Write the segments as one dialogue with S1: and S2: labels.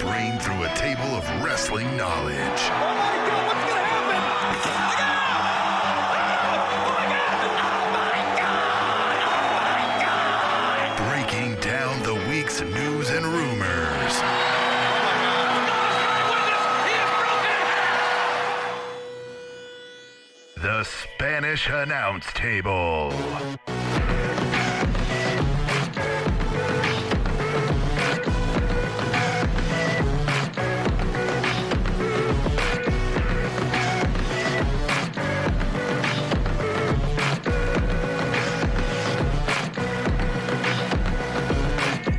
S1: brain through a table of wrestling knowledge. Breaking down the week's news and rumors. The Spanish Announce Table.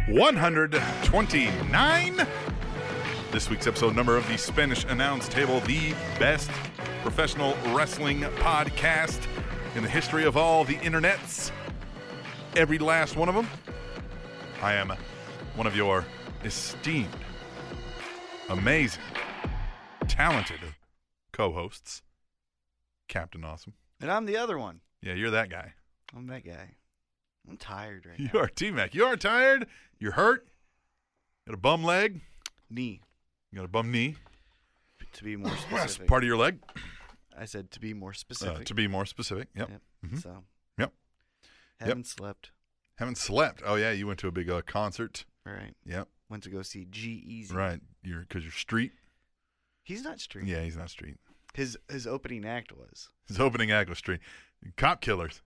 S2: One hundred twenty-nine. This week's episode number of the Spanish Announce Table, the best professional wrestling podcast in the history of all the internets. Every last one of them. I am one of your esteemed, amazing, talented co hosts, Captain Awesome.
S3: And I'm the other one.
S2: Yeah, you're that guy.
S3: I'm that guy. I'm tired right
S2: You
S3: now.
S2: are T Mac. You are tired. You're hurt. Got a bum leg.
S3: Knee,
S2: You got a bum knee.
S3: to be more
S2: That's
S3: specific.
S2: part of your leg.
S3: I said to be more
S2: Uh,
S3: specific.
S2: to be more specific. Yep.
S3: Yep.
S2: Mhm.
S3: So
S2: Yep.
S3: haven't slept.
S2: Haven't slept. Oh yeah, you went to a big uh, concert.
S3: All right.
S2: Yep.
S3: Went to go see G Easy.
S2: Right. You're because you're street.
S3: He's not street.
S2: Yeah, he's not street.
S3: His his opening act was.
S2: His opening act was street. Cop killers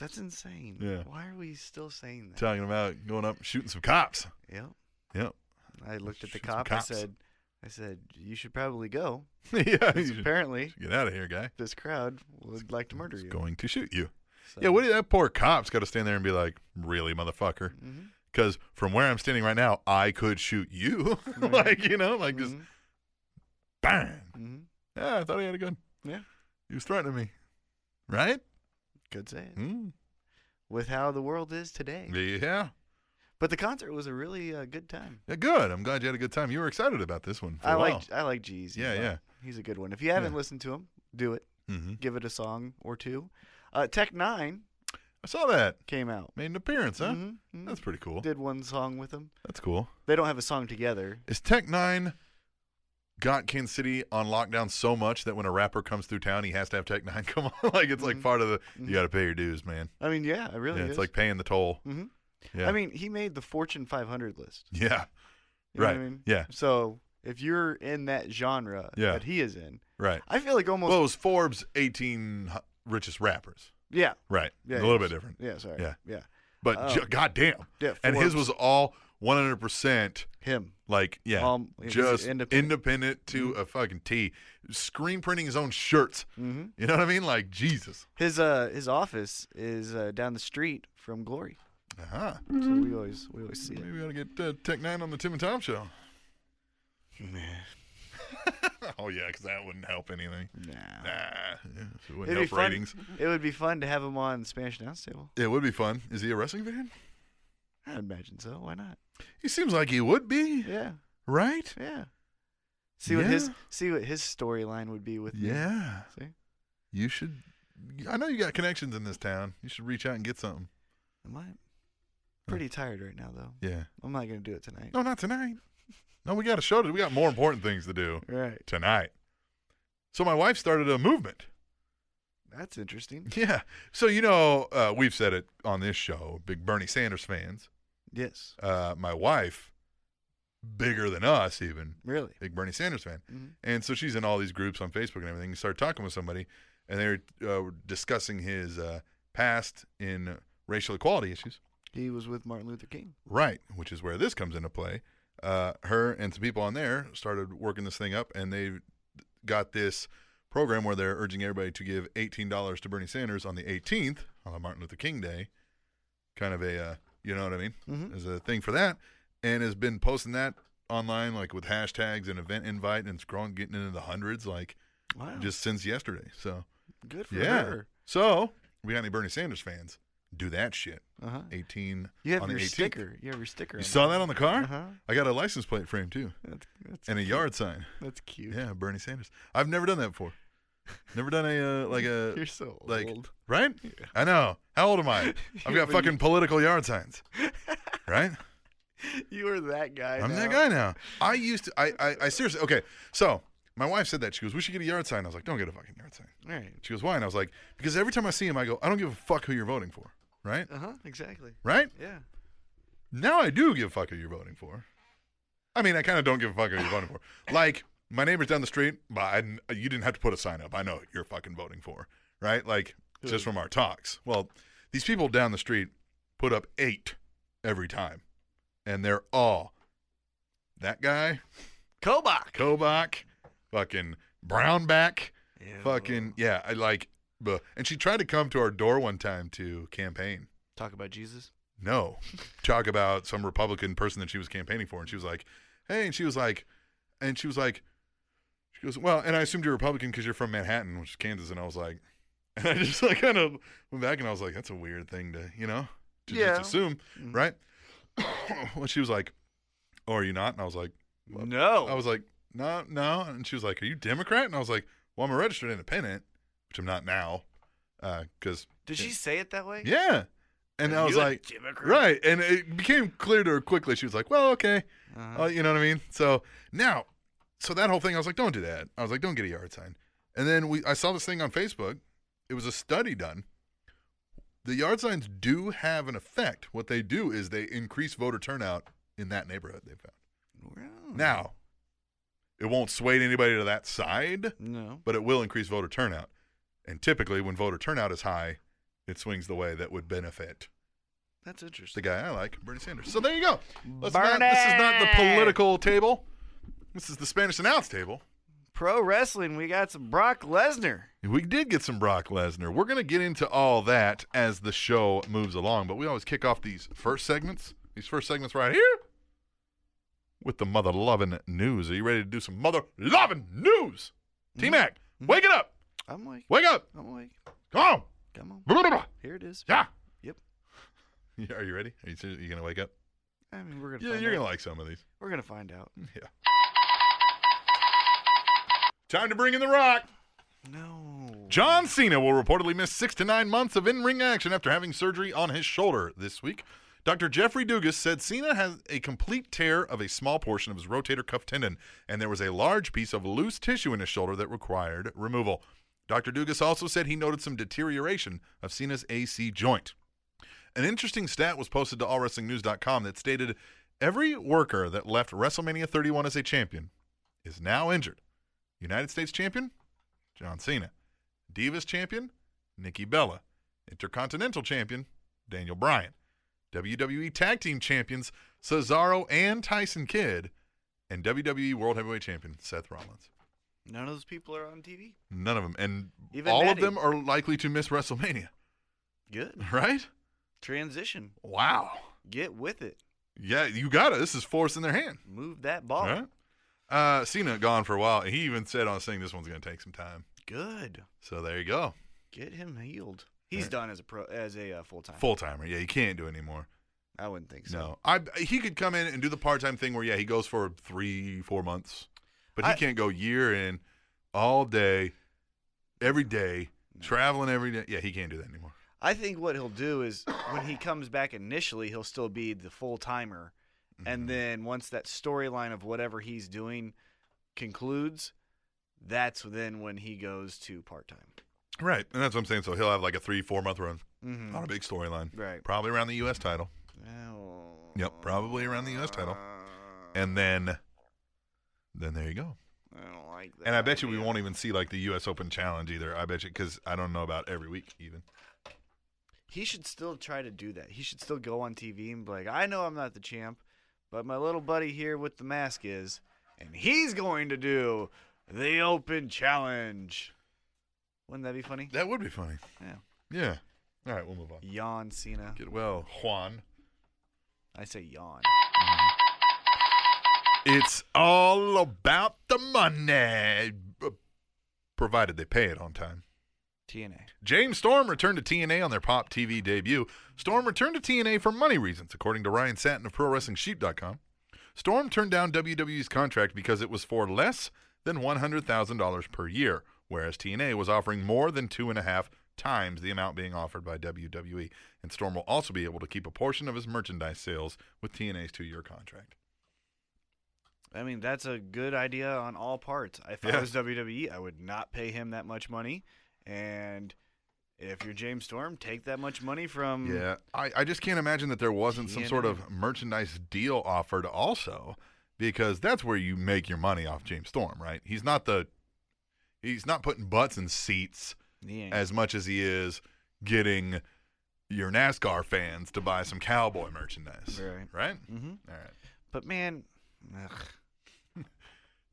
S3: That's insane.
S2: Yeah.
S3: Why are we still saying that?
S2: talking about going up shooting some cops.
S3: Yep.
S2: Yep.
S3: I looked at the
S2: Shoot some
S3: cop. I
S2: cops.
S3: said, I said you should probably go.
S2: yeah.
S3: 'cause
S2: you should-
S3: apparently,
S2: Get out of here, guy.
S3: this crowd would like to murder
S2: He's
S3: you.
S2: going to shoot you.
S3: So-
S2: Yeah. What do you- that poor cop's got to stand there and be like, really, motherfucker?
S3: Mhm.
S2: Because from where I'm standing right now, I could shoot you.
S3: Right.
S2: like you know, like just
S3: Mhm.
S2: bang.
S3: Mhm.
S2: Yeah, I thought he had a gun.
S3: Yeah.
S2: He was threatening me. Right?
S3: Could say it.
S2: Mm.
S3: With how the world is today.
S2: Yeah.
S3: But the concert was a really uh, good time.
S2: Yeah, good. I'm glad you had a good time. You were excited about this one. For
S3: I
S2: a
S3: like
S2: while.
S3: I like Jeezy.
S2: Yeah,
S3: but
S2: yeah.
S3: He's a good one. If you haven't
S2: Yeah.
S3: listened to him, do it.
S2: hmm
S3: Give it a song or two. Uh, Tech Nine
S2: I saw that.
S3: came out.
S2: Made an appearance, huh?
S3: Mhm, mhm.
S2: uh, That's pretty cool.
S3: Did one song with him.
S2: That's cool.
S3: They don't have a song together.
S2: Is Tech Nine got Kansas City on lockdown so much that when a rapper comes through town, he has to have Tech Nine? Come on, like it's like
S3: Mhm.
S2: part of the.
S3: Mhm.
S2: You got to pay your dues, man.
S3: I mean, yeah, it really
S2: yeah,
S3: is.
S2: it's like paying the toll.
S3: Mhm.
S2: Yeah.
S3: I mean, he made the Fortune 500 list.
S2: Yeah.
S3: You know what I
S2: Right.
S3: mean?
S2: Yeah.
S3: So if you're in that genre
S2: Yeah.
S3: that he is in,
S2: Right.
S3: I feel like almost
S2: Well, it was Forbes 18 h- richest rappers.
S3: yeah,
S2: Right. a
S3: yeah,
S2: little
S3: yeah.
S2: bit different.
S3: Yeah, sorry.
S2: Yeah.
S3: yeah,
S2: But
S3: Oh.
S2: ju- goddamn.
S3: yeah.
S2: And his
S3: Forbes,
S2: was all 100%
S3: him.
S2: like, yeah,
S3: Um, he's
S2: just independent,
S3: independent.
S2: to
S3: mm-hmm.
S2: a fucking T. Screen printing his own shirts.
S3: hmm
S2: You know what I mean? Like, Jesus.
S3: His uh his office is uh, down the street from Glory,
S2: Uh-huh.
S3: so we always we always see it.
S2: Maybe we ought to get uh, Tech Nine on the Tim and Tom show. oh, yeah, because that wouldn't help anything.
S3: Nah.
S2: Nah. Yeah, so it wouldn't
S3: It'd be
S2: help
S3: fun.
S2: ratings.
S3: It would be fun to have him on Spanish Announce Table.
S2: It would be fun. Is he a wrestling fan?
S3: I imagine so. Why not?
S2: He seems like he would be,
S3: Yeah,
S2: right?
S3: yeah. See what his
S2: Yeah.
S3: see what his storyline would be with me.
S2: Yeah.
S3: See,
S2: You should. I know you got connections in this town. You should reach out and get something.
S3: am I pretty tired right now though?
S2: Yeah.
S3: I'm not gonna do it tonight.
S2: No, not tonight. No, we got a show to. We got more important things to do
S3: Right.
S2: tonight. So my wife started a movement.
S3: That's interesting.
S2: Yeah. So you know, uh, we've said it on this show. Big Bernie Sanders fans.
S3: Yes.
S2: Uh, my wife, bigger than us even.
S3: Really.
S2: Big Bernie Sanders fan.
S3: Mhm.
S2: And so she's in all these groups on Facebook and everything. You start talking with somebody, and they're uh, discussing his uh, past in racial equality issues.
S3: He was with Martin Luther King.
S2: Right, which is where this comes into play. Uh, her and some people on there started working this thing up, and they got this program where they're urging everybody to give eighteen dollars to Bernie Sanders on the 18th, on Martin Luther King Day. Kind of a, uh, you know what I mean,
S3: Mhm.
S2: as a thing for that, and has been posting that online like with hashtags and event invite, and it's growing, getting into the hundreds like
S3: Wow.
S2: just since yesterday. So
S3: good for
S2: yeah,
S3: her.
S2: so we got any Bernie Sanders fans? Do that shit.
S3: Uh huh.
S2: 18.
S3: You have
S2: on
S3: your
S2: the 18th.
S3: sticker. You have your sticker.
S2: You saw that on the car?
S3: Uh-huh.
S2: I got a license plate frame too,
S3: That's, that's
S2: and a
S3: cute.
S2: yard sign.
S3: That's cute.
S2: Yeah, Bernie Sanders. I've never done that before. Never done a uh, like a
S3: You're so
S2: like
S3: old.
S2: right? I know. How old am I? I've
S3: Yeah,
S2: got
S3: but
S2: fucking political yard signs, right?
S3: you were that guy.
S2: I'm that
S3: now.
S2: guy now. I used to. I, I. I seriously. Okay. So my wife said that she goes, "We should get a yard sign." I was like, "Don't get a fucking yard sign."
S3: All right.
S2: She goes, "Why?" And I was like, "Because every time I see him, I go, I don't give a fuck who you're voting for, right?
S3: Uh huh. Exactly.
S2: Right?
S3: Yeah.
S2: Now I do give a fuck who you're voting for. I mean, I kind of don't give a fuck who you're voting for. Like my neighbor's down the street, but I, you didn't have to put a sign up. I know who you're fucking voting for, right? Like just from our talks. Well, these people down the street put up eight every time, and they're all that guy.
S3: Kobach.
S2: Kobach, fucking Brownback,
S3: Ew.
S2: fucking yeah. I like, bleh. and she tried to come to our door one time to campaign.
S3: Talk about Jesus.
S2: No, talk about some Republican person that she was campaigning for, and she was like, "Hey," and she was like, and she was like, she goes, "Well," and I assumed you're Republican because you're from Manhattan, which is Kansas, and I was like, and I just like kind of went back and I was like, "That's a weird thing to you know to
S3: Yeah. Mm-hmm.
S2: just assume, right?" well, she was like, "Oh, are you not?" And I was like. Well,
S3: no.
S2: I was like, no, no. And she was like, are you Democrat? And I was like, well, I'm a registered independent, which I'm not now, because
S3: Did she say it that way?
S2: yeah. And
S3: Are
S2: I was
S3: you a
S2: like,
S3: Democrat?
S2: right. And it became clear to her quickly. She was like, well, okay,
S3: Uh-huh.
S2: uh, you know what I mean. So now, so that whole thing, I was like, don't do that. I was like, don't get a yard sign. And then we, I saw this thing on Facebook. It was a study done. The yard signs do have an effect. What they do is they increase voter turnout in that neighborhood. They found.
S3: Well,
S2: Now, it won't sway anybody to that side,
S3: No.
S2: but it will increase voter turnout. And typically, when voter turnout is high, it swings the way that would benefit
S3: That's
S2: the
S3: interesting.
S2: guy I like, Bernie Sanders. So there you go. Let's not-
S3: Bernie!
S2: this is not the political table. This is the Spanish announce table.
S3: Pro wrestling, we got some Brock Lesnar.
S2: We did get some Brock Lesnar. We're going to get into all that as the show moves along, but we always kick off these first segments, these first segments right here with the mother loving news. Are you ready to do some mother loving news? T Mac, wake it up.
S3: I'm like,
S2: Wake up.
S3: I'm like,
S2: Come on.
S3: come on.
S2: Blah, blah, blah.
S3: Here it is.
S2: Yeah.
S3: Yep.
S2: Yeah, Are you ready? Are you, serious? you going to wake up?
S3: I mean, we're gonna.
S2: Yeah,
S3: find
S2: you're
S3: out.
S2: going to like some of these.
S3: We're gonna find out.
S2: Yeah. Time to bring in the rock.
S3: No.
S2: John Cena will reportedly miss six to nine months of in ring action after having surgery on his shoulder this week. Dr. Jeffrey Dugas said Cena has a complete tear of a small portion of his rotator cuff tendon, and there was a large piece of loose tissue in his shoulder that required removal. Dr. Dugas also said he noted some deterioration of Cena's AC joint. An interesting stat was posted to allwrestlingnews.com that stated every worker that left WrestleMania 31 as a champion is now injured. United States champion, John Cena. Divas champion, Nikki Bella. Intercontinental champion, Daniel Bryan. WWE Tag Team champions, Cesaro and Tyson Kidd. And WWE World Heavyweight Champion, Seth Rollins.
S3: None of those people are on TV.
S2: None of them. And
S3: Even
S2: all of
S3: Natty.
S2: them are likely to miss WrestleMania,
S3: Good
S2: right?
S3: transition.
S2: Wow.
S3: Get with it.
S2: Yeah, you got it. This is force in their hand.
S3: Move that ball.
S2: Right? Uh, Cena gone for a while. He even said on saying this one's going to take some time.
S3: Good.
S2: So there you go.
S3: Get him healed. He's
S2: Right.
S3: done as a pro, as a uh, full time.
S2: Full timer. Yeah, you can't do it anymore.
S3: I wouldn't think so.
S2: No, I he could come in and do the part time thing where yeah he goes for three four months, but he
S3: I-
S2: can't go year in, all day, every day, traveling every day. Yeah, he can't do that anymore.
S3: I think what he'll do is when he comes back initially, he'll still be the full timer.
S2: Mm-hmm.
S3: And then once that storyline of whatever he's doing concludes, that's then when he goes to part time.
S2: Right, and that's what I'm saying. So he'll have like a three four month run
S3: Mm-hmm.
S2: on a big storyline,
S3: Right.
S2: probably around the U.S. title.
S3: Oh.
S2: Yep, probably around the U.S. title, and then. Then there you go,
S3: uh, I don't like that.
S2: and I bet you we
S3: idea.
S2: won't even see like the U.S. Open Challenge either. I bet you because I don't know about every week even.
S3: He should still try to do that. He should still go on TV and be like, I know I'm not the champ, but my little buddy here with the mask is, and he's going to do the open challenge. Wouldn't that be funny?
S2: That would be funny.
S3: Yeah.
S2: Yeah. All right, we'll move on.
S3: Yawn Cena.
S2: Get well, Juan.
S3: I say yawn.
S2: It's all about the money, b- provided they pay it on time.
S3: TNA.
S2: James Storm returned to TNA on their Pop TV debut. Storm returned to TNA for money reasons, according to Ryan Satin of ProWrestlingSheep.com. Storm turned down WWE's contract because it was for less than $100,000 per year, whereas TNA was offering more than two and a half times the amount being offered by WWE. And Storm will also be able to keep a portion of his merchandise sales with TNA's two year contract.
S3: I mean, that's a good idea on all parts. If
S2: Yeah.
S3: I was WWE, I would not pay him that much money. And if you're James Storm, take that much money from.
S2: Yeah, I, I just can't imagine that there wasn't some sort
S3: TNA.
S2: of merchandise deal offered also, because that's where you make your money off James Storm, right? He's not the, he's not putting butts in seats
S3: Yeah.
S2: as much as he is getting your NASCAR fans to buy some cowboy merchandise,
S3: Right.
S2: Right?
S3: hmm
S2: All right.
S3: But man, ugh.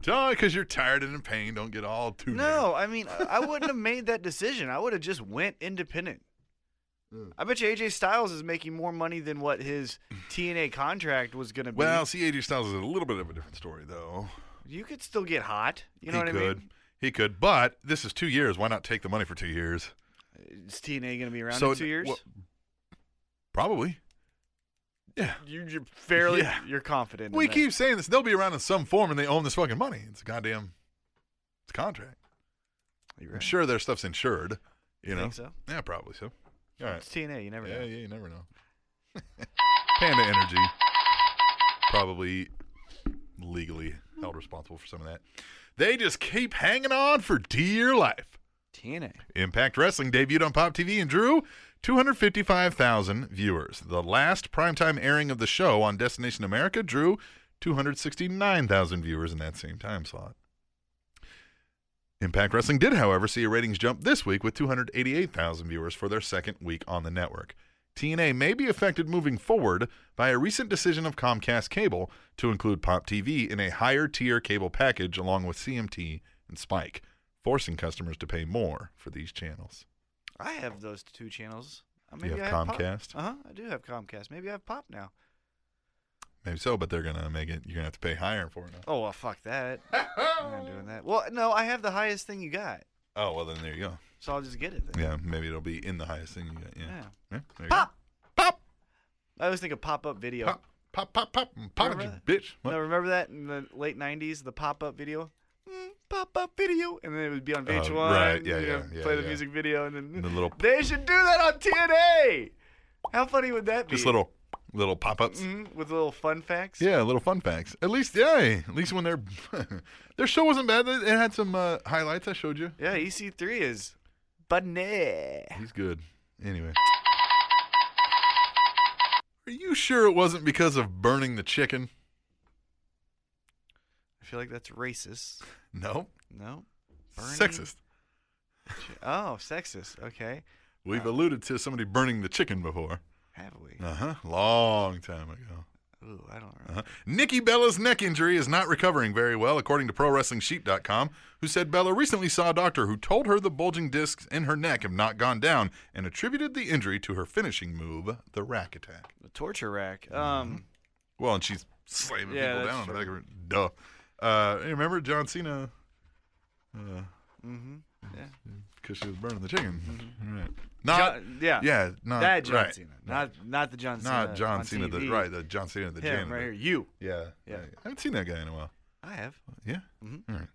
S2: Tell because you're tired and in pain. Don't get all too
S3: no, I mean, I I wouldn't have made that decision. I would have just went independent.
S2: Mm.
S3: I bet you AJ Styles is making more money than what his TNA contract was going to be.
S2: Well, see, AJ Styles is a little bit of a different story though.
S3: you could still get hot. You know
S2: he
S3: what
S2: could,
S3: I mean?
S2: he could, but this is two years. Why not take the money for two years?
S3: Is TNA going to be around in two years?
S2: well, probably. Yeah.
S3: you, you're fairly,
S2: Yeah.
S3: you're confident. in
S2: We
S3: that.
S2: keep saying this. They'll be around in some form and they own this fucking money. It's a goddamn it's a contract.
S3: You're
S2: I'm
S3: right.
S2: sure their stuff's insured. You
S3: You
S2: know?
S3: think so?
S2: Yeah, probably so. All right.
S3: It's TNA. You never
S2: Yeah,
S3: know.
S2: yeah, you never know. Panda Energy. Probably legally held responsible for some of that. They just keep hanging on for dear life.
S3: TNA.
S2: Impact Wrestling debuted on Pop TV and drew 255,000 viewers. The last primetime airing of the show on Destination America drew 269,000 viewers in that same time slot. Impact Wrestling did, however, see a ratings jump this week with 288,000 viewers for their second week on the network. TNA may be affected moving forward by a recent decision of Comcast Cable to include Pop TV in a higher tier cable package along with CMT and Spike, forcing customers to pay more for these channels.
S3: I have those two channels. Uh,
S2: Do you
S3: maybe
S2: have
S3: I
S2: Comcast?
S3: Uh huh. I do have Comcast. Maybe I have Pop now.
S2: Maybe so, but they're going to make it, you're going to have to pay higher for it.
S3: Oh well, fuck that. I'm not
S2: now.
S3: doing that. Well, no, I have the highest thing you got,
S2: oh, well, then there you go.
S3: so I'll just get it then.
S2: Yeah, maybe it'll be in the highest thing you got. Yeah.
S3: Yeah.
S2: Yeah, there you
S3: Pop.
S2: Go. Pop!
S3: I always think of pop-up video.
S2: Pop! Pop, pop, pop, pop, you
S3: Remember
S2: bitch. What?
S3: No, remember that in the late '90s, the pop-up video. Mm, pop-up video, and then it would be on
S2: Oh,
S3: VH1.
S2: right. Yeah,
S3: you know,
S2: yeah, yeah,
S3: Play the
S2: yeah.
S3: music video, and then
S2: And the little-
S3: They should do that on TNA. How funny would that be?
S2: Just little little pop ups.
S3: Mhm, with little fun facts.
S2: Yeah, little fun facts. At least, yeah, at least when their their show wasn't bad. It had some uh, highlights. I showed you.
S3: Yeah, EC3 is bunny.
S2: He's good. Anyway, are you sure it wasn't because of burning the chicken?
S3: I feel like that's racist.
S2: No,
S3: No. Burning-
S2: sexist.
S3: Oh, sexist. Okay.
S2: We've alluded to somebody burning the chicken before.
S3: Have we?
S2: Uh huh. Long time ago.
S3: Ooh, I don't remember.
S2: Uh-huh. Nikki Bella's neck injury is not recovering very well, according to ProWrestlingSheet.com, who said Bella recently saw a doctor who told her the bulging discs in her neck have not gone down and attributed the injury to her finishing move, the rack attack.
S3: The torture rack.
S2: Uh-huh.
S3: Um,
S2: Well, and she's slamming
S3: Yeah,
S2: people
S3: that's
S2: down on the
S3: true.
S2: back of her. Duh. Uh, hey, remember John Cena? Because
S3: mm-hmm. Yeah. Mm-hmm.
S2: she was burning the chicken. Right. Not.
S3: John, yeah.
S2: Uh, yeah. Not,
S3: that John
S2: right.
S3: Cena. Not not the John Cena.
S2: Not John
S3: on
S2: Cena. The,
S3: TV.
S2: right. The John Cena. The
S3: Him
S2: janitor.
S3: right here. You.
S2: Yeah.
S3: Yeah.
S2: right. I haven't seen that guy in a while.
S3: I have.
S2: Yeah.
S3: Mhm.
S2: All right.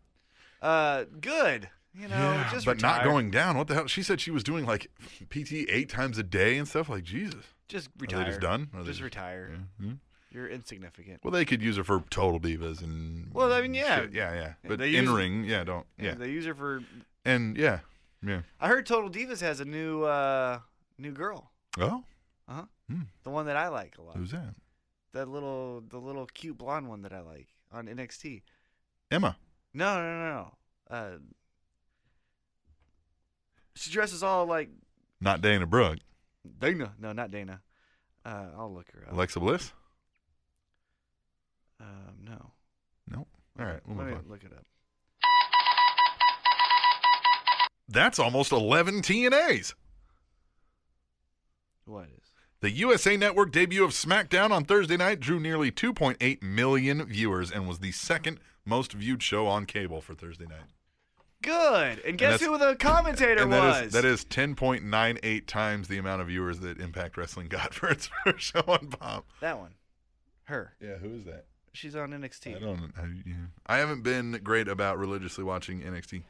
S3: Uh, good. You know,
S2: Yeah,
S3: just
S2: but not
S3: retire.
S2: going down. What the hell? She said she was doing like PT eight times a day and stuff. Like Jesus.
S3: Just
S2: they
S3: retire.
S2: just done? Are they
S3: Just,
S2: just-
S3: retire.
S2: Mhm.
S3: You're insignificant.
S2: Well, they could use her for total divas and.
S3: Well, I mean, yeah.
S2: shit. yeah, yeah.
S3: Yeah,
S2: But
S3: they
S2: in
S3: use-
S2: ring, yeah, don't, yeah,
S3: They use her for.
S2: and yeah, yeah.
S3: I heard Total Divas has a new uh new girl. Uh-huh.
S2: Oh,
S3: The one that I like a lot.
S2: who's that?
S3: That little the little cute blonde one that I like on NXT.
S2: Emma.
S3: No, no, no, no. Uh, she dresses all like
S2: Not Dana Brooke.
S3: Dana. No, not Dana. Uh, I'll look her up.
S2: Alexa Bliss.
S3: um, no.
S2: Nope. All right, we'll
S3: Let
S2: move
S3: me
S2: on.
S3: look it up.
S2: That's almost eleven TNAs.
S3: What is?
S2: The USA Network debut of SmackDown on Thursday night drew nearly 2.8 million viewers and was the second most viewed show on cable for Thursday night.
S3: Good. And guess
S2: that's-
S3: who the commentator
S2: and
S3: was?
S2: that is that is 10.98 times the amount of viewers that Impact Wrestling got for its first show on Pop.
S3: that one. Her.
S2: Yeah, who is that?
S3: She's on
S2: I
S3: NXT.
S2: don't. I, yeah. I haven't been great about religiously watching NXT.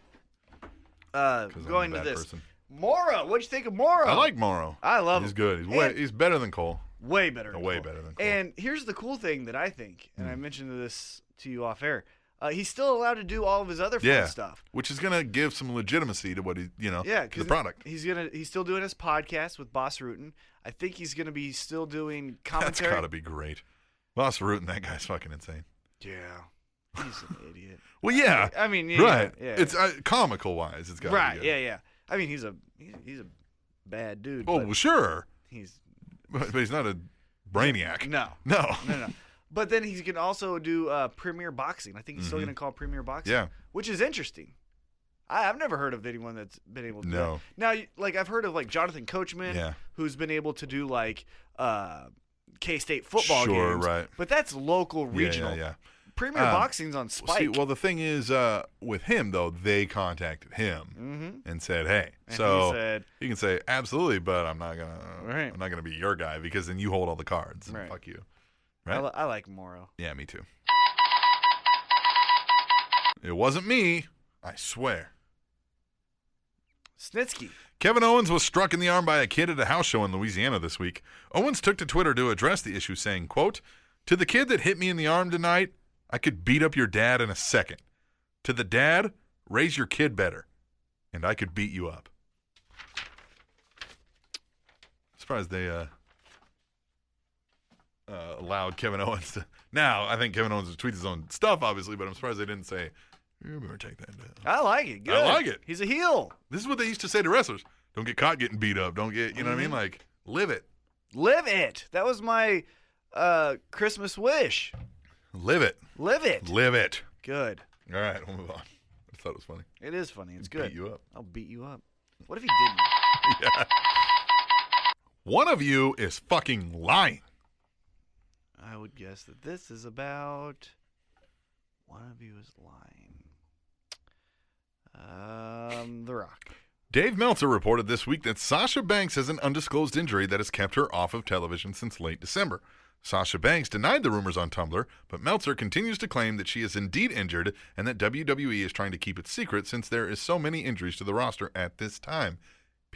S3: Uh,
S2: 'cause I'm a
S3: going to
S2: bad
S3: this.
S2: person.
S3: Mora, what'd you think of Mora?
S2: I like Morrow.
S3: I love
S2: He's
S3: him.
S2: good. He's way,
S3: And-
S2: he's better than Cole.
S3: way better. than
S2: Way
S3: Cole.
S2: better than Cole. Hmm.
S3: And here's the cool thing that I think, and I mentioned this to you off air. Uh, he's still allowed to do all of his other fun
S2: Yeah.
S3: stuff.
S2: Which is gonna give some legitimacy to what he, you know,
S3: Yeah,
S2: to the
S3: 'cause
S2: product.
S3: He's gonna. He's still doing his podcast with Boss Rutan. I think he's gonna be still doing
S2: That's
S3: commentary.
S2: gotta be great. Boss Rootin, that guy's fucking insane.
S3: Yeah, he's an idiot.
S2: Well, yeah,
S3: I mean, yeah,
S2: right.
S3: Yeah,
S2: It's uh, comical wise. It's gotta
S3: right.
S2: be good.
S3: Yeah, yeah. I mean, he's a he's, he's a bad dude.
S2: Oh,
S3: but
S2: well, sure,
S3: he's
S2: but, but he's not a brainiac.
S3: no,
S2: No.
S3: no, no. But then he's gonna also do uh, Premier Boxing. I think he's still gonna call Premier Boxing.
S2: Mm-hmm. Yeah.
S3: which is interesting. I, I've never heard of anyone that's been able to. do
S2: No.
S3: that. Now, you- like I've heard of like Jonathan Coachman,
S2: Yeah.
S3: who's been able to do like uh, K State football
S2: Sure,
S3: games.
S2: right.
S3: But that's local,
S2: Yeah,
S3: regional.
S2: Yeah, yeah.
S3: Premier
S2: Um,
S3: Boxing's on Spike.
S2: Well, see, well, the thing is, uh, with him though, they contacted him
S3: Mhm.
S2: and said, "Hey."
S3: And
S2: so
S3: he said-
S2: you can say, "Absolutely," but I'm not gonna.
S3: Right.
S2: I'm not gonna be your guy because then you hold all the cards. and
S3: Right.
S2: Fuck you.
S3: I,
S2: right?
S3: li- I like Morrow.
S2: Yeah, me too. It wasn't me. I swear.
S3: Snitsky.
S2: Kevin Owens was struck in the arm by a kid at a house show in Louisiana this week. Owens took to Twitter to address the issue, saying, quote, To the kid that hit me in the arm tonight, I could beat up your dad in a second. To the dad, raise your kid better, and I could beat you up. Surprised they uh, uh, allowed Kevin Owens to. Now, I think Kevin Owens will tweet his own stuff, obviously, but I'm surprised they didn't say, You better take that down.
S3: I like it. Good.
S2: like it.
S3: He's a heel.
S2: This is what they used to say to wrestlers: "Don't get caught getting beat up. Don't get, you know what I mean? Like, live it,
S3: Live it. That was my uh, Christmas wish.
S2: live it,
S3: Live it.
S2: live it."
S3: Good.
S2: All right, we'll move on. I thought it was funny.
S3: It is funny. It's good.
S2: Beat you up.
S3: I'll beat you up. What if he didn't?
S2: One of you is fucking lying.
S3: I would guess that this is about one of you is lying. Um, The Rock.
S2: Dave Meltzer reported this week that Sasha Banks has an undisclosed injury that has kept her off of television since late December. Sasha Banks denied the rumors on Tumblr, but Meltzer continues to claim that she is indeed injured and that WWE is trying to keep it secret since there is so many injuries to the roster at this time.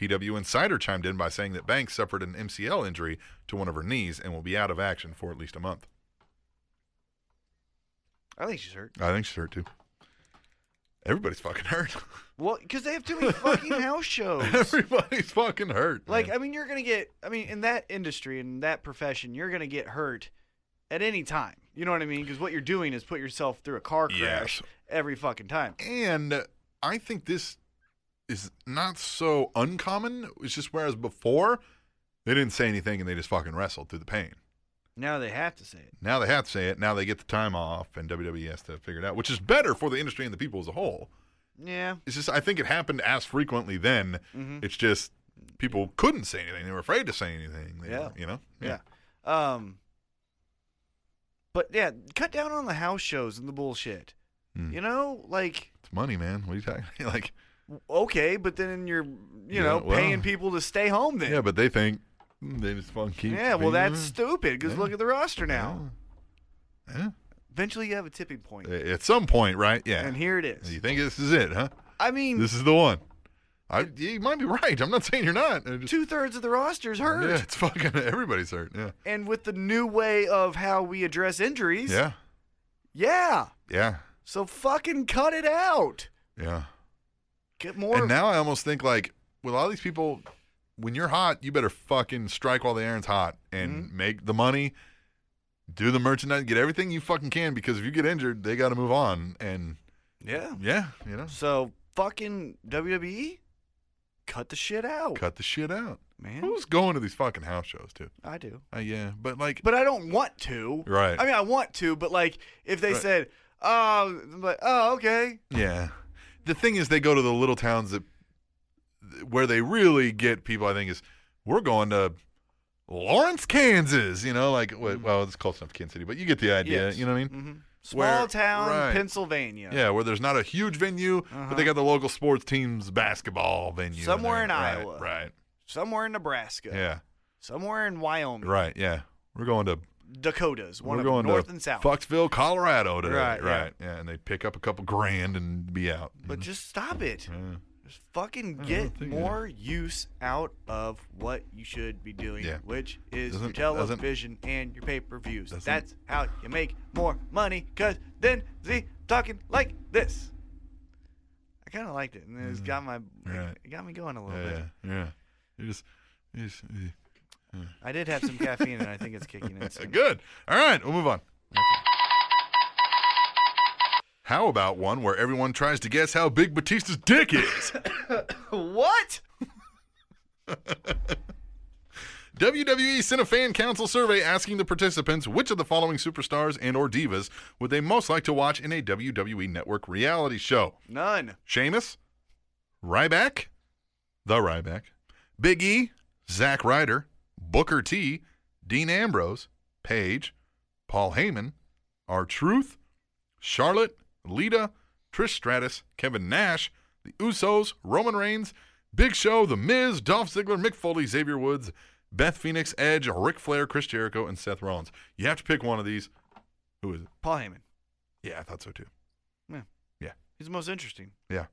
S2: PW Insider chimed in by saying that Banks suffered an MCL injury to one of her knees and will be out of action for at least a month.
S3: I think she's hurt.
S2: I think she's hurt too. Everybody's fucking hurt.
S3: Well, because they have too many fucking house shows.
S2: Everybody's fucking hurt.
S3: Like,
S2: man.
S3: I mean, you're gonna get. I mean, in that industry, in that profession, you're gonna get hurt at any time. You know what I mean? Because what you're doing is put yourself through a car crash
S2: Yes.
S3: every fucking time.
S2: And I think this is not so uncommon. It's just whereas before they didn't say anything and they just fucking wrestled through the pain.
S3: Now they have to say it.
S2: Now they have to say it. Now they get the time off, and WWE has to figure it out, which is better for the industry and the people as a whole.
S3: Yeah.
S2: It's just I think it happened as frequently then.
S3: Mm-hmm.
S2: It's just people couldn't say anything. They were afraid to say anything. They
S3: Yeah.
S2: were- you know.
S3: Yeah. Um. But yeah, cut down on the house shows and the bullshit.
S2: Mm.
S3: You know, like
S2: It's money, man. What are you talking? like,
S3: okay, but then you're you
S2: Yeah,
S3: know
S2: well.
S3: paying people to stay home then.
S2: yeah, but they think mm, they just fucking keep.
S3: Yeah, well,
S2: being
S3: that's
S2: there.
S3: stupid. Because
S2: Yeah.
S3: look at the roster now.
S2: Yeah.
S3: Eventually, you have a tipping point,
S2: Yeah. At some point, right? Yeah.
S3: and here it is.
S2: You think this is it, huh?
S3: I mean,
S2: This is the one. I, you might be right. I'm not saying you're not. I just-
S3: two thirds of the roster's hurt.
S2: Yeah, it's fucking everybody's hurt. Yeah.
S3: And with the new way of how we address injuries,
S2: Yeah.
S3: yeah.
S2: Yeah.
S3: So fucking cut it out.
S2: Yeah.
S3: Get more.
S2: and now I almost think like with all these people, when you're hot, you better fucking strike while the iron's hot and
S3: Mm-hmm.
S2: make the money, do the merchandise, get everything you fucking can because if you get injured, they got to move on. And
S3: yeah.
S2: yeah, you know,
S3: So fucking WWE, cut the shit out,
S2: cut the shit out.
S3: man.
S2: Who's going to these fucking house shows too?
S3: I do,
S2: Uh, yeah, but like,
S3: but I don't want to.
S2: Right.
S3: I mean, I want to, but like if they
S2: Right.
S3: said, "Oh, I'm like, oh, okay."
S2: Yeah. The thing is, they go to the little towns that where they really get people. I think is we're going to Lawrence, Kansas. You know, like wh- well, it's close enough to Kansas City, but you get the idea.
S3: Mm-hmm. Yes.
S2: You know what I mean?
S3: hmm Small
S2: Where-
S3: town,
S2: right.
S3: Pennsylvania.
S2: Yeah, where there's not a huge venue, but they got the local sports team's basketball venue
S3: Uh-huh. Somewhere in
S2: there. Right,
S3: Iowa.
S2: Right.
S3: Somewhere in Nebraska.
S2: Yeah.
S3: Somewhere in Wyoming.
S2: Right. Yeah. We're going to
S3: Dakotas. One
S2: we're
S3: of
S2: going
S3: north
S2: to
S3: and south.
S2: Foxville, Colorado today.
S3: Right, yeah.
S2: Right. Yeah. And they pick up a couple grand and be out.
S3: But just stop it.
S2: Yeah.
S3: Just fucking
S2: I don't
S3: get
S2: think it-
S3: more use out of what you should be doing,
S2: Yeah.
S3: which is
S2: Doesn't-
S3: your
S2: doesn't-
S3: television and your pay per views.
S2: Doesn't-
S3: That's how you make more money, because then Z talking like this. I kind of liked it, and it's got my
S2: Mm. Right.
S3: it got me going a little
S2: Yeah,
S3: bit.
S2: yeah, yeah. You just, you just, you-
S3: I did have some caffeine, and I think it's kicking in. soon.
S2: Good. All right, we'll move on. How about one where everyone tries to guess how big Batista's dick is?
S3: What?
S2: WWE sent a fan E council survey asking the participants which of the following superstars and or divas would they most like to watch in a WWE network reality show.
S3: None.
S2: Sheamus, Ryback, the Ryback, Big E, Zack Ryder, Booker T, Dean Ambrose, Paige, Paul Heyman, R Truth, Charlotte, Lita, Trish Stratus, Kevin Nash, The Usos, Roman Reigns, Big Show, The Miz, Dolph Ziggler, Mick Foley, Xavier Woods, Beth Phoenix, Edge, Ric Flair, Chris Jericho, and Seth Rollins. You have to pick one of these. Who is it?
S3: Paul Heyman.
S2: Yeah, I thought so too.
S3: He's the most interesting.
S2: Yeah.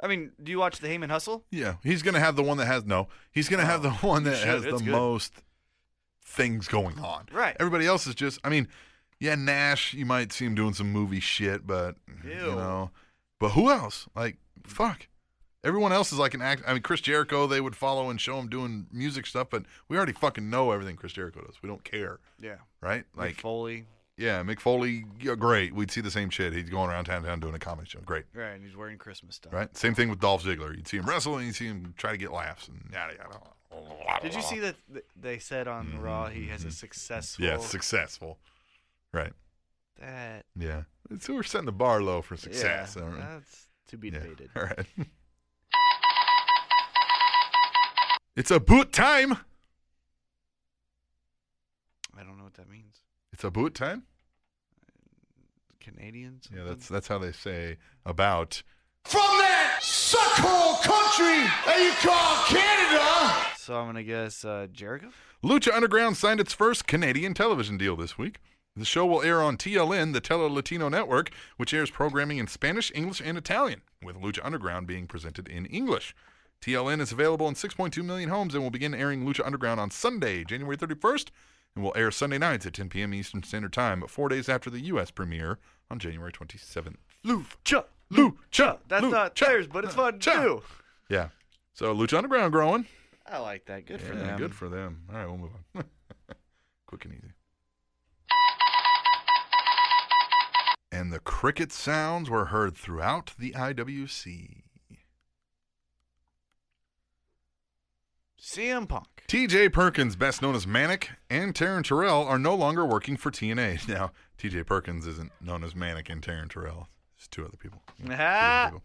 S3: I mean, do you watch the Heyman Hustle?
S2: Yeah, he's gonna have the one that has no. He's gonna have the
S3: Oh,
S2: one
S3: you
S2: that
S3: should.
S2: has the
S3: It's good.
S2: most things going on.
S3: Right.
S2: Everybody else is just. I mean, yeah, Nash. You might see him doing some movie shit, but you
S3: Ew.
S2: know. But who else? Like, fuck. Everyone else is like an act. I mean, Chris Jericho. They would follow and show him doing music stuff, but we already fucking know everything Chris Jericho does. We don't care,
S3: Yeah.
S2: right?
S3: Like
S2: Like,
S3: Foley.
S2: yeah, Mick Foley. Yeah, great. We'd see the same shit. He's going around town, town doing a comedy show. Great.
S3: Right, and he's wearing Christmas stuff.
S2: Right? Same thing with Dolph Ziggler. You'd see him wrestle and you'd see him try to get laughs and yada yada.
S3: Did you see that th- they said on Raw he has a successful?
S2: Mm-hmm, Yeah, successful. Right.
S3: that
S2: Yeah. So we're setting the bar low for success.
S3: Yeah,
S2: all right?
S3: that's to be
S2: Yeah.
S3: debated.
S2: All right. it's a boot time.
S3: I don't know what that means.
S2: It's a boot time.
S3: Canadians.
S2: Yeah, that's that's how they say about.
S3: So I'm gonna guess uh, Jericho.
S2: Lucha Underground signed its first Canadian television deal this week. The show will air on TLN, the Tele Latino network, which airs programming in Spanish, English, and Italian, with Lucha Underground being presented in English. TLN is available in 6.2 million homes and will begin airing Lucha Underground on Sunday, January 31st, and will air Sunday nights at 10 p.m. Eastern Standard Time, four days after the U.S. premiere on January 27th.
S3: Lucha.
S2: Lucha!
S3: That's not
S2: Lucha!
S3: theirs, but it's fun
S2: Cha.
S3: too.
S2: Yeah. So Lucha Underground growing.
S3: I like that. Good for
S2: Yeah,
S3: them.
S2: Good for them. All right, we'll move on. Quick and easy. And the cricket sounds were heard throughout the IWC.
S3: CM Punk.
S2: TJ Perkins, best known as Manic, and Taryn Terrell are no longer working for TNA. Now, TJ Perkins isn't known as Manic and Taryn Terrell. It's two other people.
S3: Ah.
S2: people.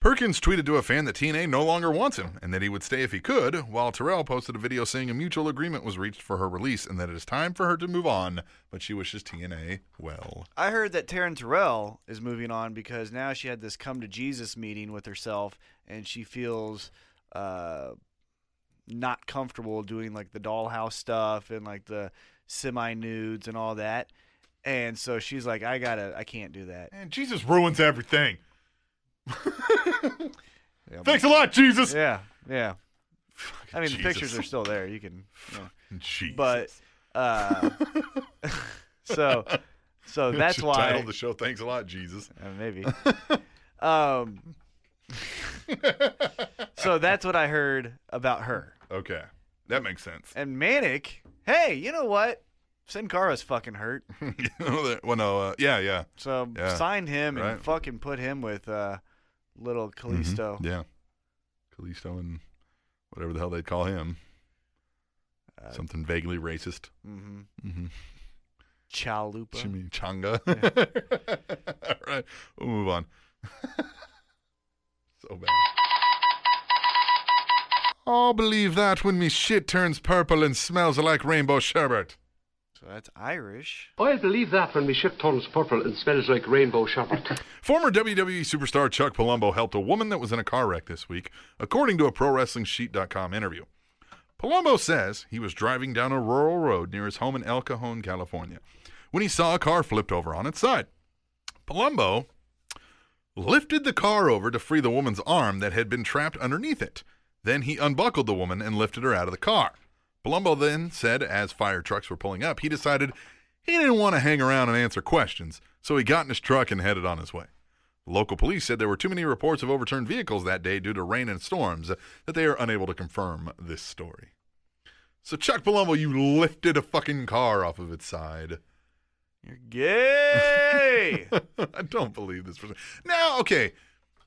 S2: Perkins tweeted to a fan that TNA no longer wants him and that he would stay if he could, while Terrell posted a video saying a mutual agreement was reached for her release and that it is time for her to move on, but she wishes TNA well.
S3: I heard that Taryn Terrell is moving on because now she had this come to Jesus meeting with herself, and she feels uh, not comfortable doing like the dollhouse stuff and like the semi nudes and all that. And so she's like, I gotta, I can't do that.
S2: And Jesus ruins everything.
S3: Yeah,
S2: Thanks a lot, Jesus.
S3: yeah. yeah. I mean, the
S2: Jesus.
S3: pictures are still there. You can, yeah.
S2: Jesus.
S3: but uh, so, so that's
S2: Should
S3: why.
S2: Title the show. Thanks a lot, Jesus.
S3: Uh, maybe. um, so that's what I heard about her.
S2: Okay, that makes sense.
S3: And Manic, hey, you know what? Sin Cara's fucking hurt.
S2: well, no, uh, yeah, yeah,
S3: So
S2: Yeah,
S3: sign him
S2: right.
S3: and fucking put him with uh, little
S2: Mhm,
S3: Callisto.
S2: yeah, Callisto and whatever the hell they'd call him,
S3: Uh,
S2: something vaguely racist.
S3: hmm
S2: Mm-hmm.
S3: Chalupa.
S2: Chimichanga. All right, we'll move on. so bad. I'll believe that when me shit turns purple and smells like rainbow sherbet.
S3: So that's Irish.
S4: I'll believe that when my ship turns purple and smells like rainbow sherbet.
S2: Former WWE superstar Chuck Palumbo helped a woman that was in a car wreck this week, according to a ProWrestlingSheet.com interview. Palumbo says he was driving down a rural road near his home in El Cajon, California, when he saw a car flipped over on its side. Palumbo lifted the car over to free the woman's arm that had been trapped underneath it. Then he unbuckled the woman and lifted her out of the car. Palumbo then said, as fire trucks were pulling up, he decided he didn't want to hang around and answer questions, so he got in his truck and headed on his way. Local police said there were too many reports of overturned vehicles that day due to rain and storms that they are unable to confirm this story. So, Chuck Palumbo, you lifted a fucking car off of its side.
S3: You're gay.
S2: I don't believe this person. Now, okay,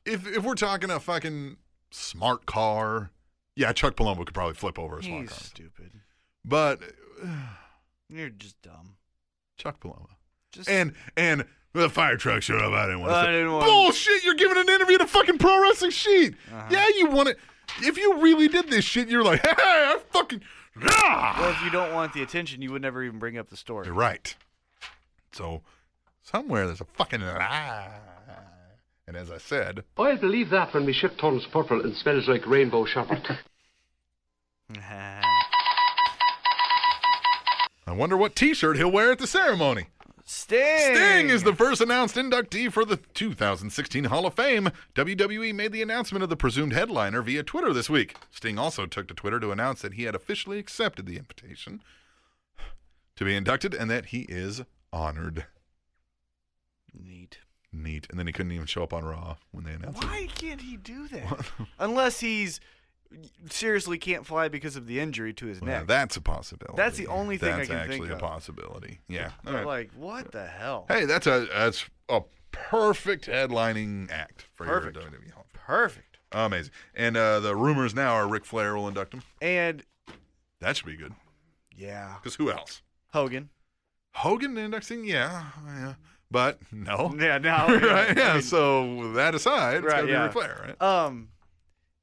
S2: if if we're talking a fucking smart car, yeah, Chuck Palumbo could probably flip over a smart
S3: He's
S2: car.
S3: stupid.
S2: But
S3: You're just dumb.
S2: Chuck Palumbo
S3: Just
S2: and and the fire truck showed up. I didn't want to.
S3: I
S2: say.
S3: didn't want-
S2: Bullshit! You're giving an interview to fucking pro wrestling sheet.
S3: Uh-huh.
S2: Yeah, you want it. If you really did this shit, you're like, hey, I fucking. Ah!
S3: Well, if you don't want the attention, you would never even bring up the story.
S2: You're right. So somewhere there's a fucking lie. And as I said,
S4: I'll believe that when me ship turns purple and smells like rainbow sherbet.
S2: I wonder what T-shirt he'll wear at the ceremony.
S3: Sting.
S2: Sting is the first announced inductee for the 2016 Hall of Fame. WWE made the announcement of the presumed headliner via Twitter this week. Sting also took to Twitter to announce that he had officially accepted the invitation to be inducted and that he is honored.
S3: neat.
S2: Neat. And then he couldn't even show up on Raw when they announced it.
S3: Why can't he do that? Unless he's seriously can't fly because of the injury to his
S2: Well,
S3: neck.
S2: that's a possibility.
S3: That's the only thing I
S2: That's
S3: can think
S2: actually a
S3: of.
S2: possibility. Yeah. All
S3: But,
S2: right.
S3: Like what the hell?
S2: Hey, that's a that's a perfect headlining act for
S3: Perfect.
S2: your WWE Hall. of Fame.
S3: Perfect.
S2: Amazing. And uh, the rumors now are Ric Flair will induct him.
S3: And
S2: That should be good.
S3: yeah,
S2: Because who else?
S3: Hogan.
S2: Hogan inducting? Yeah, yeah. But no.
S3: Yeah, now
S2: right? Yeah. so that aside, it's
S3: Right,
S2: gotta be
S3: yeah.
S2: Ric Flair, right?
S3: Um,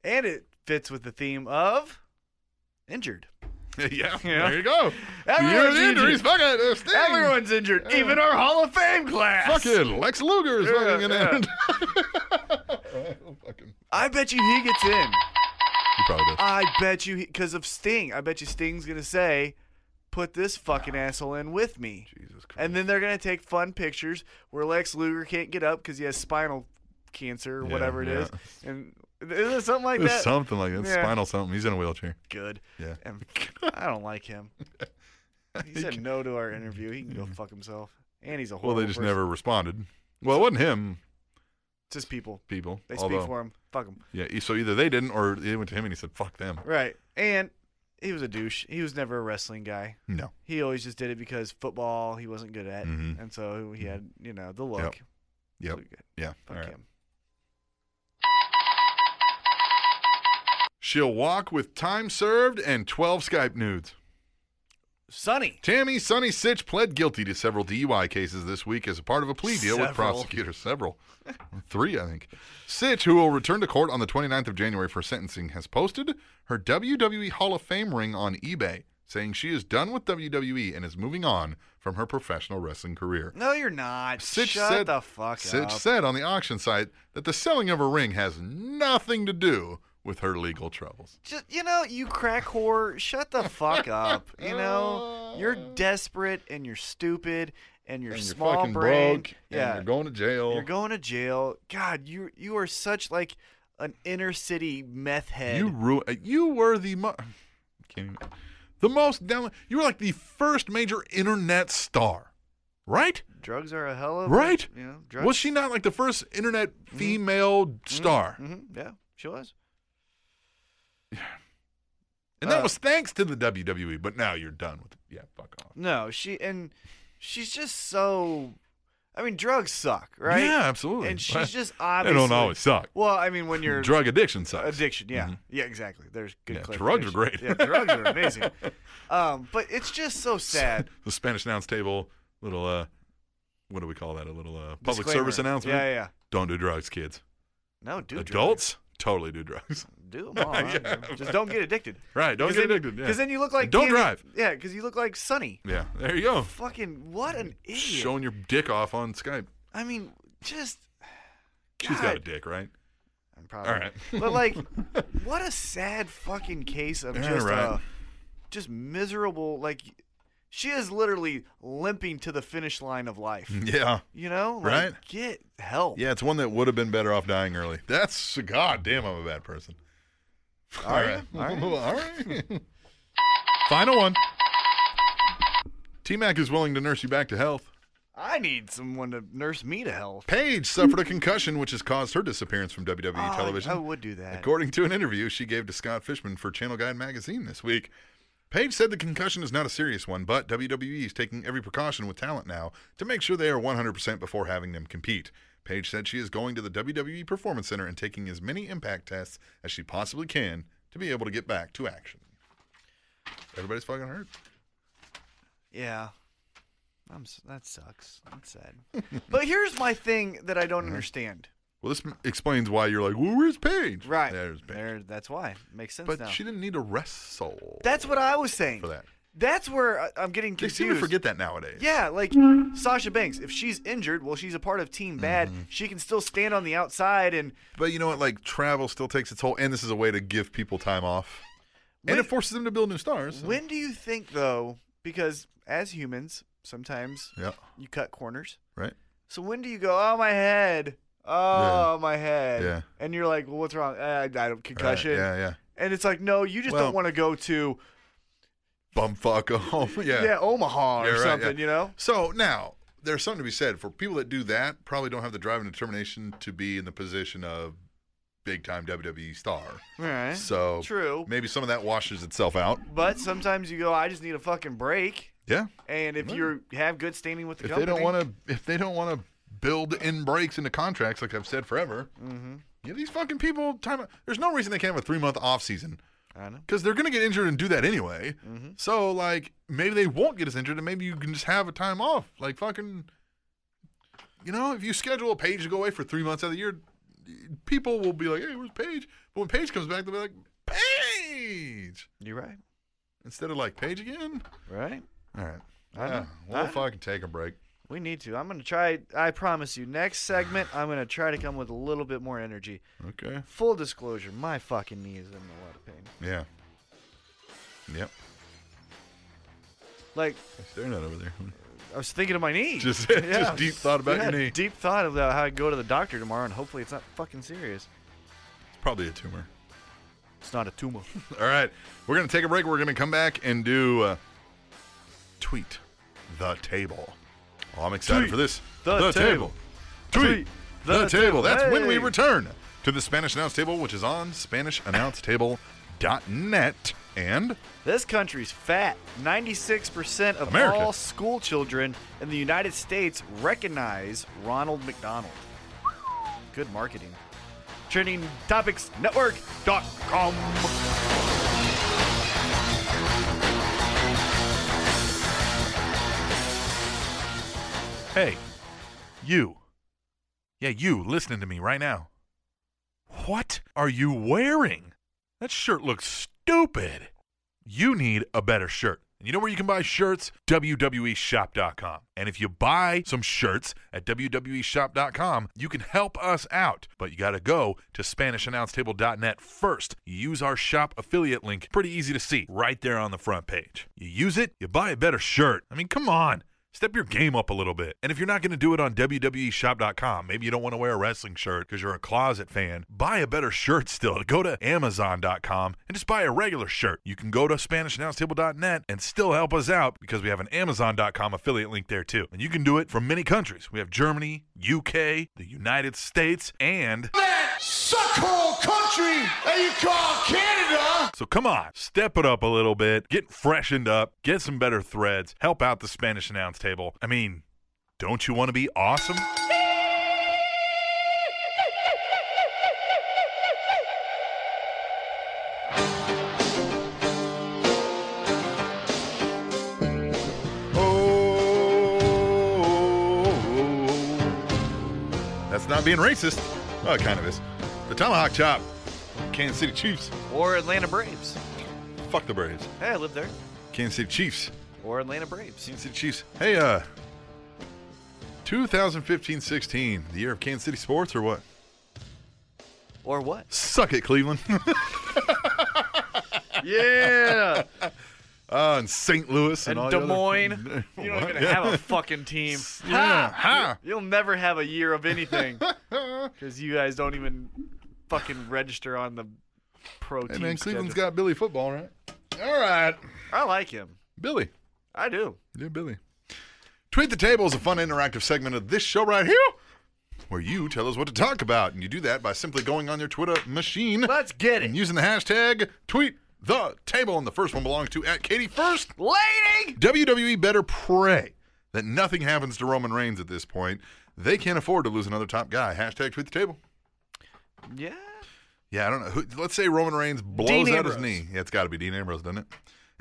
S3: and it fits with the theme of injured.
S2: yeah,
S3: Yeah.
S2: There you go.
S3: Everyone's
S2: You're the injuries.
S3: injured.
S2: Fuck it. It's Sting.
S3: Everyone's injured,
S2: Yeah.
S3: even our Hall of Fame class.
S2: Fuck it. Lex Luger is
S3: Yeah,
S2: fucking gonna
S3: yeah.
S2: end. Right, well, fucking-
S3: I bet you he gets in.
S2: He probably does.
S3: I bet you because of Sting. I bet you Sting's gonna say, "Put this fucking asshole in with me,"
S2: Jesus Christ.
S3: and then they're gonna take fun pictures where Lex Luger can't get up because he has spinal cancer or
S2: Yeah,
S3: whatever it
S2: yeah.
S3: is, and is it something like
S2: It's
S3: that?
S2: something like that.
S3: Yeah.
S2: Spinal something. He's in a wheelchair.
S3: Good.
S2: Yeah.
S3: And I don't like him. He said no to our interview. He can go fuck himself. And he's a
S2: Mm. Well,
S3: horrible
S2: they just
S3: person.
S2: never responded. Well, it wasn't him.
S3: It's just people.
S2: People.
S3: They
S2: although-
S3: speak for him. Fuck him.
S2: Yeah. e- So either they didn't, or they went to him and he said, "Fuck them."
S3: Right. And he was a douche. He was never a wrestling guy.
S2: No.
S3: He always just did it because football he wasn't good at,
S2: Mhm.
S3: and so he had you know the look.
S2: Yep.
S3: So good.
S2: Yeah. all
S3: Fuck
S2: right.
S3: him.
S2: She'll walk with time served and 12 Skype nudes.
S3: Sonny.
S2: Tammy Sonny Sitch pled guilty to several DUI cases this week as a part of a plea deal with
S3: Several.
S2: prosecutors. Several. Three, I think. Sitch, who will return to court on the 29th of January for sentencing, has posted her WWE Hall of Fame ring on eBay, saying she is done with WWE and is moving on from her professional wrestling career.
S3: No, you're not.
S2: Sitch
S3: Shut
S2: said,
S3: the fuck
S2: Sitch
S3: up.
S2: said on the auction site that the selling of her ring has nothing to do with her legal troubles.
S3: Just, you know, you crack whore, shut the fuck up. You know, you're desperate and you're stupid and you're
S2: and you're
S3: small
S2: fucking
S3: brain.
S2: broke
S3: yeah,
S2: and you're going to jail.
S3: You're going to jail. God, you you are such like an inner city meth head.
S2: You ru- uh, You were the mo- can't even- the most down. You were like the first major internet star, right?
S3: drugs are a hell of a-
S2: Right?
S3: You know, drugs.
S2: Was she not like the first internet female star?
S3: Mm-hmm, yeah, she was.
S2: And that
S3: Uh,
S2: was thanks to the WWE. But now you're done with it. Yeah, fuck off.
S3: No, she and she's just so. I mean, drugs suck, right?
S2: Yeah, absolutely.
S3: And she's just
S2: They
S3: obviously.
S2: don't always suck.
S3: Well, I mean, when you're
S2: Drug addiction sucks.
S3: addiction, yeah,
S2: Mhm.
S3: yeah, exactly. There's good.
S2: Yeah, drugs are
S3: clarification.
S2: great.
S3: yeah, drugs are amazing. Um, but it's just so sad.
S2: the Spanish announce table, little uh, what do we call that? A little uh, public
S3: Disclaimer.
S2: service announcement.
S3: Yeah, yeah, yeah.
S2: Don't do drugs, kids.
S3: No, do drugs.
S2: Adults totally do drugs.
S3: Do them all. huh?
S2: Yeah.
S3: Just don't get addicted.
S2: Right. Don't get addicted. yeah.
S3: Because then you look like
S2: And don't
S3: Candy-
S2: drive.
S3: Yeah, because you look like Sonny.
S2: Yeah, there you go.
S3: Fucking what an idiot!
S2: Mm. Showing your dick off on Skype.
S3: I mean, just God.
S2: She's got a dick, right?
S3: I'm probably
S2: All right.
S3: but like, what a sad fucking case of
S2: Yeah,
S3: just
S2: right.
S3: uh, just miserable. Like, She is literally limping to the finish line of life.
S2: Yeah.
S3: You know, like,
S2: Right.
S3: Get help.
S2: Yeah, it's one that would have been better off dying early. That's god damn, I'm a bad person. All right, all right. Final one. T Mac is willing to nurse you back to health.
S3: I need someone to nurse me to health.
S2: Paige suffered a concussion, which has caused her disappearance from WWE
S3: Oh,
S2: television.
S3: I would do that.
S2: According to an interview she gave to Scott Fishman for Channel Guide magazine this week, Paige said the concussion is not a serious one, but WWE is taking every precaution with talent now to make sure they are 100% before having them compete. Paige said she is going to the WWE Performance Center and taking as many impact tests as she possibly can to be able to get back to action. Everybody's fucking hurt.
S3: Yeah. I'm, s- that sucks. That's sad. but here's my thing that I don't
S2: Mm-hmm.
S3: understand.
S2: Well, this m- explains why you're like, well, where's Paige?
S3: Right.
S2: There's Paige.
S3: There, that's why. Makes sense
S2: but
S3: now.
S2: she didn't need to wrestle
S3: that's what I was saying.
S2: for that.
S3: That's where I- I'm getting
S2: They
S3: confused.
S2: seem to forget that nowadays.
S3: Yeah, like Sasha Banks, if she's injured, well, she's a part of Team Bad.
S2: Mm-hmm.
S3: She can still stand on the outside and
S2: But you know what? Like travel still takes its toll, and this is a way to give people time off, and
S3: When-
S2: it forces them to build new stars. so-
S3: When do you think though? Because as humans, sometimes
S2: Yeah.
S3: you cut corners.
S2: Right.
S3: So when do you go? Oh my head. Oh my head.
S2: Yeah.
S3: And you're like, well, what's wrong? Uh, I don't concussion.
S2: Right. Yeah. Yeah.
S3: And it's like, no, you just
S2: Well-
S3: don't want to go to
S2: Bumfuck home. yeah.
S3: yeah, Omaha
S2: Yeah,
S3: or
S2: right, yeah.
S3: something. You know.
S2: So now there's something to be said for people that do that. Probably don't have the drive and determination to be in the position of big time WWE E star.
S3: All right.
S2: So
S3: Eh, True.
S2: Maybe some of that washes itself out.
S3: But sometimes you go, I just need a fucking break.
S2: Yeah.
S3: And if
S2: Well.
S3: you have good standing with the
S2: If they
S3: company,
S2: don't want to, if they don't want to build in breaks into contracts, like I've said forever,
S3: Mm-hmm.
S2: give these fucking people time. There's no reason they can't have a three month off season.
S3: I know.
S2: because they're going to get injured and do that anyway.
S3: Mm-hmm.
S2: So like maybe they won't get as injured, and maybe you can just have a time off. Like fucking, you know, if you schedule a Paige to go away for three months out of the year, people will be like, "Hey, where's Paige?" But when Paige comes back, they'll be like, "Paige,"
S3: You're right.
S2: instead of like Paige again.
S3: Right.
S2: All right,
S3: I know.
S2: yeah, we'll
S3: I know.
S2: fucking take a break.
S3: We need to. I'm gonna try. I promise you. Next segment, I'm gonna try to come with a little bit more energy.
S2: Okay.
S3: Full disclosure, my fucking knee is in a lot of pain.
S2: Yeah. Yep.
S3: Like
S2: Staring at over there.
S3: I was thinking of my knee.
S2: Just- just deep thought about your
S3: Yeah,
S2: knee.
S3: Deep thought about how I go to the doctor tomorrow, and hopefully it's not fucking serious.
S2: It's probably a tumor.
S3: It's not a tumor.
S2: All right. We're going to take a break. We're going to come back and do uh, Tweet the Table. Oh, I'm excited
S3: Tweet
S2: for this.
S3: the table.
S2: Tweet, the, table. That's when we
S3: Hey.
S2: return to the Spanish Announce Table, which is on SpanishAnnounceTable.net. And
S3: This country's fat. 96% of
S2: America.
S3: all school children in the United States recognize Ronald McDonald. Good marketing. TrendingTopicsNetwork.com.
S2: hey, you. Yeah, you listening to me right now. What are you wearing? That shirt looks stupid. you need a better shirt. And you know where you can buy shirts? E WWEshop.com. And if you buy some shirts at E WWEshop.com, you can help us out. But you got to go to SpanishAnnounceTable.net first. You use our shop affiliate link, pretty easy to see, right there on the front page. You use it, you buy a better shirt. I mean, come on. Step your game up a little bit. And if you're not going to do it on E WWEshop.com, maybe you don't want to wear a wrestling shirt because you're a closet fan, buy a better shirt still. Go to Amazon.com and just buy a regular shirt. You can go to SpanishAnnounceTable.net and still help us out because we have an Amazon.com affiliate link there too. And you can do it from many countries. We have Germany, UK, the United States, and So come on, step it up a little bit, get freshened up, get some better threads, help out the Spanish announce table. I mean, don't you want to be awesome? Oh. That's not being racist. Well, it kind of is. The tomahawk chop. Kansas City Chiefs.
S3: Or Atlanta Braves.
S2: Fuck the Braves.
S3: Hey, I live there.
S2: Kansas City Chiefs.
S3: Or Atlanta Braves.
S2: Kansas City Chiefs. Hey, uh, 2015-16, the year of Kansas City sports or what?
S3: Or what?
S2: Suck it, Cleveland.
S3: yeah.
S2: Uh, and St. Louis and,
S3: And
S2: all the
S3: Des
S2: other-
S3: Moines. You don't
S2: What?
S3: even have a fucking team.
S2: Yeah. Ha!
S3: You'll never have a year of anything because you guys don't even fucking register on the pro
S2: Hey
S3: team.
S2: man, Cleveland's
S3: schedule.
S2: got Billy football, right? All right,
S3: I like him.
S2: Billy.
S3: I do.
S2: Yeah, Billy. Tweet the Table is a fun interactive segment of this show right here where you tell us what to talk about. And you do that by simply going on your Twitter machine
S3: Let's get
S2: and
S3: it,
S2: using the hashtag tweet the table. And the first one belongs to at Katie First.
S3: lady.
S2: WWE E better pray that nothing happens to Roman Reigns at this point. They can't afford to lose another top guy. Hashtag tweet the table.
S3: Yeah.
S2: Yeah, I don't know. Who, let's say Roman Reigns blows
S3: Dean
S2: out his
S3: Ambrose.
S2: knee. Yeah, it's got to be Dean Ambrose, doesn't it?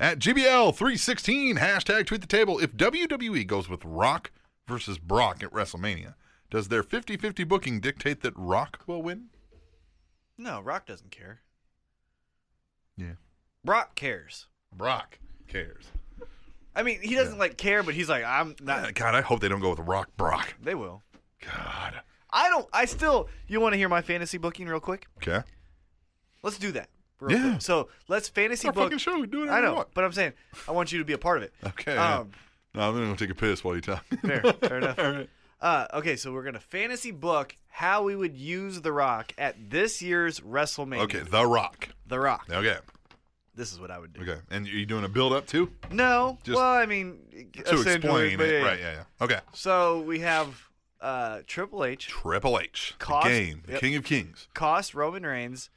S2: At GBL316, hashtag tweet the table. If WWE goes with Rock versus Brock at WrestleMania, does their 50 50 booking dictate that Rock will win?
S3: No, Rock doesn't care.
S2: Yeah.
S3: Brock cares.
S2: Brock cares.
S3: I mean, he doesn't like care, but he's like, I'm
S2: Ah,
S3: not.
S2: God, I hope they don't go with Rock Brock.
S3: They will.
S2: God.
S3: I don't. I still. You want to hear my fantasy booking real quick?
S2: Okay.
S3: Let's do that. real
S2: Yeah.
S3: quick. So let's fantasy
S2: Our
S3: book.
S2: fucking show. We do it
S3: I
S2: every
S3: know,
S2: month.
S3: but I'm saying I want you to be a part of it.
S2: Okay.
S3: Um,
S2: no, I'm going to take a piss while you talk.
S3: Fair, fair enough. Uh, okay, so we're gonna fantasy book how we would use The Rock at this year's WrestleMania.
S2: okay, The Rock.
S3: The Rock.
S2: Okay.
S3: This is what I would do.
S2: Okay. And you doing a build up too?
S3: No,
S2: Just
S3: well, I mean,
S2: To
S3: essentially,
S2: explain
S3: but
S2: it.
S3: yeah, yeah.
S2: Right. Yeah, yeah. Okay.
S3: So we have uh, Triple H
S2: Triple H, the
S3: Cost-
S2: game, the
S3: yep.
S2: king of kings,
S3: cost Roman Reigns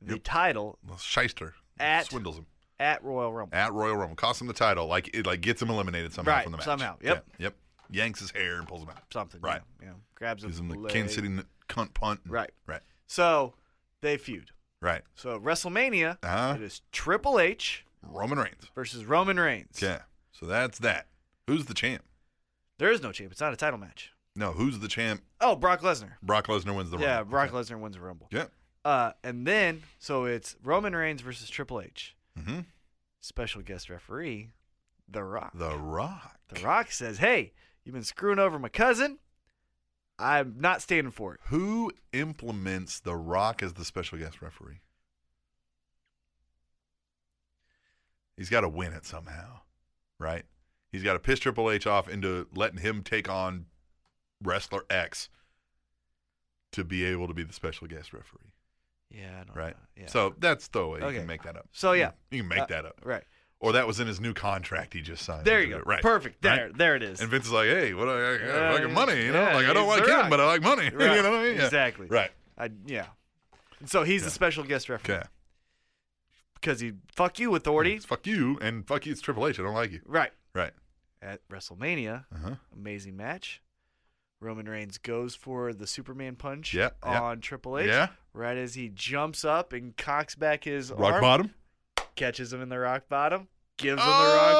S3: the
S2: Yep.
S3: title
S2: Well, shyster,
S3: At-
S2: swindles him
S3: at Royal Rumble.
S2: at Royal Rumble, costs him the title, like it like gets him eliminated somehow
S3: Right,
S2: from the match.
S3: somehow, yep.
S2: Yeah, yep. Yanks his hair and pulls him out.
S3: Something.
S2: Right.
S3: You know, you know, grabs
S2: Gives
S3: him
S2: him the
S3: leg.
S2: Kansas City n- cunt punt. and-
S3: Right.
S2: Right.
S3: So they feud.
S2: Right.
S3: So WrestleMania,
S2: Uh-huh.
S3: it is Triple H
S2: Roman Reigns.
S3: versus Roman Reigns.
S2: Yeah. So that's that. Who's the champ?
S3: There is no champ. It's not a title match.
S2: No, who's the champ?
S3: Oh, Brock Lesnar.
S2: Brock Lesnar wins the
S3: yeah,
S2: Rumble.
S3: Brock Lesnar wins the Rumble.
S2: Yeah.
S3: Uh, and then so it's Roman Reigns versus Triple H.
S2: Mm-hmm.
S3: Special guest referee, The Rock.
S2: The Rock.
S3: The Rock says, "Hey, you've been screwing over my cousin. I'm not standing for it."
S2: Who implements The Rock as the special guest referee? He's got to win it somehow, right? He's got to piss Triple H off into letting him take on wrestler X to be able to be the special guest referee,
S3: Yeah, I don't
S2: right?
S3: know. Oh, Yeah.
S2: So that's the way you
S3: Okay.
S2: can make that up.
S3: So, yeah.
S2: you can make
S3: Uh,
S2: that up,
S3: right
S2: or that was in his new contract he just signed.
S3: there you
S2: into
S3: go.
S2: it, Right.
S3: Perfect.
S2: Right?
S3: There, there it is.
S2: And Vince is like, "Hey, what? I, I got
S3: Yeah,
S2: fucking money, you know?
S3: yeah,
S2: like I don't
S3: he's
S2: like
S3: The
S2: him,
S3: Rock.
S2: but I like money.
S3: Right.
S2: you know what I mean? Yeah.
S3: Exactly.
S2: Right.
S3: I, yeah. And so he's the
S2: Yeah.
S3: special guest referee
S2: Okay.
S3: because he fuck you authority.
S2: It's fuck you and fuck you. It's Triple H. I don't like you.
S3: Right
S2: Right.
S3: at WrestleMania,
S2: Uh huh.
S3: amazing match. Roman Reigns goes for the Superman punch
S2: Yeah, yeah.
S3: on Triple H.
S2: Yeah.
S3: Right as he jumps up and cocks back his
S2: Rock
S3: arm,
S2: bottom.
S3: catches him in the rock bottom, gives him the
S2: Oh!
S3: rock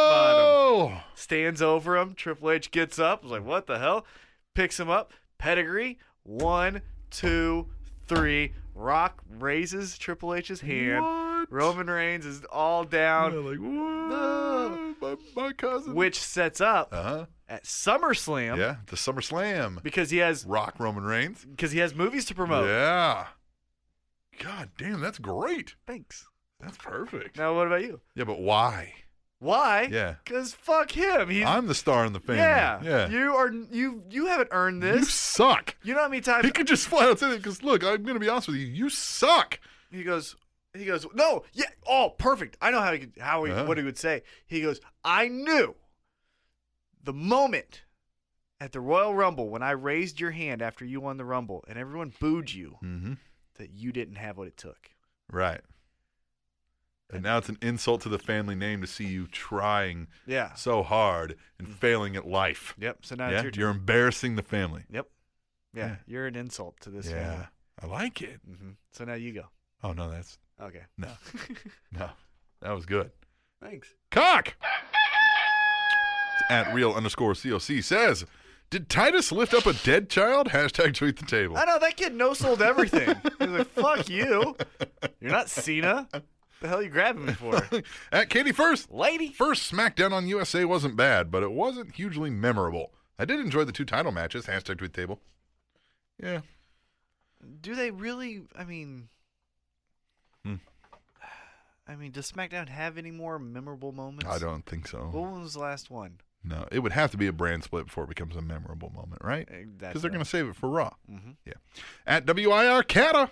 S3: bottom, stands over him. Triple H gets up, was like, "What the hell?" Picks him up. Pedigree. One, two, three. Rock raises Triple H's hand.
S2: What?
S3: Roman Reigns is all down,
S2: Yeah, like what?
S3: No.
S2: My, my cousin.
S3: which sets up
S2: Uh huh.
S3: at SummerSlam
S2: Yeah. The Summer Slam.
S3: because he has
S2: Rock Roman Reigns.
S3: because he has movies to promote.
S2: Yeah. God damn, that's great.
S3: Thanks.
S2: That's perfect.
S3: Now, what about you?
S2: Yeah, but why?
S3: Why?
S2: Yeah.
S3: Because fuck him. He's
S2: I'm the star in the family.
S3: yeah.
S2: Yeah.
S3: You are you you haven't earned
S2: You
S3: this.
S2: suck.
S3: You, know how many times
S2: He could just flat out say that because look, I'm gonna be honest with you. You suck.
S3: he goes. He goes. No. Yeah. Oh, perfect. I know how he could, how he
S2: Yeah.
S3: what he would say. He goes. I knew. The moment at the Royal Rumble when I raised your hand after you won the Rumble and everyone booed you
S2: Mm-hmm.
S3: that you didn't have what it took.
S2: Right. And now it's an insult to the family name to see you trying
S3: Yeah.
S2: so hard and failing at life.
S3: Yep. So now
S2: Yeah?
S3: it's Mm-hmm. your turn.
S2: You're embarrassing the family.
S3: Yep. Yeah.
S2: Yeah.
S3: You're an insult to this
S2: yeah. I like it.
S3: family. hmm So now you go.
S2: Oh no, that's
S3: Okay.
S2: no. no. That was good.
S3: Thanks.
S2: Cock at real underscore COC says, Did Titus lift up a dead child? Hashtag tweet the table.
S3: I know that kid no sold everything. He's like, "Fuck you! You're not Cena. The hell you grabbing me for,
S2: at Katie First.
S3: lady?"
S2: First SmackDown on USA wasn't bad, but it wasn't hugely memorable. I did enjoy the two title matches. Hashtag tweet table. Yeah. Hmm.
S3: Do they really? I mean, I mean, does SmackDown have any more memorable moments?
S2: I don't think so.
S3: When was the last one?
S2: No, it would have to be a brand split before it becomes a memorable moment, right?
S3: Eh, that's
S2: Because they're going
S3: right.
S2: to save it for Raw.
S3: Mhm.
S2: Yeah. At WIR Cata,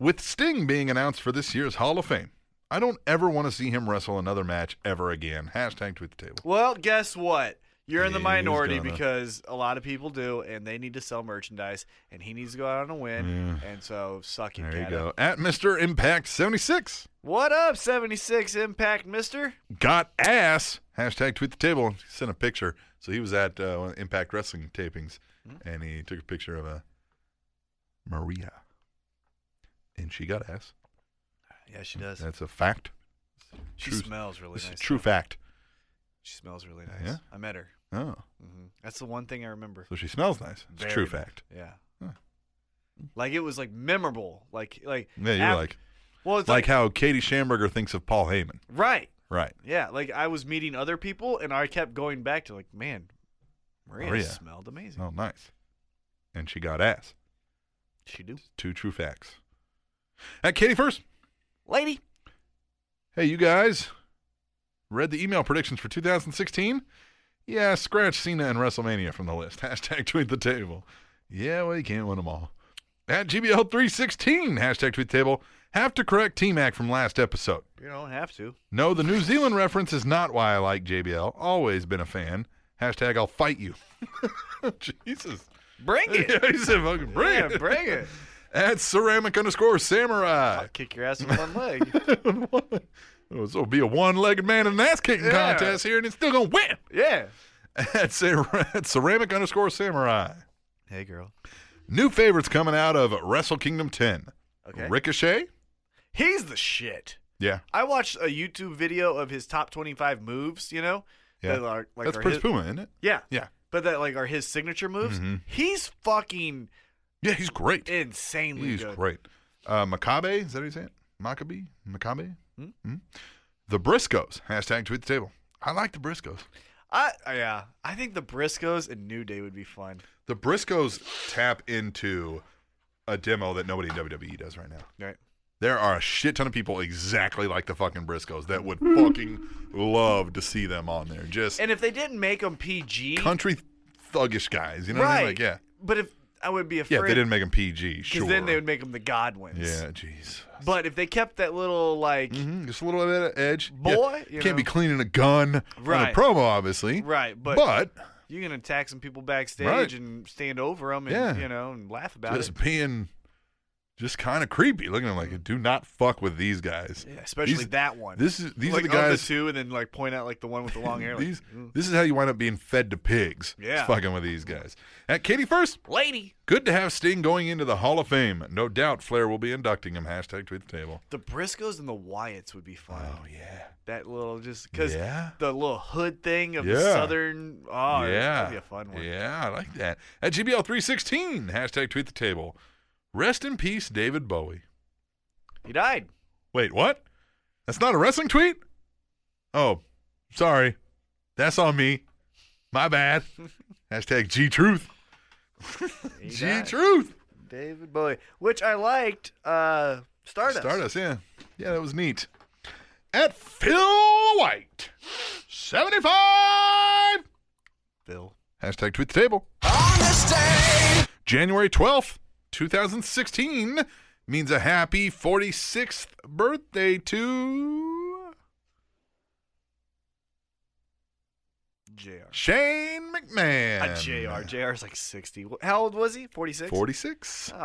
S2: with Sting being announced for this year's Hall of Fame, I don't ever want to see him wrestle another match ever again. Hashtag tweet the table.
S3: Well, guess what? You're in the
S2: He's
S3: minority
S2: gonna-
S3: because a lot of people do, and they need to sell merchandise, and he needs to go out on a win. And so, suck it,
S2: There you
S3: Kata.
S2: go. At Mr. Impact 76,
S3: What up, 76 Impact Mister?
S2: got ass. Hashtag tweet the table. He sent a picture. So he was at uh, one of the Impact Wrestling tapings,
S3: Hmm.
S2: and he took a picture of a Maria, and she got ass.
S3: Yeah, she does.
S2: That's a fact.
S3: she
S2: true-
S3: smells really
S2: This
S3: nice.
S2: is a true fact.
S3: She smells really nice.
S2: Yeah?
S3: I met her.
S2: Oh,
S3: hmm That's the one thing I remember.
S2: so she smells nice. It's a
S3: Very
S2: true
S3: nice.
S2: fact.
S3: Yeah.
S2: Huh.
S3: Like it was like memorable. Like like
S2: Yeah, you're
S3: af-
S2: like
S3: well, it's
S2: like how Katie Schamberger thinks of Paul Heyman.
S3: right.
S2: Right.
S3: Yeah, like I was meeting other people, and I kept going back to like, man, Maria,
S2: Maria.
S3: smelled amazing.
S2: Oh, nice. And she got ass.
S3: She do,
S2: Two true facts. At Katie first.
S3: lady.
S2: Hey, you guys. Read the email predictions for 2016? Yeah, scratch Cena and WrestleMania from the list. Hashtag tweet the table. Yeah, well, you can't win them all. At GBL316, hashtag tweet the table. Have to correct T Mac from last episode.
S3: You don't have to.
S2: No, the New Zealand reference is not why I like JBL. Always been a fan. Hashtag I'll fight you. Jesus.
S3: Bring it.
S2: he said, fucking bring
S3: yeah,
S2: it.
S3: bring it.
S2: At ceramic underscore samurai.
S3: I'll kick your ass with one leg.
S2: so it'll be a one legged man in an ass kicking
S3: Yeah.
S2: contest here, and it's still going to win.
S3: Yeah.
S2: At, cer- at ceramic underscore samurai.
S3: Hey, girl.
S2: New favorites coming out of Wrestle Kingdom 10.
S3: Okay.
S2: Ricochet.
S3: He's the shit.
S2: Yeah.
S3: I watched a YouTube video of his top 25 moves, you know?
S2: yeah.
S3: That are, like,
S2: That's
S3: are
S2: Prince
S3: his-
S2: Puma, isn't it?
S3: Yeah.
S2: Yeah.
S3: But that like are his signature moves.
S2: Mhm.
S3: He's fucking
S2: Yeah, he's great.
S3: insanely
S2: He's
S3: good.
S2: great. Uh, Maccabe, is that how you say it? Maccabe? Maccabe?
S3: Hmm?
S2: Mhm. The Briscoes. Hashtag tweet the table. I like the Briscoes.
S3: I yeah. I think the Briscoes and New Day would be fun.
S2: The Briscoes tap into a demo that nobody in WWE does right now.
S3: Right.
S2: There are a shit ton of people exactly like the fucking Briscoes that would fucking love to see them on there. Just
S3: And if they didn't make him PG,
S2: country thuggish guys. You know
S3: right?
S2: what I mean? Like, yeah.
S3: But if I would be
S2: Yeah,
S3: afraid
S2: if they didn't make them PG,
S3: because
S2: sure.
S3: then they would make him the Godwins.
S2: Yeah, jeez.
S3: But if they kept that little like
S2: hmm Just a little bit of edge. Yeah,
S3: Boy, you
S2: can't be
S3: know.
S2: cleaning a gun on a
S3: Right.
S2: promo, obviously.
S3: right, but,
S2: But,
S3: you can attack some people backstage
S2: Right.
S3: and stand over them and
S2: Yeah.
S3: you know and laugh about
S2: just
S3: it.
S2: being just kind of creepy, looking at them like, do not fuck with these guys.
S3: Yeah, especially
S2: These-
S3: that one.
S2: This is these
S3: like,
S2: are the
S3: of
S2: guys.
S3: two, and then like point out like the one with the long hair. Like,
S2: these
S3: mm,
S2: this is how you wind up being fed to pigs. is
S3: Yeah.
S2: fucking with these guys. At Katie first,
S3: lady.
S2: good to have Sting going into the Hall of Fame. No doubt Flair will be inducting him. Hashtag tweet the table.
S3: The Briscoes and the Wyatts would be fun.
S2: yeah,
S3: That little just because
S2: Oh, Yeah.
S3: the little hood thing of the
S2: Yeah.
S3: southern. Oh, yeah,
S2: yeah,
S3: that'd be a fun one.
S2: Yeah, I like that. At GBL three sixteen, hashtag tweet the table. Rest in peace, David Bowie.
S3: He died.
S2: Wait, what? That's not a wrestling tweet? Oh, sorry. That's on me. My bad. Hashtag G Truth.
S3: He
S2: G
S3: died.
S2: Truth.
S3: David Bowie, which I liked. Uh, Stardust.
S2: Stardust, yeah. Yeah, that was neat. At Phil White. 75.
S3: Bill.
S2: Hashtag tweet the table. January 12th, 2016 means a happy 46th birthday to
S3: Jr.
S2: Shane McMahon.
S3: Uh, Jr. Jr.'s like sixty. Wh- How old was he? Forty six.
S2: 46.
S3: Oh,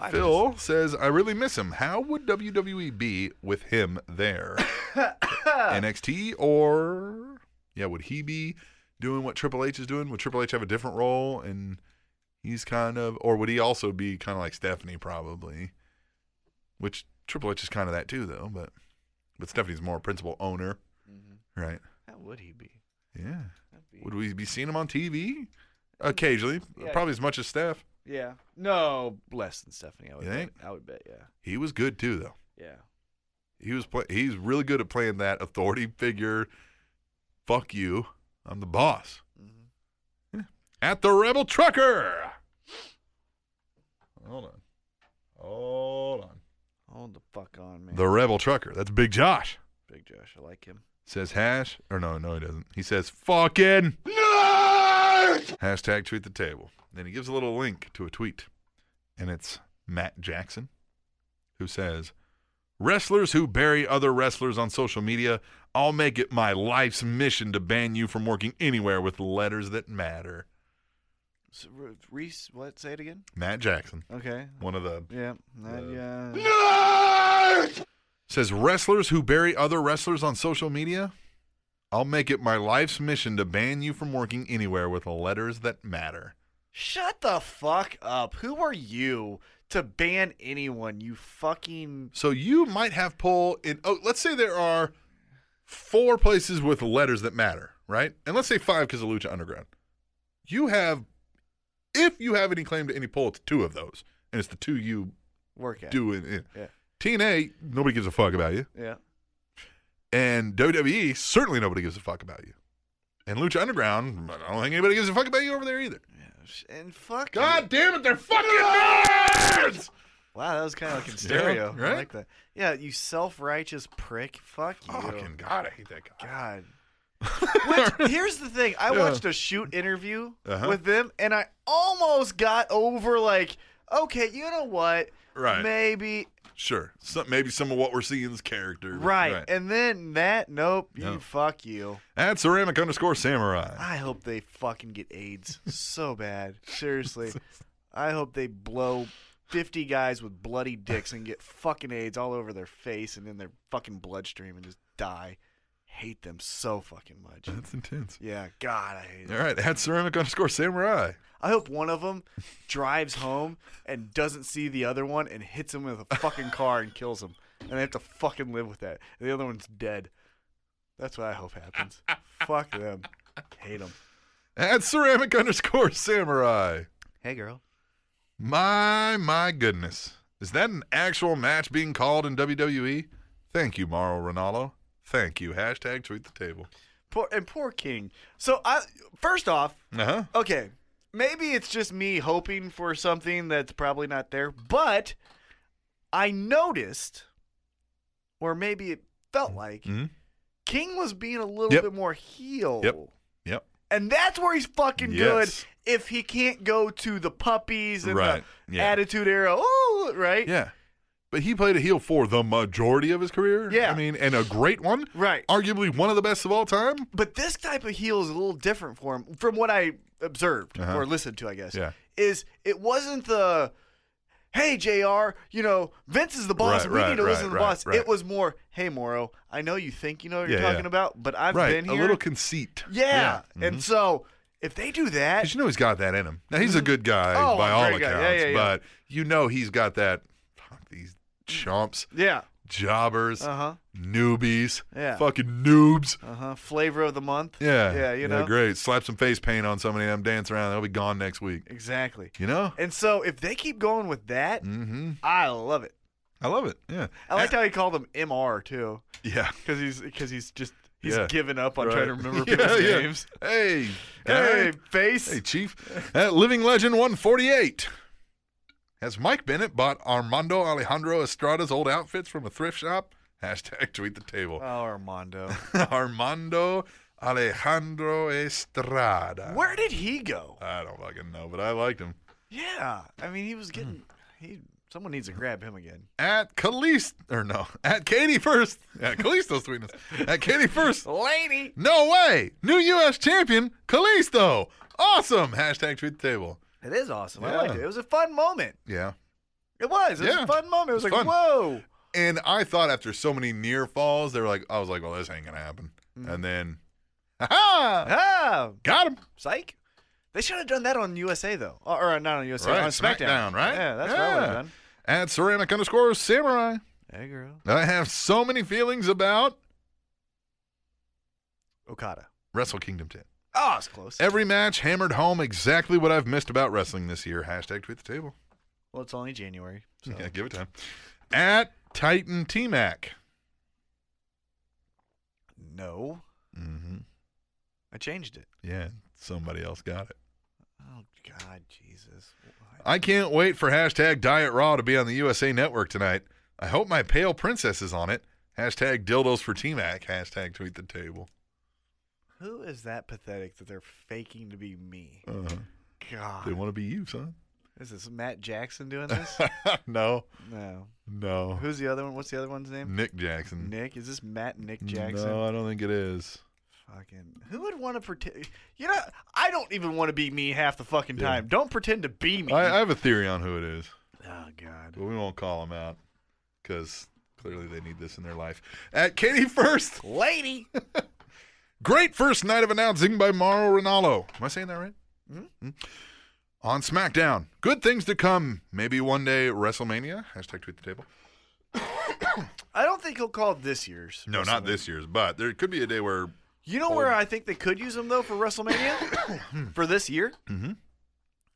S3: I
S2: Phil says, I really miss him. How would WWE be with him there? NXT or, yeah, would he be doing what Triple H is doing? Would Triple H have a different role? And he's kind of, or would he also be kind of like Stephanie, probably? Which Triple H is kind of that too, though. But but Stephanie's more principal owner, right?
S3: How would he be?
S2: Yeah.
S3: Mm-hmm. That'd be-
S2: Would we be seeing him on TV? Occasionally,
S3: Yeah.
S2: probably as much as Steph.
S3: Yeah. No, less than Stephanie. I would.
S2: You
S3: bet.
S2: think?
S3: I would bet. Yeah.
S2: He was good too, though.
S3: Yeah.
S2: He was play- he's really good at playing that authority figure. Fuck you. I'm the boss. Yeah. At the Rebel Trucker. Hold on. Hold on.
S3: Hold the fuck on, man.
S2: The Rebel Trucker. That's Big Josh.
S3: Big Josh, I like him.
S2: Says hash. Or no, no, he doesn't. He says fucking nerd! Hashtag tweet the table. Then he gives a little link to a tweet. And it's Matt Jackson who says, Wrestlers who bury other wrestlers on social media, I'll make it my life's mission to ban you from working anywhere with letters that matter.
S3: So, Re- Reese, what? Say it again.
S2: Matt Jackson,
S3: Okay.
S2: one of the
S3: Yeah. that- yeah.
S2: says wrestlers who bury other wrestlers on social media i'll make it my life's mission to ban you from working anywhere with letters that matter
S3: Shut the fuck up. Who are you to ban anyone? You fucking.
S2: so you might have pull in oh let's say there are four places with letters that matter right and let's say five because of lucha underground you have if you have any claim to any pull it's two of those and it's the two you
S3: Work at. it.
S2: do in, in.
S3: Yeah.
S2: tna nobody gives a fuck about you
S3: Yeah.
S2: And WWE, certainly nobody gives a fuck about you. And Lucha Underground, I don't think anybody gives a fuck about you over there either.
S3: And fuck.
S2: God damn it, they're fucking nerds!
S3: Wow, that was kind of like in stereo. I
S2: right?
S3: like that. Yeah, you self-righteous prick. Fuck you.
S2: Fucking God, I hate that guy.
S3: God. Which, here's the thing. I
S2: Yeah.
S3: watched a shoot interview
S2: Uh-huh.
S3: with them, and I almost got over like, okay, you know what?
S2: Right.
S3: Maybe.
S2: Sure, some, maybe some of what we're seeing is character.
S3: Right. And then that, nope, you
S2: No.
S3: fuck you.
S2: At ceramic underscore samurai.
S3: I hope they fucking get AIDS so bad. Seriously. I hope they blow 50 guys with bloody dicks and get fucking AIDS all over their face and in their fucking bloodstream and just die. Hate them so fucking much.
S2: That's intense.
S3: Yeah, God, I hate
S2: All
S3: it.
S2: right, at ceramic underscore samurai.
S3: I hope one of them drives home and doesn't see the other one and hits him with a fucking car and kills him. And they have to fucking live with that. And the other one's dead. That's what I hope happens. Fuck them. Hate them.
S2: At ceramic underscore samurai.
S3: Hey, girl.
S2: My, my goodness. Is that an actual match being called in WWE? Thank you, Mauro Ronaldo. Thank you. Hashtag tweet the table.
S3: Poor and poor King. So I first off,
S2: Uh huh.
S3: okay, maybe it's just me hoping for something that's probably not there, but I noticed, or maybe it felt like
S2: Mhm.
S3: King was being a little
S2: Yep.
S3: bit more heel.
S2: Yep. Yep.
S3: And that's where he's fucking
S2: Yes.
S3: good if he can't go to the puppies and
S2: Right.
S3: the
S2: Yeah.
S3: attitude era. Oh, right?
S2: Yeah. But he played a heel for the majority of his career.
S3: Yeah.
S2: I mean, and a great one.
S3: Right.
S2: Arguably one of the best of all time.
S3: But this type of heel is a little different for him, from what I observed
S2: Uh-huh.
S3: or listened to, I guess.
S2: Yeah.
S3: Is it wasn't the, hey Jr. You know Vince is the boss.
S2: Right,
S3: we
S2: right,
S3: need to listen
S2: right,
S3: to the
S2: right,
S3: boss.
S2: right.
S3: It was more, hey Morrow, I know you think you know what you're
S2: Yeah, yeah.
S3: talking about, but I've
S2: right.
S3: been here.
S2: A little conceit.
S3: yeah.
S2: Mhm.
S3: And so if they do that,
S2: Because you know he's got that in him. Now he's a good guy
S3: Oh,
S2: by
S3: a
S2: all
S3: great
S2: accounts,
S3: guy. Yeah, yeah, yeah.
S2: but you know he's got that. Fuck these chumps,
S3: yeah.
S2: jobbers,
S3: Uh huh.
S2: newbies,
S3: Yeah.
S2: fucking noobs.
S3: Uh huh. Flavor of the month.
S2: Yeah,
S3: Yeah. You know.
S2: great. Slap some face paint on somebody and dance around. They'll be gone next week.
S3: Exactly.
S2: You know.
S3: And so if they keep going with that,
S2: Mm-hmm.
S3: I love it.
S2: I love it. Yeah.
S3: I liked how he called him Mr. too.
S2: Yeah.
S3: because he's because he's just he's
S2: Yeah.
S3: given up on
S2: Right.
S3: trying to remember
S2: Yeah,
S3: people's
S2: yeah.
S3: names.
S2: Hey.
S3: Hey,
S2: Hey.
S3: face.
S2: Hey, Chief. At Living Legend 148. Has Mike Bennett bought Armando Alejandro Estrada's old outfits from a thrift shop? Hashtag tweet the
S3: Oh,
S2: table.
S3: Armando.
S2: Armando Alejandro Estrada.
S3: Where did he go?
S2: I don't fucking know, but I liked him.
S3: Yeah, I mean, he was
S2: Mm.
S3: getting he. Someone needs to grab him again.
S2: At Calist, or no, at Katie first. At Calisto Sweetness. At Katie first.
S3: Lady.
S2: No way! New U.S. champion, Kalisto! Awesome! Hashtag tweet the table.
S3: It is awesome. I
S2: Yeah.
S3: liked it. It was a fun moment.
S2: Yeah.
S3: It was. It
S2: Yeah.
S3: was a fun moment. It was,
S2: It was fun.
S3: like, whoa.
S2: And I thought after so many near falls, they were like, I was like, well, this ain't gonna happen. And then, ha
S3: Ah,
S2: Got him!
S3: psych. They should have done that on USA though, Uh, or, or not on USA
S2: Right,
S3: on SmackDown.
S2: SmackDown, right?
S3: Yeah, that's what I would
S2: Yeah.
S3: have done.
S2: At ceramic underscore samurai.
S3: Hey, girl.
S2: I have so many feelings about
S3: Okada.
S2: Wrestle Kingdom 10.
S3: Oh, it's close.
S2: Every match hammered home exactly what I've missed about wrestling this year. Hashtag tweet the table.
S3: well, it's only January. So.
S2: Yeah, give it time. At Titan T Mac.
S3: No,
S2: Mm-hmm.
S3: I changed it.
S2: Yeah, somebody else got it.
S3: Oh God, Jesus! Why?
S2: I can't wait for hashtag Diet Raw to be on the USA Network tonight. I hope my pale princess is on it. Hashtag dildos for T Mac. Hashtag tweet the table.
S3: Who is that pathetic that they're faking to be me?
S2: Uh, they
S3: God,
S2: want to be you, son.
S3: is this Matt Jackson doing this?
S2: no,
S3: no.
S2: no.
S3: Who's the other one? What's the other one's name?
S2: Nick Jackson.
S3: Nick. Is this Matt Nick Jackson?
S2: Mm. No, I don't think it is.
S3: Fucking. Who would want to pretend? You know, I don't even want to be me half the fucking
S2: Yeah.
S3: time. Don't pretend to be me.
S2: I, I have a theory on who it is,
S3: oh God.
S2: but we won't call him out because clearly they need this in their life. At Katie First,
S3: Lady.
S2: great first night of announcing by Mauro Ronaldo. Am I saying that right?
S3: Mhm.
S2: Mm. On SmackDown, good things to come. Maybe one day WrestleMania. Hashtag tweet the table.
S3: I don't think he'll call it this year's.
S2: No, not
S3: WrestleMania.
S2: this year's, but there could be a day where
S3: You know where I think they could use him though for
S2: Hmm.
S3: WrestleMania for this year
S2: Mhm.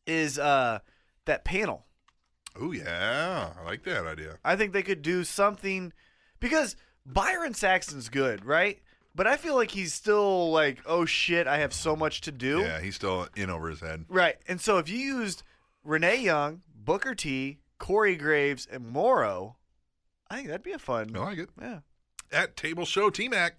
S3: is uh that panel.
S2: Oh yeah, I like that idea.
S3: I think they could do something because Byron Saxton's good, right? But I feel like he's still like, oh shit, I have so much to do.
S2: Yeah, he's still in over his head.
S3: Right. And so if you used Renee Young, Booker T, Corey Graves, and Morrow, I think that'd be a fun.
S2: I like it.
S3: Yeah.
S2: At table show, T Mac.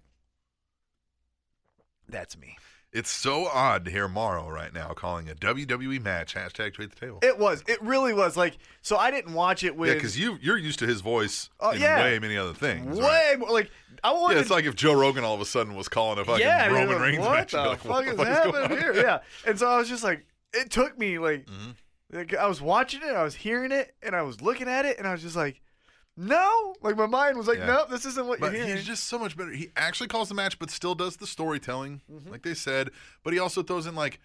S3: That's me.
S2: It's so odd to hear Morrow right now calling a WWE match hashtag tweet the table.
S3: It was. It really was. Like, so I didn't watch it with
S2: yeah, because you you're used to his voice
S3: Oh,
S2: in
S3: yeah.
S2: way many other things.
S3: way
S2: right?
S3: more. Like, I wanted
S2: Yeah, it's like if Joe Rogan all of a sudden was calling a fucking
S3: yeah,
S2: Roman
S3: you're like,
S2: Reigns
S3: what
S2: match.
S3: The
S2: you'd be like,
S3: fuck
S2: what
S3: is
S2: the fuck is going
S3: happening
S2: on?
S3: here? Yeah. And so I was just like, it took me like,
S2: Mhm.
S3: like, I was watching it, I was hearing it, and I was looking at it, and I was just like, no, like my mind was like,
S2: Yeah.
S3: no, this isn't what
S2: But
S3: you're hearing.
S2: he's just so much better. He actually calls the match, but still does the storytelling,
S3: Mm-hmm.
S2: like they said. But he also throws in like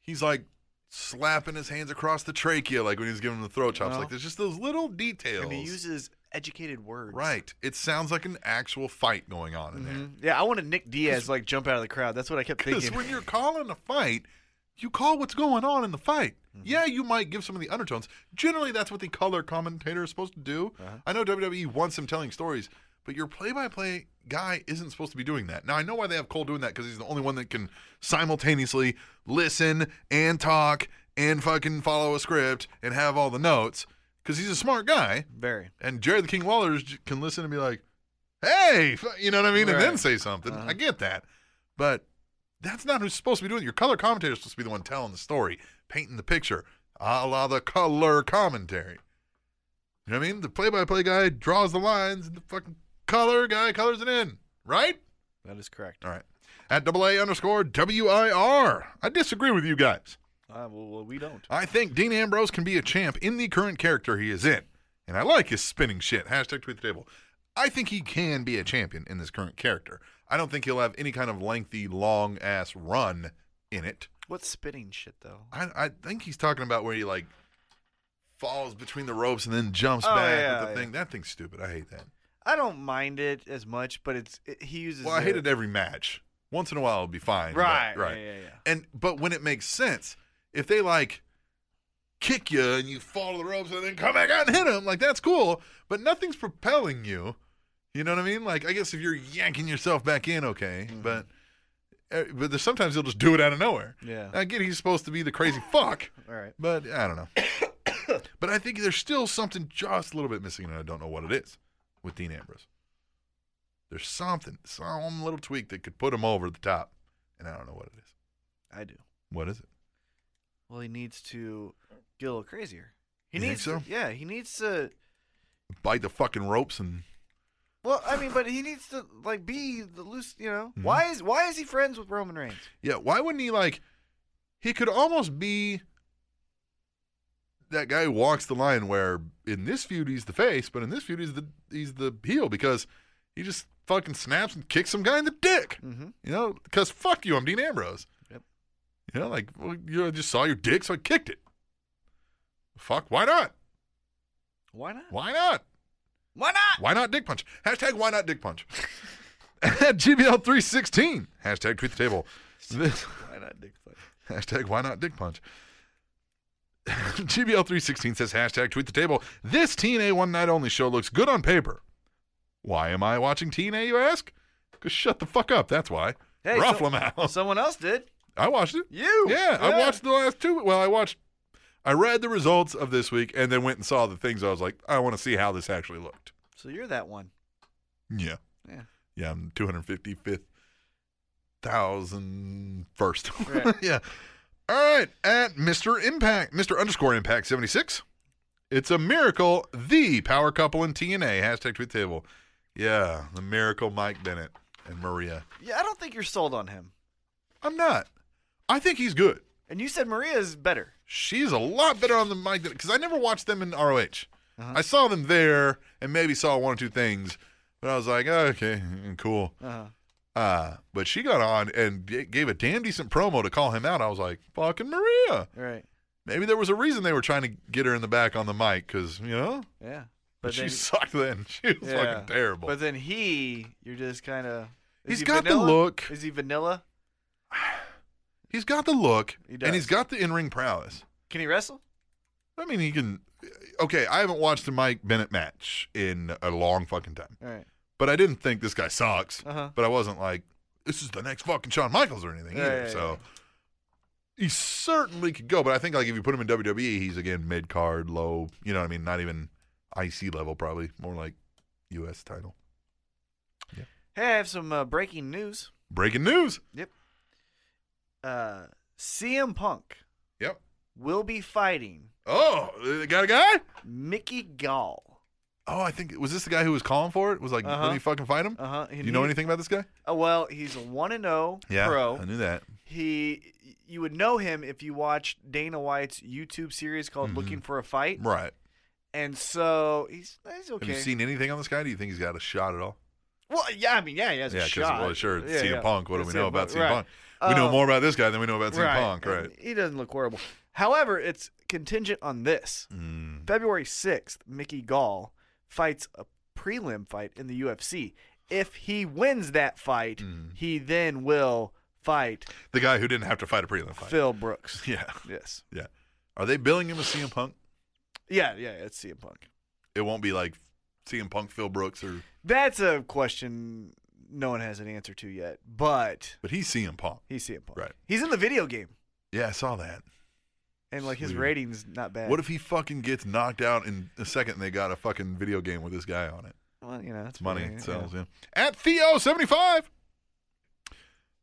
S2: he's like slapping his hands across the trachea, like when he's giving him the throat chops.
S3: Well.
S2: like there's just those little details.
S3: and he uses educated words.
S2: right. It sounds like an actual fight going on in there.
S3: Mhm. Yeah, I wanted Nick Diaz to, like jump out of the crowd. That's what I kept
S2: Because
S3: thinking.
S2: when you're calling a fight, you call what's going on in the fight. Yeah, you might give some of the undertones. Generally, that's what the color commentator is supposed to do. I know WWE wants them telling stories, but your play-by-play guy isn't supposed to be doing that. Now, I know why they have Cole doing that because he's the only one that can simultaneously listen and talk and fucking follow a script and have all the notes because he's a smart guy.
S3: Very.
S2: And Jared the King Waller j- can listen and be like, "Hey," fu- you know what I mean, and then
S3: Right.
S2: say something. I get that, but that's not who's supposed to be doing. it. Your color commentator is supposed to be the one telling the story, painting the picture, a la the color commentary. You know what I mean? The play-by-play guy draws the lines, and the fucking color guy colors it in, right?
S3: That is correct.
S2: All right. At double A underscore W I R. I disagree with you guys.
S3: Uh, well, well, we don't.
S2: I think Dean Ambrose can be a champ in the current character he is in. And I like his spinning shit. Hashtag tweet the table. I think he can be a champion in this current character. I don't think he'll have any kind of lengthy, long ass run in it.
S3: What's spinning shit though?
S2: I, I think he's talking about where he like falls between the ropes and then jumps
S3: Oh,
S2: back
S3: yeah,
S2: with the
S3: yeah.
S2: thing. That thing's stupid. I hate that.
S3: I don't mind it as much, but it's it, he uses.
S2: Well, I
S3: the-
S2: hate it every match. Once in a while, it'll be fine. but-
S3: Right,
S2: right.
S3: Yeah, yeah, yeah.
S2: And but when it makes sense, if they like kick you and you fall to the ropes and then come back out and hit them, like that's cool. But nothing's propelling you. You know what I mean? Like I guess if you're yanking yourself back in, okay.
S3: Mm-hmm.
S2: But eh, but there's sometimes you'll just do it out of nowhere.
S3: Yeah.
S2: I get he's supposed to be the crazy fuck,
S3: All right.
S2: but I don't know. but I think there's still something just a little bit missing, and I don't know what it is with Dean Ambrose. There's something, some little tweak that could put him over the top, and I don't know what it is.
S3: I do.
S2: What is it?
S3: Well, he needs to get a little crazier. He
S2: You think
S3: needs
S2: so?
S3: to, yeah, he needs to
S2: bite the fucking ropes and
S3: well, I mean, but he needs to like be the loose, you know.
S2: Mhm.
S3: Why is why is he friends with Roman Reigns?
S2: yeah why wouldn't he like he could almost be that guy who walks the line where in this feud he's the face but in this feud he's the he's the heel because he just fucking snaps and kicks some guy in the dick
S3: Mhm.
S2: you know because fuck you i'm dean ambrose
S3: Yep.
S2: you know like well, you know, I just saw your dick so i kicked it fuck why not
S3: Why not?
S2: why not
S3: Why not?
S2: Why not dick punch? Hashtag why not dick punch? At GBL316. Hashtag tweet the table. This,
S3: Why not Dick Flair?
S2: hashtag why not dick punch? GBL316 says hashtag tweet the table. This TNA one night only show looks good on paper. Why am I watching TNA, you ask? Because shut the fuck up, that's why.
S3: Hey,
S2: Ralph
S3: so-
S2: Lamau.
S3: Someone else did.
S2: I watched it.
S3: You.
S2: Yeah, I watched the last two. Well, I watched, I read the results of this week and then went and saw the things I was like, I want to see how this actually looked.
S3: So you're that one.
S2: Yeah.
S3: Yeah.
S2: Yeah, I'm 255th thousand first.
S3: Right.
S2: yeah. All right. At Mr. Impact, Mr. underscore Impact 76. It's a miracle. The power couple in TNA. Hashtag tweet table. Yeah. The miracle Mike Bennett and Maria.
S3: Yeah, I don't think you're sold on him.
S2: I'm not. I think he's good.
S3: And you said Maria is better.
S2: She's a lot better on the mic than because I never watched them in ROH.
S3: Uh-huh.
S2: I saw them there and maybe saw one or two things, but I was like, oh, okay, mm, cool.
S3: Uh-huh.
S2: Uh, but she got on and g- gave a damn decent promo to call him out. I was like, fucking Maria.
S3: Right.
S2: Maybe there was a reason they were trying to get her in the back on the mic because, you know,
S3: Yeah.
S2: but she sucked then. She was
S3: yeah.
S2: fucking terrible.
S3: But then he, you're just kind of.
S2: He's got the look.
S3: Is he vanilla?
S2: he's got the look
S3: He
S2: and he's
S3: does.
S2: got the in ring prowess.
S3: Can he wrestle?
S2: I mean, he can. Okay, I haven't watched a Mike Bennett match in a long fucking time.
S3: All right.
S2: But I didn't think this guy sucks.
S3: Uh-huh.
S2: But I wasn't like, this is the next fucking Shawn Michaels or anything
S3: Yeah,
S2: either.
S3: yeah, yeah.
S2: so he certainly could go. But I think like if you put him in WWE, he's again mid card, low. You know what I mean? Not even IC level, probably more like US title.
S3: Hey, I have some uh, breaking news.
S2: Breaking news.
S3: Uh, CM Punk
S2: Yep.
S3: will be fighting
S2: Oh, they got a guy.
S3: Mickey Gall.
S2: Oh, I think was this the guy who was calling for it? Was like,
S3: Uh-huh.
S2: let me fucking fight him.
S3: Uh huh.
S2: Do you know anything about this guy?
S3: Uh, well, he's a one and zero pro.
S2: I knew that.
S3: He, you would know him if you watched Dana White's YouTube series called
S2: Mhm.
S3: "Looking for a Fight,"
S2: Right.
S3: and so he's he's okay.
S2: Have you seen anything on this guy? Do you think he's got a shot at all?
S3: well, yeah, I mean, yeah, he has
S2: Yeah,
S3: a
S2: because
S3: shot.
S2: well, sure, it's
S3: Yeah,
S2: CM
S3: yeah.
S2: Punk. What do we
S3: It's
S2: know about CM
S3: right.
S2: Punk? We know
S3: Uh,
S2: more about this guy than we know about CM
S3: right.
S2: Punk, right?
S3: And He doesn't look horrible. However, it's contingent on this.
S2: Mm.
S3: February 6th, Mickey Gall fights a prelim fight in the UFC. If he wins that fight,
S2: Mm.
S3: he then will fight,
S2: The guy who didn't have to fight a prelim fight.
S3: Phil Brooks.
S2: Yeah,
S3: Yes.
S2: yeah. Are they billing him as CM Punk?
S3: Yeah, yeah, it's CM Punk.
S2: It won't be like CM Punk, Phil Brooks, or
S3: That's a question no one has an answer to yet, but
S2: but he's CM Punk.
S3: he's CM Punk.
S2: Right.
S3: He's in the video game,
S2: Yeah, I saw that.
S3: and like his
S2: Weird.
S3: ratings not bad.
S2: What if he fucking gets knocked out in a second and they got a fucking video game with this guy on it?
S3: well, you know, that's
S2: It's money.
S3: pretty-
S2: It
S3: yeah.
S2: sells, yeah. At Theo75.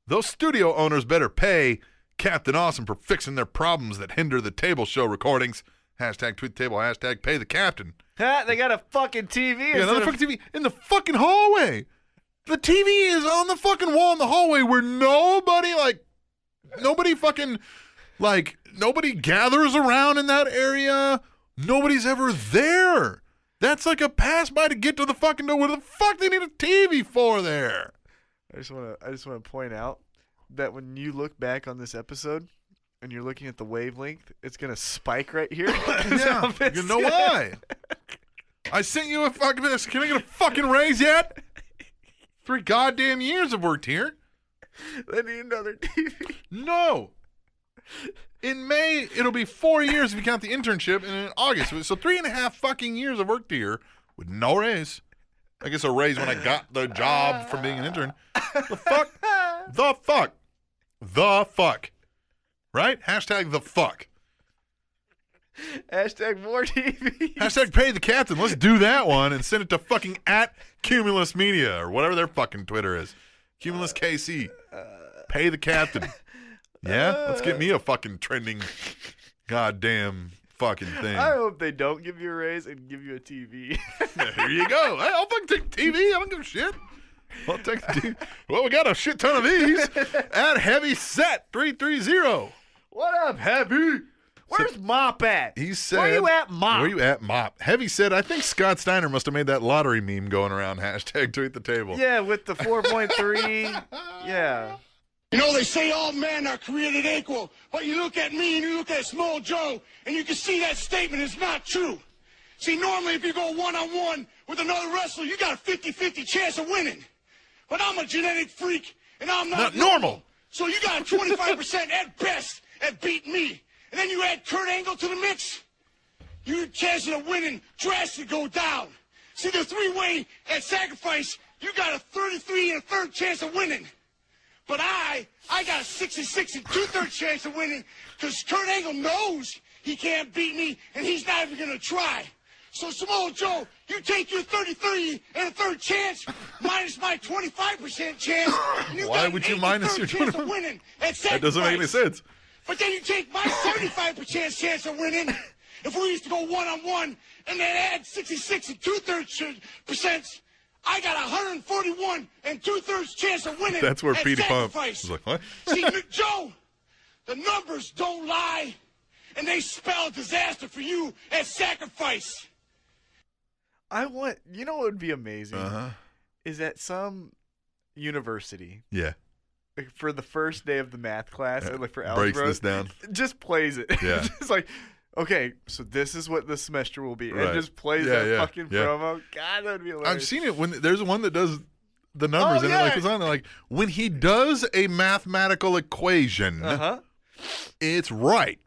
S2: Those studio owners better pay Captain Awesome for fixing their problems that hinder the table show recordings. Hashtag tweet the table, hashtag pay the captain.
S3: Ha, they got a fucking TV.
S2: Yeah,
S3: instead
S2: another
S3: of-
S2: fucking TV in the fucking hallway. The TV is on the fucking wall in the hallway where nobody like nobody fucking like nobody gathers around in that area. Nobody's ever there. That's like a pass by to get to the fucking door. What the fuck they need a TV for there?
S3: I just want to I just want to point out that when you look back on this episode and you're looking at the wavelength, it's gonna spike right here.
S2: Yeah, you know why? I sent you a fucking. Can I get a fucking raise yet? Three goddamn years I've worked here.
S3: they need another TV.
S2: No. In May, it'll be four years if you count the internship, and in August, so three and a half fucking years I've worked here with no raise. I guess a raise when I got the job from being an intern. The fuck? The fuck? The fuck? Right? Hashtag the fuck.
S3: Hashtag more TV.
S2: Hashtag pay the captain. Let's do that one and send it to fucking at Cumulus Media or whatever their fucking Twitter is.
S3: Uh,
S2: Cumulus KC. Pay the captain. Yeah?
S3: Uh,
S2: Let's get me a fucking trending goddamn fucking thing.
S3: I hope they don't give you a raise and give you a TV.
S2: Here you go. Hey, I'll fucking take TV. I don't give a shit. I'll take the TV. Well, we got a shit ton of these at Heavy Set 330.
S3: what up, Happy? Where's Mop at?
S2: He said,
S3: Where you at, Mop?
S2: Where you at, Mop? Heavy said, I think Scott Steiner must have made that lottery meme going around. Hashtag tweet the table.
S3: Yeah, with the 4.3. yeah.
S5: You know, they say all men are created equal, but you look at me and you look at Small Joe, and you can see that statement is not true. See, normally if you go one-on-one with another wrestler, you got a 50-50 chance of winning. But I'm a genetic freak, and I'm not,
S2: Not normal.
S5: So you got a 25% at best at beating me. And then you add Kurt Angle to the mix, your chances of winning drastically go down. See, the three-way at sacrifice, you got a 33 and a third chance of winning. But I, I got a 66 and two-thirds chance of winning because Kurt Angle knows he can't beat me and he's not even going to try. So Samoa Joe, you take your 30-30 and a third chance, minus my 25% chance. and you
S2: Why
S5: got an
S2: would you
S5: 83rd
S2: minus your
S5: chance of
S2: 25?
S5: winning at
S2: That doesn't make any
S5: sacrifice.
S2: sense.
S5: But then you take my 75% chance of winning. If we used to go one on one and then add 66 and two thirds percent, I got 141 and two thirds chance of winning.
S2: That's where
S5: at
S2: Petey Pump
S5: sacrifice.
S2: was like, what?
S5: See, New Joe, the numbers don't lie, and they spell disaster for you at sacrifice.
S3: I want you know what would be amazing
S2: Uh-huh.
S3: is at some university
S2: Yeah.
S3: like, for the first day of the math class or like for algebra
S2: Uh, Breaks this down.
S3: it just plays it.
S2: Yeah.
S3: it's like okay, so this is what the semester will be,
S2: Right.
S3: and just plays
S2: Yeah,
S3: that
S2: yeah,
S3: fucking
S2: yeah.
S3: promo. God, that would be hilarious.
S2: I've seen it when there's one that does the numbers
S3: Oh,
S2: and it like
S3: yeah.
S2: was on there like when he does a mathematical equation,
S3: Uh huh.
S2: it's right.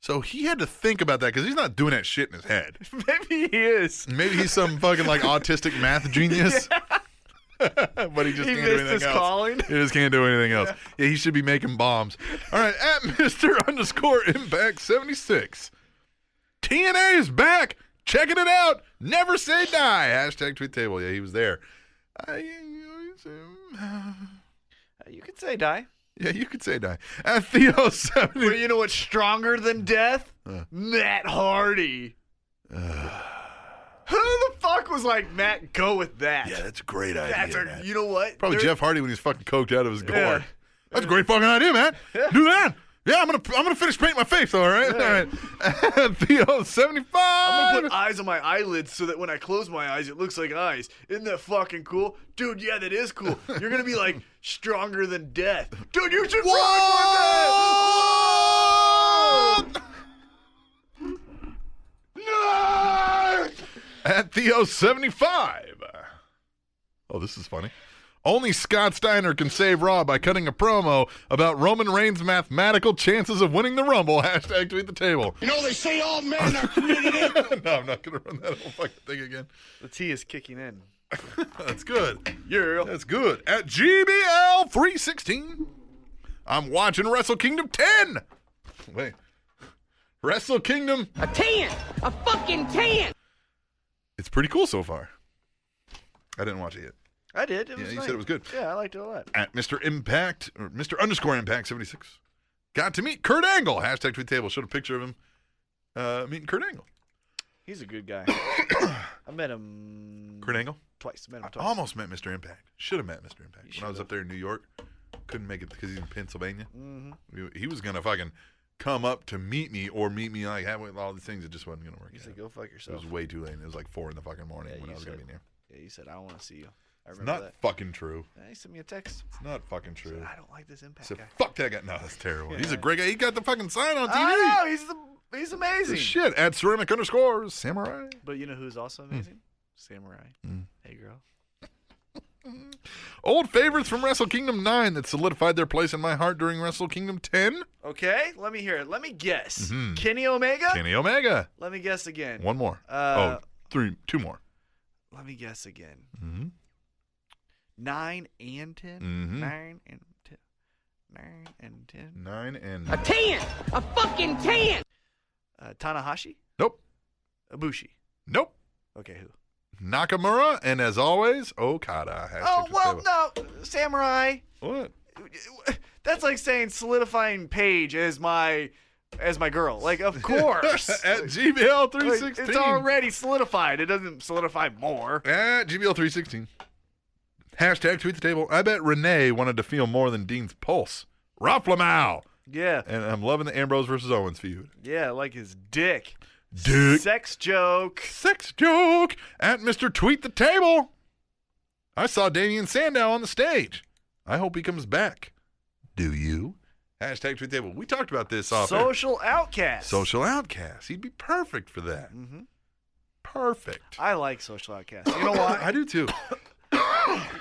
S2: So he had to think about that because he's not doing that shit in his head.
S3: Maybe he is.
S2: Maybe he's some fucking like autistic math genius. but he just
S3: He
S2: can't do
S3: missed
S2: anything
S3: his
S2: else.
S3: calling. Uh,
S2: He just can't do anything else. Yeah, he should be making bombs. All right, at Mr. underscore Impact 76. TNA is back. Checking it out. Never say die. Hashtag tweet table. Yeah, he was there. I,
S3: Uh, You could say die.
S2: yeah, you could say die. At Theo 70.
S3: But you know what's stronger than death?
S2: Uh.
S3: Matt Hardy. Who the fuck was like Matt? Go with that.
S2: Yeah, that's a great idea.
S3: That's a,
S2: man.
S3: you know what?
S2: Probably
S3: There-
S2: Jeff Hardy when he's fucking coked out of his gourd.
S3: Yeah.
S2: That's a great fucking idea, man. Do that. Yeah, I'm gonna I'm gonna finish painting my face. All right, all right. Theo seventy
S3: I'm gonna
S2: five.
S3: put eyes on my eyelids so that when I close my eyes, it looks like eyes. Isn't that fucking cool, dude? Yeah, that is cool. You're gonna be like stronger than death, dude. You should rock with that.
S2: At Theo seventy five. Oh, this is funny. Only Scott Steiner can save Raw by cutting a promo about Roman Reigns' mathematical chances of winning the Rumble. Hashtag tweet the table.
S5: You know, they say all men are
S2: no,
S5: created equal.
S2: I'm not gonna run that whole fucking thing again.
S3: The tea is kicking in.
S2: That's good.
S3: Yeah.
S2: That's good. At GBL 316, I'm watching Wrestle Kingdom 10. Wait. Wrestle Kingdom,
S6: A tan! A fucking tan!
S2: it's pretty cool so far. I didn't watch it yet.
S3: I did. It was
S2: Yeah, you
S3: nice.
S2: said it was good.
S3: Yeah, I liked it a lot.
S2: At Mr. Impact, or Mr. underscore Impact 76. Got to meet Kurt Angle. Hashtag tweet table. Showed a picture of him uh, meeting Kurt Angle.
S3: He's a good guy. I met him
S2: Kurt Angle?
S3: twice. Met him
S2: I
S3: twice.
S2: almost met Mr. Impact. Should have met Mr. Impact when I was
S3: should've.
S2: up there in New York. Couldn't make it because he's in Pennsylvania. Mm-hmm. He, he was gonna fucking come up to meet me or meet me like halfway. All these things, it just wasn't gonna work.
S3: You
S2: out.
S3: said go fuck
S2: it
S3: yourself.
S2: was way too late. It was like four in the fucking morning
S3: Yeah,
S2: when I
S3: you
S2: was gonna
S3: said-
S2: be there.
S3: Yeah, you said I want to see you. I
S2: It's
S3: remember
S2: not
S3: that.
S2: fucking true.
S3: Hey, sent me a text.
S2: It's not fucking
S3: Said,
S2: true.
S3: I don't like this impact
S2: So
S3: guy.
S2: fuck that guy. No, that's terrible. He's a great guy. He got the fucking sign on TV.
S3: I know he's the, he's amazing.
S2: Shit at ceramic underscores samurai.
S3: But you know who's also
S2: Hmm.
S3: amazing? Samurai. Hey girl.
S2: Old favorites from Wrestle Kingdom 9 that solidified their place in my heart during Wrestle Kingdom 10.
S3: Okay, let me hear it. Let me guess. Kenny Omega.
S2: Mm-hmm. Kenny Omega.
S3: Let me guess again.
S2: One more.
S3: Uh,
S2: oh, three, two more.
S3: Let me guess again.
S2: Mhm.
S3: Nine and 10
S2: Mhm.
S3: Nine and ten. Nine and ten.
S2: Nine and
S6: A tan! A fucking tan!
S3: Uh, Tanahashi.
S2: nope,
S3: Ibushi.
S2: nope.
S3: Okay, who?
S2: Nakamura and as always Okada. Hashtag
S3: Oh
S2: to
S3: well,
S2: Table.
S3: no, Samurai.
S2: What?
S3: That's like saying solidifying Paige as my as my girl. Like, of course.
S2: At GBL
S3: Like,
S2: three sixteen.
S3: it's already solidified. It doesn't solidify more.
S2: At GBL three sixteen. Hashtag tweet the table. I bet Renee wanted to feel more than Dean's pulse. Ralph Lamau.
S3: Yeah,
S2: And I'm loving the Ambrose versus Owens feud.
S3: yeah, like his dick.
S2: Dude.
S3: Sex joke.
S2: Sex joke. At Mr. Tweet the Table. I saw Damian Sandow on the stage. I hope he comes back. Do you? Hashtag tweet the table. We talked about this off air.
S3: Social outcast.
S2: Social outcast. He'd be perfect for that.
S3: Mhm.
S2: Perfect.
S3: I like social outcast. You know why?
S2: I do too.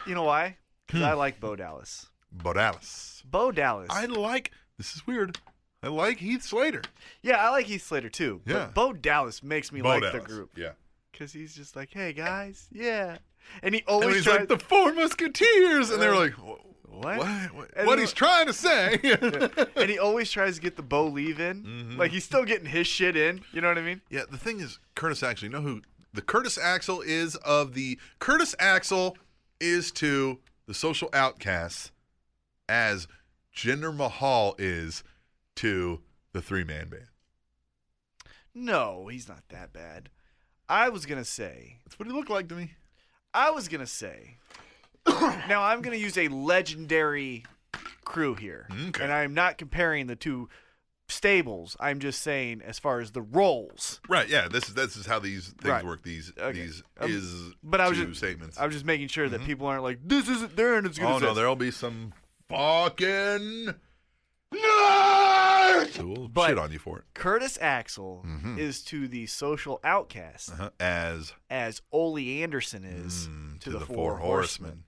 S3: You know why? Because I like Bo Dallas.
S2: Boralis.
S3: Bo Dallas.
S2: I like. This is weird. I like Heath Slater.
S3: yeah, I like Heath Slater too.
S2: Yeah.
S3: But Bo Dallas makes me
S2: Bo
S3: like the
S2: Dallas.
S3: group
S2: Yeah.
S3: because he's just like, hey guys, yeah, and he
S2: And
S3: always
S2: he's
S3: tries.
S2: like the four Musketeers, and they're like, "Wh-
S3: Uh, what?
S7: What, what,
S3: And
S7: what
S3: he
S7: he's
S3: wa-
S7: trying to say.
S3: and he always tries to get the Bo leave in.
S2: Mm-hmm.
S3: Like he's still getting his shit in. You know what I mean?
S2: Yeah, the thing is, Curtis Axel. You know who the Curtis Axel is of the Curtis Axel is to the social outcasts as Jinder Mahal is to the three man band.
S3: No, he's not that bad. I was gonna say.
S2: That's what he looked like to me.
S3: I was gonna say. now I'm gonna use a legendary crew here,
S2: Okay.
S3: and I'm not comparing the two stables. I'm just saying as far as the roles.
S2: Right. Yeah. This is this is how these things
S3: Right.
S2: work. These
S3: Okay.
S2: these
S3: Um,
S2: is
S3: But I was
S2: two
S3: just
S2: statements. Mm-hmm.
S3: I was just making sure that people aren't like this isn't there and it's gonna.
S2: oh no,
S3: exist."
S2: there'll be some fucking We'll
S3: But-
S2: shit on you for it.
S3: Curtis Axel
S2: Mm-hmm.
S3: is to the social outcast
S2: Uh-huh. As
S3: as Ole Anderson is
S2: mm,
S3: to, the, Four, Horsemen.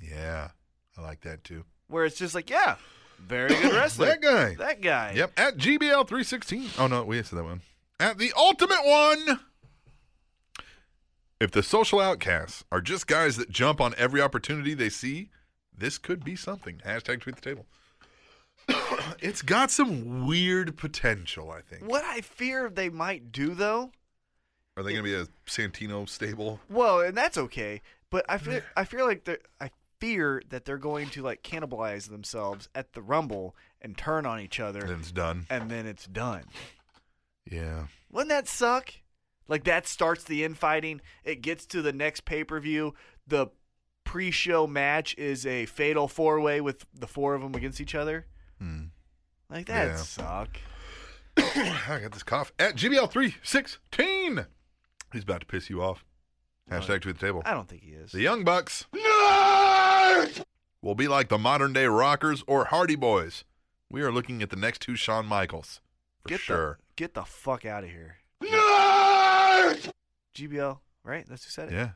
S2: Yeah, I like that too.
S3: where it's just like, yeah, very good wrestler.
S2: That guy.
S3: That guy.
S2: Yep, at GBL three sixteen. Oh no, we said that one. At the ultimate one. If the social outcasts are just guys that jump on every opportunity they see, this could be something. Hashtag tweet the table. it's got some weird potential, I think.
S3: What I fear they might do though,
S2: Are they going to be a Santino stable?
S3: well, and that's okay, but I fear I fear like they I fear that they're going to like cannibalize themselves at the Rumble and turn on each other,
S2: And then it's done.
S3: and then it's done.
S2: Yeah.
S3: Wouldn't that suck? Like that starts the infighting. It gets to the next pay per view. The pre-show match is a fatal four-way with the four of them against each other.
S2: hmm.
S3: Like that
S2: Yeah.
S3: suck.
S2: I got this cough. At GBL three sixteen. He's about to piss you off. Hashtag tweet the table.
S3: I don't think he is.
S2: The Young Bucks will be like the modern day Rockers or Hardy Boys. We are looking at the next two Shawn Michaels. For
S3: get
S2: sure.
S3: the get the fuck out of here. GBL, right? That's who said it.
S2: yeah.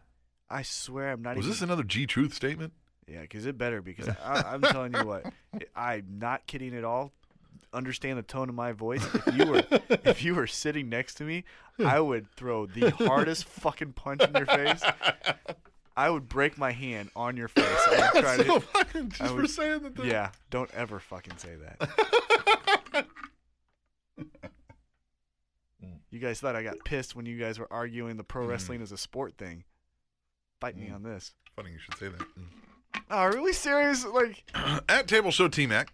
S3: I swear I'm not
S2: Was
S3: even.
S2: this another G Truth statement?
S3: yeah, because it better because I, I'm telling you what, I'm not kidding at all. Understand the tone of my voice. If you were if you were sitting next to me, I would throw the hardest fucking punch in your face. I would break my hand on your face. I would try to-
S2: So fucking just
S3: I
S2: for
S3: would-
S2: saying that. the-
S3: yeah, don't ever fucking say that. you guys thought I got pissed when you guys were arguing the pro wrestling is a sport thing. Bite me on this.
S2: Funny you should say that. Mm.
S3: Oh, are we serious? Like,
S2: At Table Show T Mac,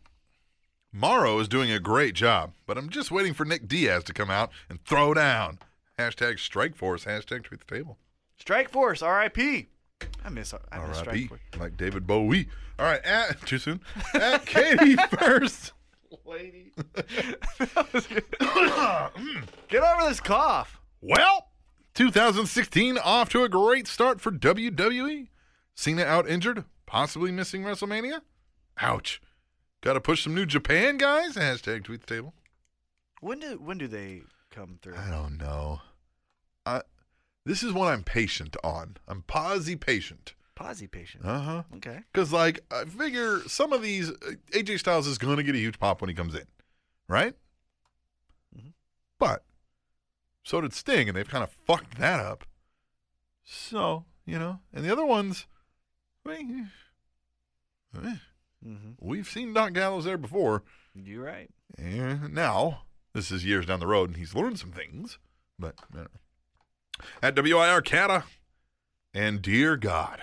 S2: Morrow is doing a great job, but I'm just waiting for Nick Diaz to come out and throw down. Hashtag Strike Force. Hashtag Tweet the Table.
S3: Strike Force, R.I.P. I miss, I miss Strike
S2: R.I.P.
S3: Force.
S2: Like David Bowie. All right. At, too soon. At Katie first.
S3: Get over this cough.
S2: Well, 2016 off to a great start for WWE. Cena out injured, possibly missing WrestleMania. Ouch. Got to push some new Japan guys. Hashtag tweet the table.
S3: When do when do they come through?
S2: I don't know. I this is what I'm patient on. I'm posy patient.
S3: Posy patient.
S2: Uh huh.
S3: Okay.
S2: Because like I figure some of these uh, AJ Styles is going to get a huge pop when he comes in, right? But so did Sting, and they've kind of fucked that up. So you know, and the other ones, we, eh,
S3: Mm-hmm.
S2: we've seen Doc Gallows there before.
S3: You're right.
S2: And now this is years down the road, and he's learned some things. But I don't know. at WIR Cata, and dear God,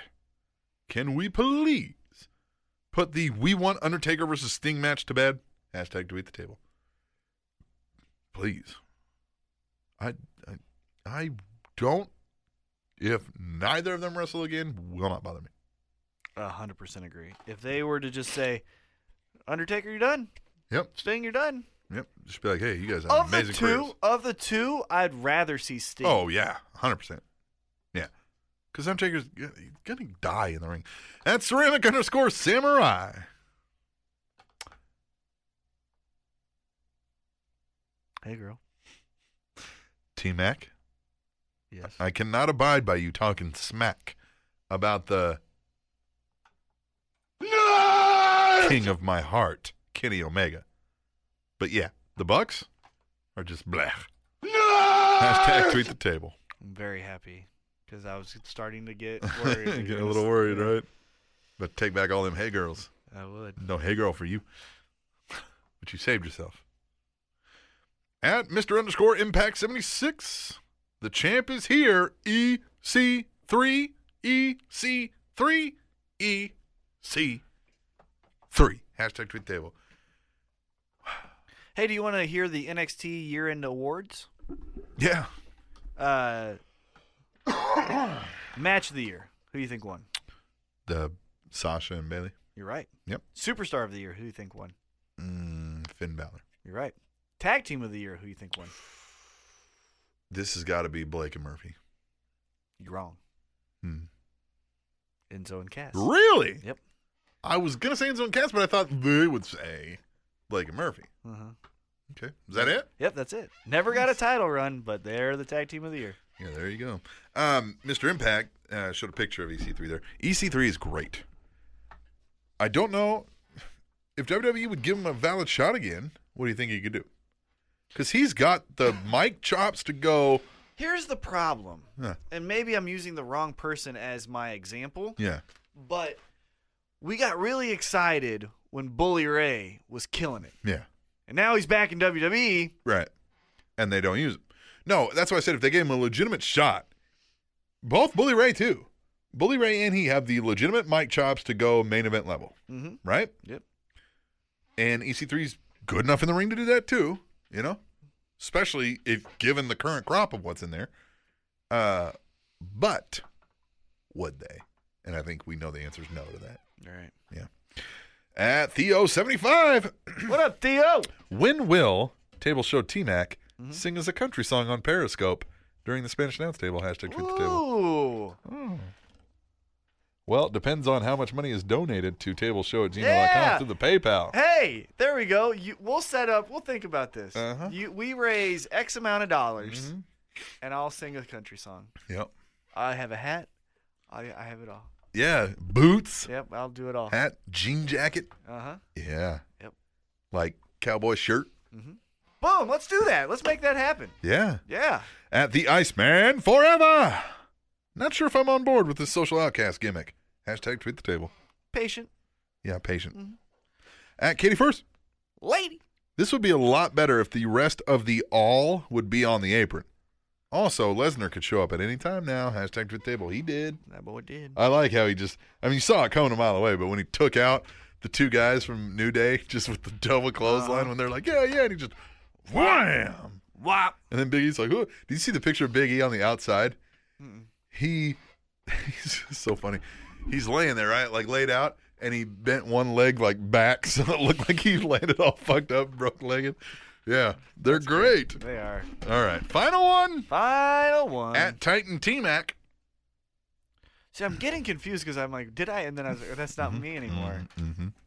S2: can we please put the "We Want Undertaker versus Sting" match to bed? Hashtag tweet the table, please. I I, I don't. If neither of them wrestle again, will not bother me.
S3: A hundred percent agree. If they were to just say, Undertaker, you're done.
S2: Yep,
S3: Sting, you're done.
S2: yep. Just be like, hey, you guys have
S3: Of the
S2: amazing
S3: two,
S2: careers.
S3: of the two, I'd rather see Sting.
S2: Oh yeah, hundred percent. Yeah, because Undertaker's g- he's gonna die in the ring. At ceramic underscore samurai.
S3: hey girl.
S2: T Mac,
S3: Yes.
S2: I cannot abide by you talking smack about the king of my heart, Kenny Omega. But yeah, the Bucks are just blah. Hashtag tweet the table.
S3: I'm very happy because I was starting to get worried.
S2: Getting a little worried, right? But take back all them hey girls.
S3: I would.
S2: No, hey girl, for you. But you saved yourself. At Mr. Underscore Impact 76, the champ is here. E EC3, E EC3, EC3. E Hashtag tweet table.
S3: Hey, do you want to hear the NXT year end awards?
S2: Yeah.
S3: Uh, match of the year. Who do you think won?
S2: The Sasha and Bailey.
S3: You're right.
S2: Yep.
S3: Superstar of the year. Who do you think won?
S2: Mm, Finn Balor.
S3: You're right. Tag team of the year. Who do you think won?
S2: This has got to be Blake and Murphy.
S3: You're wrong.
S2: Hmm.
S3: Enzo and Cass.
S2: Really?
S3: Yep.
S2: I was going to say Enzo and Cass, but I thought they would say Blake and Murphy.
S3: Uh-huh.
S2: Okay. Is that it?
S3: Yep, that's it. Never got a title run, but they're the tag team of the year.
S2: Yeah, there you go. Um, Mr. Impact uh, showed a picture of EC3 there. EC3 is great. I don't know if WWE would give him a valid shot again. What do you think he could do? Because he's got the mic chops to go.
S3: Here's the problem,
S2: Huh.
S3: and maybe I'm using the wrong person as my example,
S2: Yeah,
S3: but we got really excited when Bully Ray was killing it.
S2: yeah,
S3: And now he's back in E. WWE.
S2: right. And they don't use him. No, that's why I said if they gave him a legitimate shot, both Bully Ray too, Bully Ray and he have the legitimate mic chops to go main event level,
S3: Mm-hmm.
S2: right?
S3: Yep.
S2: and EC3's good enough in the ring to do that too. You know, especially if given the current crop of what's in there. Uh, but would they? And I think we know the answer is no to that.
S3: All right.
S2: At Theo seventy five,
S3: What up, Theo?
S2: when will table show T Mac
S3: Mm-hmm.
S2: sing us a country song on Periscope during the Spanish announce table hashtag tweet the table? Oh.
S3: Ooh.
S2: Well, it depends on how much money is donated to table show at gmail.com
S3: Yeah.
S2: through the PayPal.
S3: Hey, there we go. You, we'll set up. We'll think about this.
S2: Uh-huh. Mm-hmm.
S3: You, we raise X amount of dollars, and I'll sing a country song.
S2: Yep.
S3: I have a hat. I, I have it all.
S2: Yeah. Boots,
S3: Yep, I'll do it all. Uh-huh. Uh
S2: hat, jean jacket.
S3: huh.
S2: Yeah.
S3: Yep.
S2: Like cowboy shirt.
S3: Boom. Let's do that. Let's make that happen.
S2: Yeah.
S3: Yeah.
S2: At the Iceman forever. Not sure if I'm on board with this social outcast gimmick. Hashtag tweet the table.
S3: Patient
S2: Yeah, patient. At Katie first.
S3: lady.
S2: This would be a lot better if the rest of the all would be on the apron. Also, Lesnar could show up at any time now. Hashtag tweet the table. He did.
S3: That boy did.
S2: I like how he just. I mean, you saw it coming a mile away, but when he took out the two guys from New Day, just with the double clothesline, when they're like, "Yeah, yeah," and he just wham.
S3: Wop.
S2: And then Big E's like, "Ooh, did you see the picture of Big E on the outside? He, he's just so funny. He's laying there, right, like laid out, and he bent one leg like back, so it looked like he landed all fucked up, broke legged. Yeah, they're great.
S3: They are.
S2: All right, final one
S3: Final one.
S2: at Titan T Mac.
S3: See, I'm getting confused because I'm like, did I? And then I was like, that's not me anymore.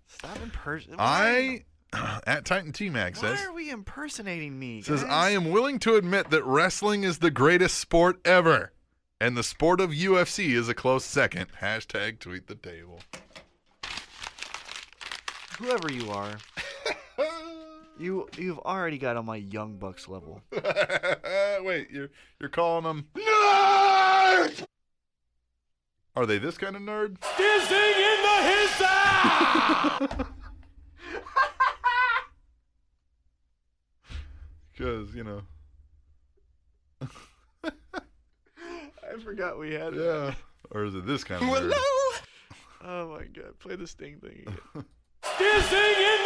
S3: Stop impersonating.
S2: Mm-hmm. I at Titan T Mac
S3: Why
S2: says.
S3: are we impersonating me?
S2: Says,
S3: guys?
S2: I am willing to admit that wrestling is the greatest sport ever, and the sport of UFC is a close second. Hashtag tweet the table.
S3: whoever you are. you you've already got on my young bucks level.
S2: Wait, you're you're calling them?
S5: Nerd!
S2: Are they this kind of nerd? Because you know,
S3: I forgot we had it.
S2: yeah. Or is it this kind of nerd?
S3: Oh my god, play the sting thing again.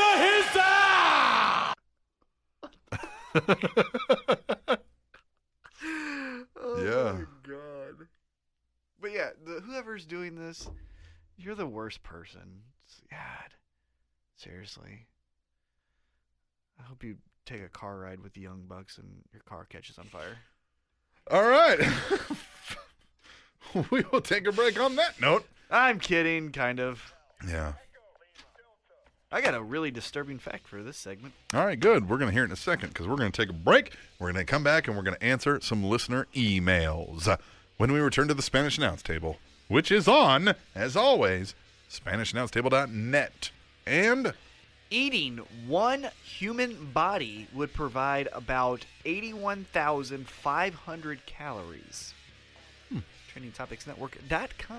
S3: oh
S2: Yeah.
S3: my god. But yeah, the, whoever's doing this, you're the worst person. God. Seriously. I hope you take a car ride with the young bucks and your car catches on fire.
S2: All right. we will take a break on that note.
S3: I'm kidding, kind of.
S2: Yeah.
S3: I got a really disturbing fact for this segment.
S2: All right, good. We're going to hear it in a second because we're going to take a break. We're going to come back and we're going to answer some listener emails when we return to the Spanish Announce Table, which is on, as always, SpanishAnnounceTable.net. And
S3: Eating one human body would provide about 81,500 calories. TrainingTopicsNetwork.com.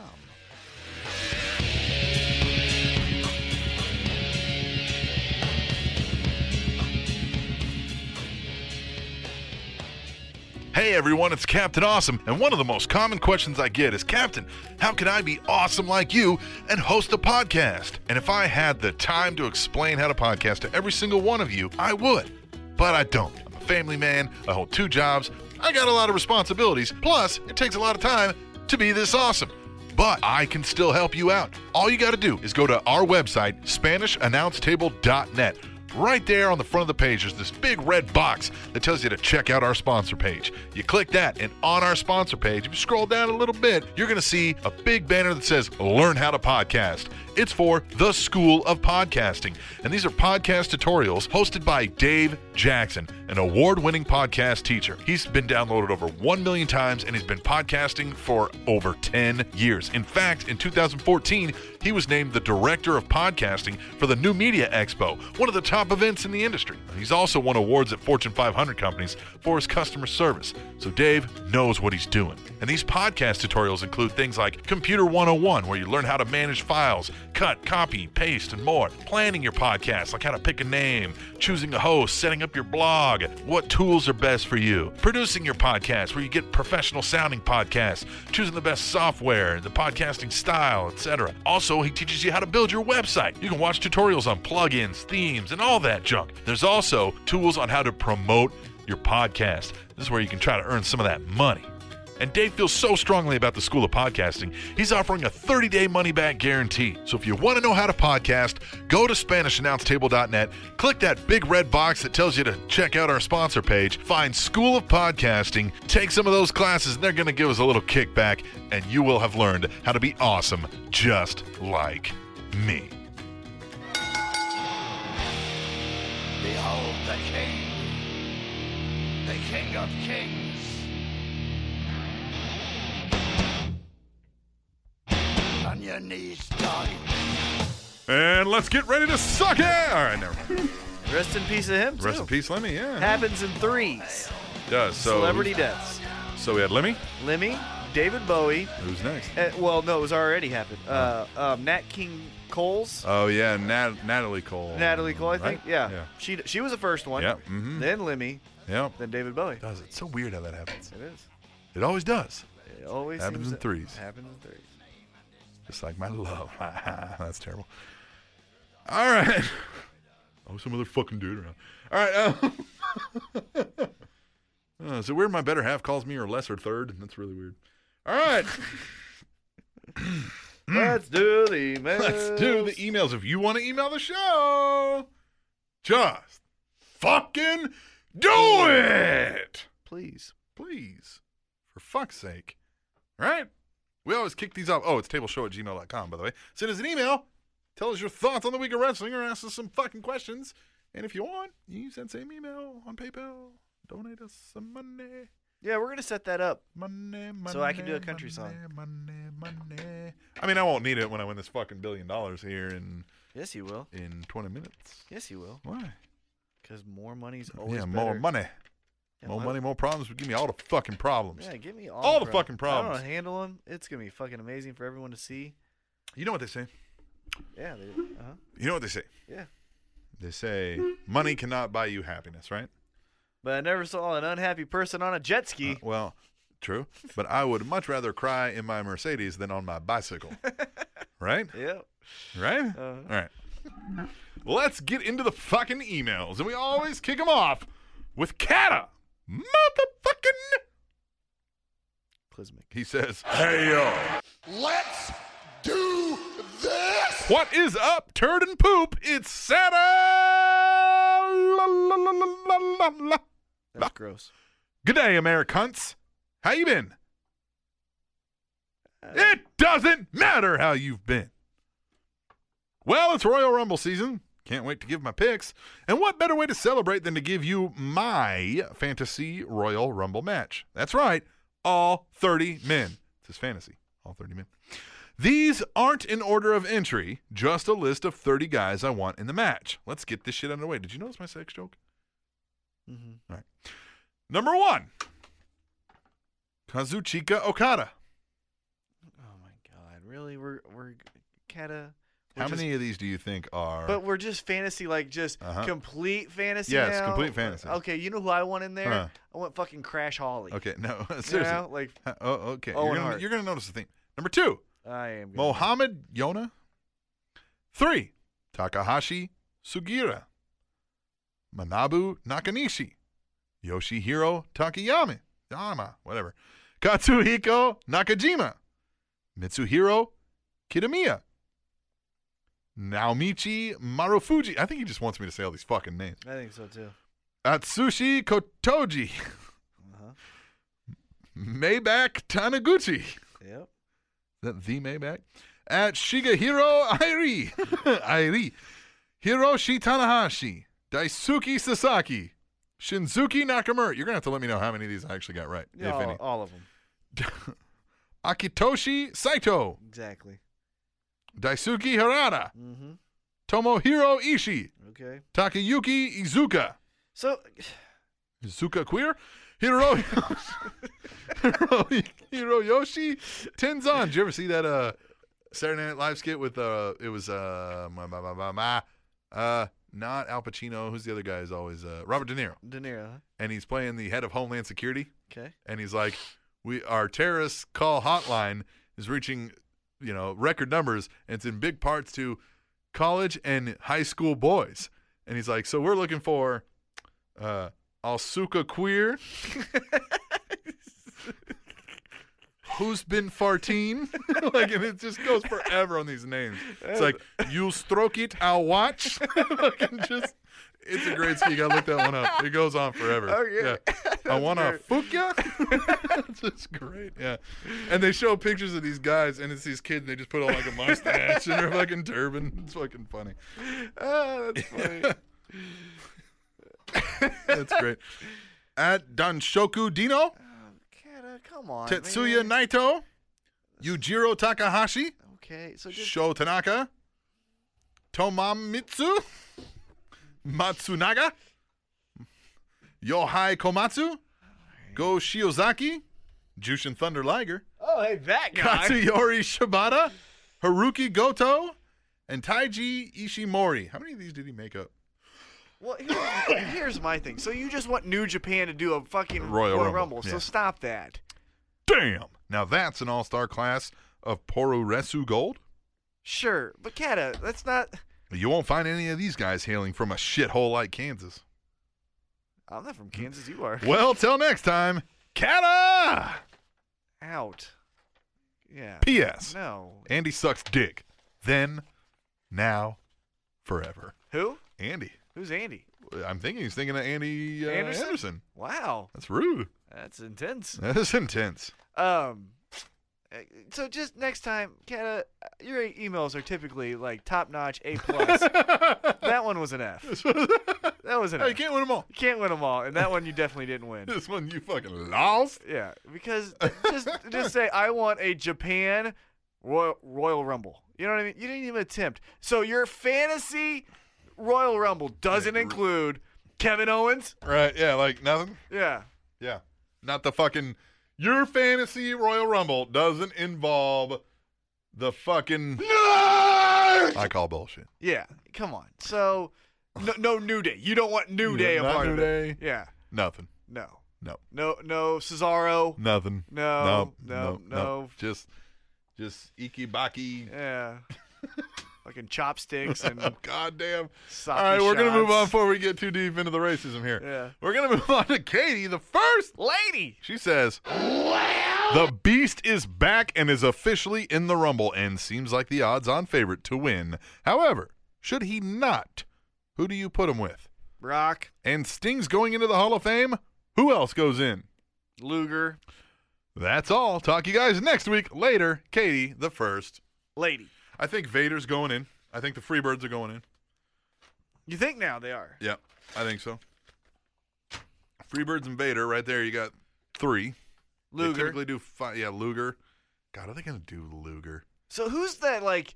S2: Hey everyone, it's Captain Awesome, and one of the most common questions I get is Captain, how can I be awesome like you and host a podcast? And if I had the time to explain how to podcast to every single one of you, I would. But I don't. I'm a family man, I hold two jobs, I got a lot of responsibilities, plus, it takes a lot of time to be this awesome but I can still help you out. All you got to do is go to our website, SpanishAnnounceTable.net. Right there on the front of the page, there's this big red box that tells you to check out our sponsor page. You click that, and on our sponsor page, if you scroll down a little bit, you're going to see a big banner that says Learn How to Podcast. It's for the School of Podcasting, and these are podcast tutorials hosted by Dave Jackson, an award winning podcast teacher. He's been downloaded over 1 million times and he's been podcasting for over 10 years. In fact, in 2014, he was named the director of podcasting for the New Media Expo, one of the top events in the industry. He's also won awards at Fortune 500 companies for his customer service. So Dave knows what he's doing. And these podcast tutorials include things like Computer 101, where you learn how to manage files, cut, copy, paste, and more. Planning your podcast, like how to pick a name, choosing a host, setting up your blog, what tools are best for you. Producing your podcast, where you get professional sounding podcasts, choosing the best software, the podcasting style, etc. Also, he teaches you how to build your website. You can watch tutorials on plugins, themes, and all that junk. There's also tools on how to promote your podcast. This is where you can try to earn some of that money. And Dave feels so strongly about the School of Podcasting, he's offering a 30 day money back guarantee. So if you want to know how to podcast, go to SpanishAnnounceTable.net, click that big red box that tells you to check out our sponsor page, find School of Podcasting, take some of those classes, and they're going to give us a little kickback, and you will have learned how to be awesome just like me.
S5: Behold the King, the King of Kings. On your knees, die.
S8: And let's get ready to suck it. All right, never mind.
S3: Rest in peace of him. Too.
S8: Rest in peace, Lemmy. Yeah,
S3: Happens in threes.
S8: does. So
S3: Celebrity deaths.
S8: So we had Lemmy.
S3: Lemmy, David Bowie.
S8: Who's next?
S3: Uh, well, no, it was already happened. Uh, um, Nat King Cole's.
S8: Oh yeah, Nat- Natalie Cole.
S3: Natalie Cole, I think.
S8: Oh, Right?
S3: Yeah.
S8: Yeah.
S3: She she was the first one.
S8: Yeah, mhm.
S3: Then Lemmy.
S8: Yeah.
S3: Then David Bowie.
S8: Does it? So weird how that happens.
S3: It is.
S8: It always does.
S3: It always
S8: Happens
S3: seems
S8: in
S3: to-
S8: threes.
S3: Happens in threes.
S8: Just like my love. That's terrible. All right. Oh, some other fucking dude around. All right. Um, uh, is it weird my better half calls me or lesser third? That's really weird. All right.
S3: Let's do the emails.
S8: Hmm. Let's do the emails. If you want to email the show, just fucking do it.
S3: please.
S8: Please. For fuck's sake. All right? We always kick these off. Oh, it's tableshow at gmail.com, by the way. Send us an email. Tell us your thoughts on the week of wrestling or ask us some fucking questions. And if you want, you can send same email on PayPal. Donate us some money.
S3: Yeah, we're gonna set that up.
S8: Money, money.
S3: So I can do a country song.
S8: Money, money. I mean, I won't need it when I win this fucking billion dollars here in
S3: Yes, you will.
S8: in 20 minutes.
S3: Yes, you will.
S8: Why?
S3: Because more money's always
S8: yeah, more
S3: better.
S8: money.
S3: Yeah,
S8: more
S3: why-
S8: money, more problems would give me all the fucking problems.
S3: Yeah, give me all,
S8: All the fucking
S3: I
S8: problems.
S3: don't know, handle them. It's gonna be fucking amazing for everyone to see.
S8: You know what they say?
S3: Yeah, they, uh-huh.
S8: You know what they say?
S3: yeah.
S8: They say money cannot buy you happiness, right?
S3: But I never saw an unhappy person on a jet ski.
S8: Uh, well, true. But I would much rather cry in my Mercedes than on my bicycle. right?
S3: Yep.
S8: Right? All right. Let's get into the fucking emails. And we always kick them off with Kata. Motherfucking.
S3: Clismic.
S8: He says, Hey, yo.
S5: Let's do this!
S8: What is up, turd and poop? It's Santa. La, la, la, la, la, la.
S3: That's gross.
S8: Good day, Americans. How you been? It doesn't matter how you've been. Well, it's Royal Rumble season. Can't wait to give my picks. And what better way to celebrate than to give you my fantasy Royal Rumble match? That's right, all 30 men. It's his fantasy, all 30 men. These aren't in order of entry, just a list of 30 guys I want in the match. Let's get this shit underway. Did you notice my sex joke? Mm-hmm. right. Number one, Kazuchika Okada.
S3: Oh my god, really? We're we're Kata.
S2: How
S3: just-
S2: many of these do you think are?
S3: But we're just fantasy, like just
S2: Uh-huh.
S3: complete fantasy.
S2: Yes,
S3: now.
S2: complete fantasy.
S3: Okay, you know who I want in there?
S2: Huh.
S3: I want fucking Crash Holly.
S2: okay, no, seriously.
S3: You know, like
S2: Uh, Oh, okay.
S3: Owen
S2: you're, gonna,
S3: Hart.
S2: you're gonna notice the thing. Number two,
S3: I am. gonna-
S2: Mohammed Yona. Three, Takahashi Sugira. Manabu Nakanishi. Yoshihiro Takayama. Yama, whatever. Katsuhiko Nakajima. Mitsuhiro Kitamiya. Naomichi Marufuji. I think he just wants me to say all these fucking names.
S3: I think so too.
S2: Atsushi Kotoji.
S3: Uh-huh.
S2: Maybach Taniguchi.
S3: Yep.
S2: Is that the Maybach? At Shigehiro Airi. Airi. Hiroshi Tanahashi. Daisuke Sasaki. Shinzuki Nakamura. You're going to have to let me know how many of these I actually got right,
S3: Yeah, all,
S2: if any.
S3: all of them.
S2: Akitoshi Saito.
S3: Exactly.
S2: Daisuke Harada.
S3: hmm
S2: Tomohiro Ishii.
S3: Okay.
S2: Takayuki Izuka.
S3: So,
S2: Izuka Queer. Hiro. Hiro Hiroyoshi Tenzan. Did you ever see that uh, Saturday Night Live skit with uh, it was uh, ma, ma, ma, ma, ma, uh, not Al Pacino. Who's the other guy? Is always uh, Robert De Niro,
S3: De Niro. huh?
S2: and he's playing the head of Homeland Security,
S3: Okay.
S2: and he's like, "We our terrorist call hotline is reaching, you know, record numbers, and it's in big parts to college and high school boys." And he's like, "So we're looking for." Uh, Alsuka queer. Who's been farteen? like, and it just goes forever on these names. It's like you stroke it, I'll watch. Fucking just, it's a great ski. You gotta look that one up. It goes on forever.
S3: Okay.
S2: Yeah. I wanna fuck ya. it's just great. Yeah. And they show pictures of these guys, and it's these kids, and they just put on like a mustache and their fucking turban. It's fucking funny.
S3: Ah, that's funny.
S2: That's great. At Danshoku Dino.
S3: Kata, come on.
S2: Tetsuya
S3: Oh, man.
S2: Naito, Yujiro Takahashi,
S3: Okay. So just
S2: Sho Tanaka, Tomamitsu, Matsunaga, Yohai Komatsu, Go Shiozaki, Jushin Thunder Liger,
S3: oh hey that guy.
S2: Katsuyori Shibata, Haruki Goto, and Taiji Ishimori. How many of these did he make up?
S3: Well, here's, here's my thing. So you just want New Japan to do a fucking
S2: Royal
S3: Royal,
S2: Rumble,
S3: Rumble?
S2: yeah.
S3: So stop that.
S2: Damn! Now that's an all star class of Poru Resu Gold.
S3: Sure, but Kata, that's not.
S2: You won't find any of these guys hailing from a shithole like Kansas.
S3: I'm not from Kansas. You are
S2: Well, till next time, Kata!
S3: out. Yeah.
S2: P.S.
S3: No.
S2: Andy sucks dick. Then, now, forever.
S3: Who?
S2: Andy.
S3: Who's Andy?
S2: I'm thinking he's thinking of Andy uh, Anderson?
S3: Anderson? Wow,
S2: That's rude.
S3: that's intense.
S2: That is intense.
S3: Um, uh, so just next time, Kata, uh, your emails are typically like top notch, A plus. that one was an F. That was an
S2: Hey,
S3: F.
S2: you can't win them all.
S3: You can't win them all, and that one you definitely didn't win.
S2: This one you fucking lost.
S3: Yeah, because just just say I want a Japan Royal, Royal Rumble. You know what I mean? You didn't even attempt. So your fantasy Royal Rumble doesn't include Kevin Owens.
S2: Right, yeah, like nothing.
S3: Yeah.
S2: Yeah. Not the fucking. Your fantasy Royal Rumble doesn't involve the fucking. I call bullshit.
S3: Yeah. Come on. So no, no New Day. You don't want New Day
S2: Not
S3: a part
S2: New
S3: of it.
S2: Day.
S3: Yeah.
S2: Nothing.
S3: No.
S2: No.
S3: No no Cesaro.
S2: Nothing.
S3: No,
S2: Nope.
S3: no,
S2: Nope.
S3: no.
S2: Nope. Just, just ikibaki.
S3: Yeah. Fucking chopsticks and
S2: Goddamn.
S3: sake
S2: All right, we're gonna move on
S3: shots.
S2: before we get too deep into the racism here.
S3: Yeah.
S2: We're gonna move on to Katie, the first
S3: lady.
S2: She says, The Beast is back and is officially in the Rumble and seems like the odds on favorite to win. However, should he not, who do you put him with?
S3: Brock,
S2: And Sting's going into the Hall of Fame? Who else goes in?
S3: Luger,
S2: That's all. Talk to you guys next week. Later, Katie, the first.
S3: lady.
S2: I think Vader's going in. I think the Freebirds are going in.
S3: You think now they are.
S2: Yeah, I think so. Freebirds and Vader, right there. You got three. They
S3: Luger.
S2: typically do five. Yeah, Luger. God, are they gonna do Luger?
S3: So who's that like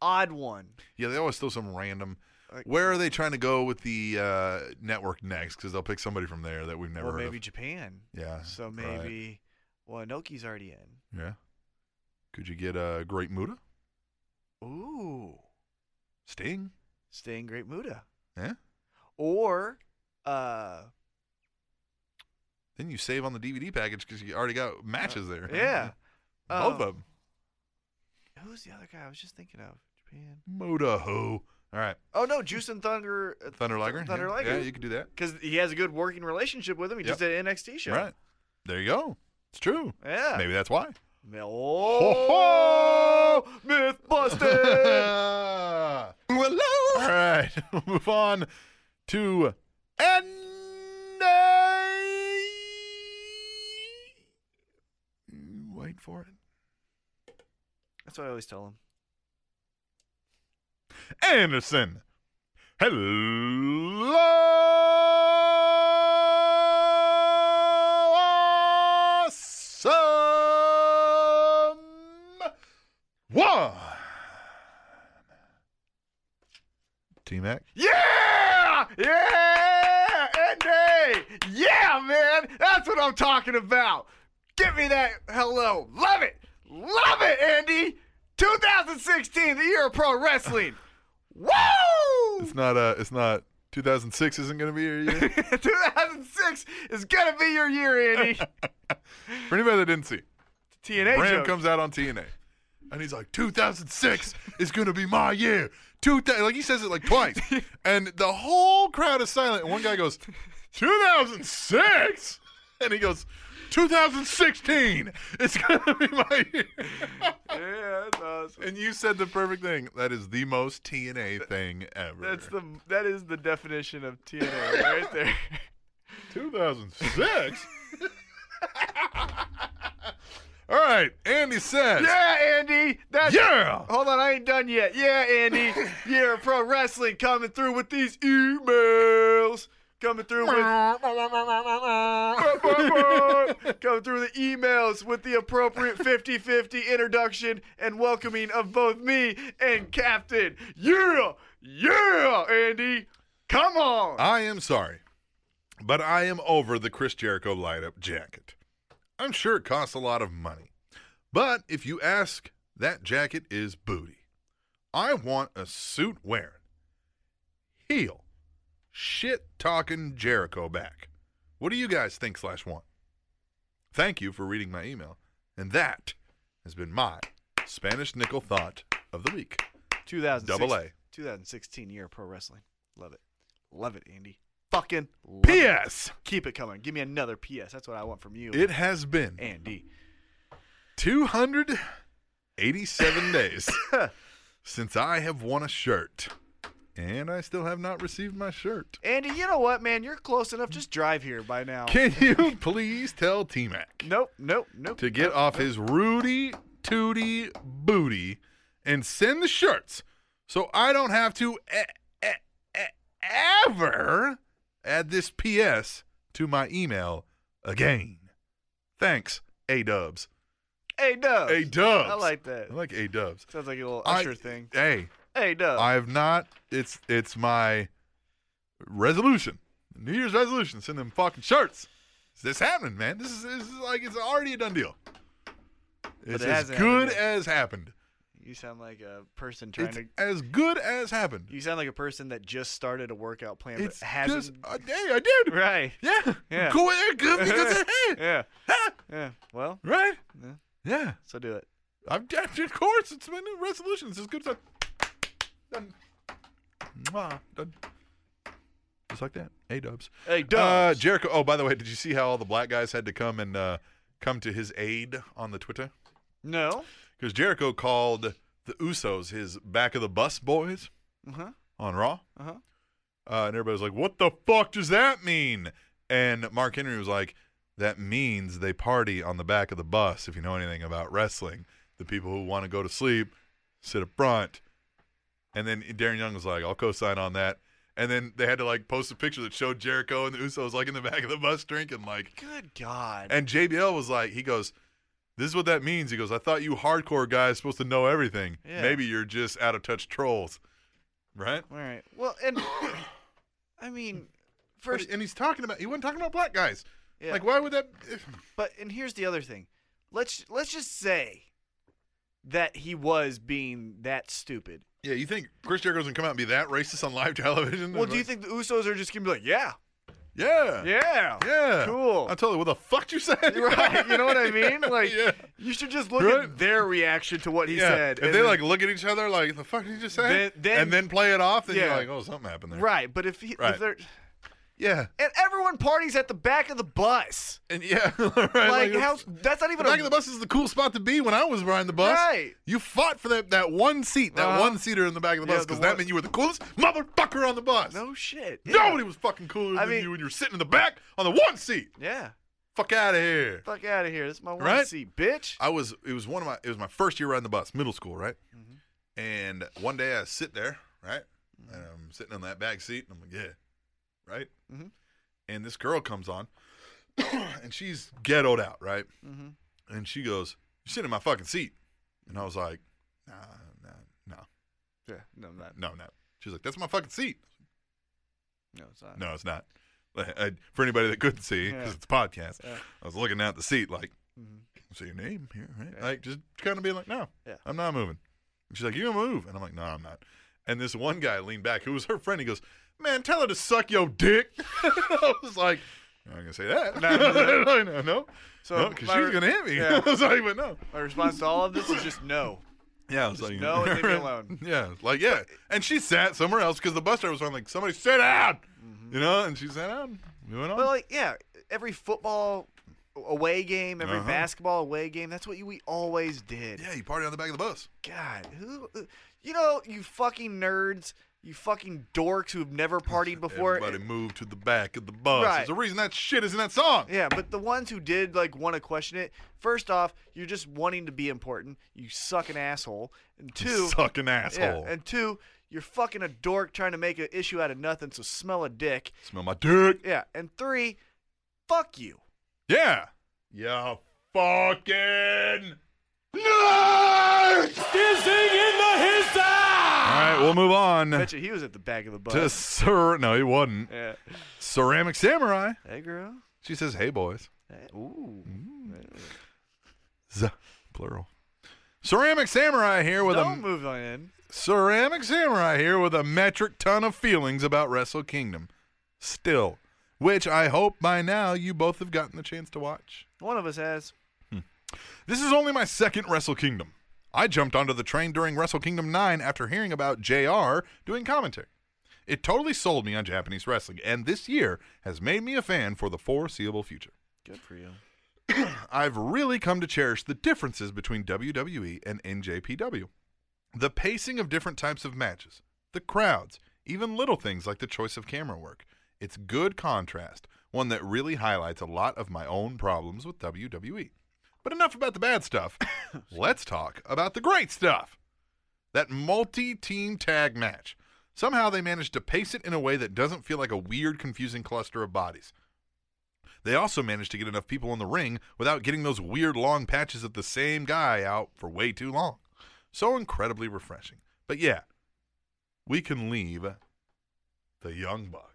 S3: odd one?
S2: Yeah, they always throw some random. Where are they trying to go with the uh, network next? Because they'll pick somebody from there that we've never
S3: well,
S2: heard
S3: maybe
S2: of.
S3: Japan.
S2: Yeah.
S3: So
S2: right.
S3: maybe Wanoki's already in.
S2: Yeah. Could you get a uh, Great Muda?
S3: Ooh.
S2: Sting?
S3: Stay in Great Muda.
S2: Yeah.
S3: Or uh
S2: Then you save on the DVD package because you already got matches there.
S3: Uh, yeah.
S2: Both
S3: Uh,
S2: of them.
S3: Who's the other guy I was just thinking of? Japan.
S2: Moda Ho. All right.
S3: Oh no, Juice and Thunder uh,
S2: Thunder Liger.
S3: Th- Thunder
S2: yeah.
S3: Liger.
S2: Yeah, you can do that.
S3: Because he has a good working relationship with him. He
S2: Yep.
S3: just did an NXT show.
S2: Right. There you go. It's true.
S3: Yeah.
S2: Maybe that's why.
S3: Oh, myth busted.
S2: All right, we'll move on to NA. Wait for it.
S3: That's what I always tell him.
S2: Anderson. Hello, awesome one. T Mac.
S3: Yeah, yeah, Andy. Yeah, man. That's what I'm talking about. Give me that hello. Love it, love it, Andy. 2016, the year of pro wrestling. Woo!
S2: It's not. Uh, it's not. 2006 isn't going to be your year.
S3: 2006 is gonna be your year, Andy.
S2: For anybody that didn't see,
S3: TNA
S2: Bram
S3: joke.
S2: comes out on TNA, and he's like, "2006 is going to be my year." Two thou-" like he says it like twice, and the whole crowd is silent. And one guy goes, "2006," and he goes, "2016 is going to be my year."
S3: Yeah, that's awesome.
S2: And you said the perfect thing. That is the most TNA thing ever.
S3: That's the that is the definition of TNA right there.
S2: 2006. All right, Andy says,
S3: yeah, Andy. That's
S2: Yeah!
S3: Hold on, I ain't done yet. Yeah, Andy. Year of pro wrestling coming through with these emails. Coming through with coming through the emails with the appropriate 50-50 introduction and welcoming of both me and Captain. Yeah, yeah, Andy. Come on.
S2: I am sorry, but I am over the Chris Jericho light up jacket. I'm sure it costs a lot of money, but if you ask, that jacket is booty. I want a suit wearing, heel, shit talking Jericho back. What do you guys think slash want? Thank you for reading my email, and that has been my Spanish nickel thought of the week.
S3: 2006,
S2: Double A.
S3: 2016 year of pro wrestling. Love it. Love it, Andy. Fucking love it.
S2: P.S.
S3: Keep it coming. Give me another PS. That's what I want from you,
S2: It has been
S3: Andy.
S2: 287 days since I have won a shirt. And I still have not received my shirt.
S3: Andy, you know what, man? You're close enough. Just drive here by now.
S2: Can you please tell T Mac
S3: nope, nope, nope.
S2: to get off his Rudy Tooty booty and send the shirts so I don't have to e- e- e- ever add this PS to my email again? Thanks, A Dubs.
S3: Hey, Dubs.
S2: A Dubs.
S3: I like that.
S2: I like A Dubs.
S3: Sounds like a little
S2: I-
S3: Usher thing.
S2: Hey,
S3: Hey, Dubs.
S2: I have not. It's it's my resolution, New Year's resolution. Send them fucking shirts. Is this happening, man? This is, this is like it's already a done deal. It's
S3: it
S2: as
S3: hasn't
S2: good
S3: happened yet.
S2: as happened.
S3: you sound like a person trying
S2: It's
S3: to.
S2: as good as happened.
S3: You sound like a person that just started a workout plan
S2: It's
S3: but hasn't.
S2: just a day. I did.
S3: right.
S2: Yeah.
S3: Yeah.
S2: Go there, good because I had.
S3: Yeah.
S2: Huh?
S3: Yeah. Well,
S2: Right.
S3: Yeah.
S2: Yeah.
S3: so do it.
S2: I'm of course. It's my new resolution. It's as good as I- done. Mwah. Done. Just like that. A Dubs.
S3: Hey,
S2: Uh,
S3: Dubs.
S2: Jericho. Oh, by the way, did you see how all the black guys had to come and uh, come to his aid on the Twitter?
S3: no.
S2: Because Jericho called the Usos his back of the bus boys
S3: Uh huh.
S2: on Raw,
S3: Uh huh.
S2: uh, and everybody was like, "What the fuck does that mean?" And Mark Henry was like, "That means they party on the back of the bus. If you know anything about wrestling, the people who want to go to sleep sit up front." And then Darren Young was like, "I'll co-sign on that." And then they had to like post a picture that showed Jericho and the Usos like in the back of the bus drinking like.
S3: Good God.
S2: And JBL was like, he goes, "This is what that means." He goes, "I thought you hardcore guys supposed to know everything.
S3: Yeah.
S2: Maybe you're just out of touch trolls, right?"
S3: All right. Well, and I mean,
S2: But-
S3: first,
S2: and he's talking about he wasn't talking about black guys.
S3: Yeah.
S2: Like, why would that?
S3: but and here's the other thing. Let's let's just say that he was being that stupid
S2: Yeah, you think Chris Jericho's gonna come out and be that racist on live television?
S3: Well, do you think the Usos are just gonna be like, yeah,
S2: Yeah.
S3: yeah,
S2: Yeah.
S3: cool?
S2: I told you what the fuck you said.
S3: right? You know what I mean? Like,
S2: Yeah.
S3: you should just look
S2: Right?
S3: at their reaction to what he
S2: yeah.
S3: said.
S2: if
S3: and
S2: they
S3: then-
S2: like look at each other like the fuck did you just say?
S3: Then- then-
S2: and then play it off, then you're
S3: Yeah.
S2: like, oh, something happened there.
S3: right? But if, he,
S2: Right.
S3: if they're
S2: Yeah.
S3: and everyone parties at the back of the bus,
S2: And yeah. right. Like,
S3: like, how? That's not
S2: the
S3: even
S2: back
S3: a,
S2: of the bus is the cool spot to be when I was riding the bus.
S3: Right.
S2: You fought for that, that one seat, that
S3: Uh-huh.
S2: one seater in the back of the
S3: Yeah,
S2: bus,
S3: the
S2: because that
S3: one-
S2: meant you were the coolest motherfucker on the bus.
S3: No shit. Yeah.
S2: Nobody was fucking cooler
S3: I
S2: than
S3: mean-
S2: you when you were sitting in the back on the one seat.
S3: Yeah.
S2: Fuck out of here.
S3: Fuck out of here. This is my one
S2: Right?
S3: seat, bitch.
S2: I was it was one of my it was my first year riding the bus, middle school, right? And one day I sit there, right? And I'm sitting in that back seat, and I'm like, yeah, right.
S3: Mhm.
S2: And this girl comes on, and she's ghettoed out, right?
S3: Mhm.
S2: And she goes, "You sitting in my fucking seat," and I was like, "Nah, nah, no,
S3: Yeah. No, I'm not.
S2: no, no." She's like, "That's my fucking seat."
S3: No, it's not.
S2: No, it's not. I, for anybody that couldn't see, because
S3: Yeah.
S2: it's a podcast,
S3: Yeah.
S2: I was looking out the seat like,
S3: Mhm.
S2: "So your name here, right?"
S3: Yeah.
S2: Like just kind of being like, "No,
S3: Yeah.
S2: I'm not moving." And she's like, "You gonna move?" And I'm like, "No, I'm not." And this one guy leaned back, who was her friend. He goes, "Man, tell her to suck your dick." I was like, "I'm not gonna say that." No, no, no, no.
S3: So
S2: No, 'cause
S3: my-
S2: she's gonna hit me.
S3: Yeah.
S2: I was like, "But no."
S3: My response to all of this is just no.
S2: Yeah, I was
S3: Just
S2: like,
S3: no and leave me alone.
S2: Yeah, like yeah, and she sat somewhere else because the bus driver was on like, "Somebody sit down,"
S3: Mm-hmm.
S2: you know, and she sat down. We went on.
S3: But like, yeah, every football away game, every
S2: Uh-huh.
S3: basketball away game, that's what we always did.
S2: Yeah, you party on the back of the bus.
S3: God, who, uh, you know, you fucking nerds, you fucking dorks who have never partied before.
S2: Everybody moved to the back of the bus.
S3: Right.
S2: There's a reason that shit is in that song.
S3: Yeah, but the ones who did like want to question it, first off, you're just wanting to be important. You suck an asshole. And two,
S2: Sucking
S3: yeah,
S2: asshole.
S3: and two, you're fucking a dork trying to make an issue out of nothing. So smell a dick.
S2: Smell my dick.
S3: Yeah, and three, fuck you.
S2: Yeah. Yeah. Fucking. All right, we'll move on
S3: Bet Ah. you he was at the back of the
S2: to
S3: bus.
S2: Sir. No, he wasn't.
S3: Yeah.
S2: Ceramic Samurai.
S3: Hey, girl.
S2: She says, "Hey, boys."
S3: Hey, Ooh.
S2: Z, plural. Ceramic Samurai here with a
S3: Don't move on in.
S2: Ceramic Samurai here with a metric ton of feelings about Wrestle Kingdom. Still, which I hope by now you both have gotten the chance to watch.
S3: One of us has.
S2: This is only my second Wrestle Kingdom. I jumped onto the train during Wrestle Kingdom 9 after hearing about JR doing commentary. It totally sold me on Japanese wrestling, and this year has made me a fan for the foreseeable future.
S3: Good for you.
S2: I've really come to cherish the differences between WWE and NJPW. The pacing of different types of matches, the crowds, even little things like the choice of camera work. It's good contrast, one that really highlights a lot of my own problems with E. WWE. But enough about the bad stuff. Let's talk about the great stuff. That multi team tag match. Somehow they managed to pace it in a way that doesn't feel like a weird, confusing cluster of bodies. They also managed to get enough people in the ring without getting those weird long patches of the same guy out for way too long. So incredibly refreshing. But yeah, we can leave the Young Bucks.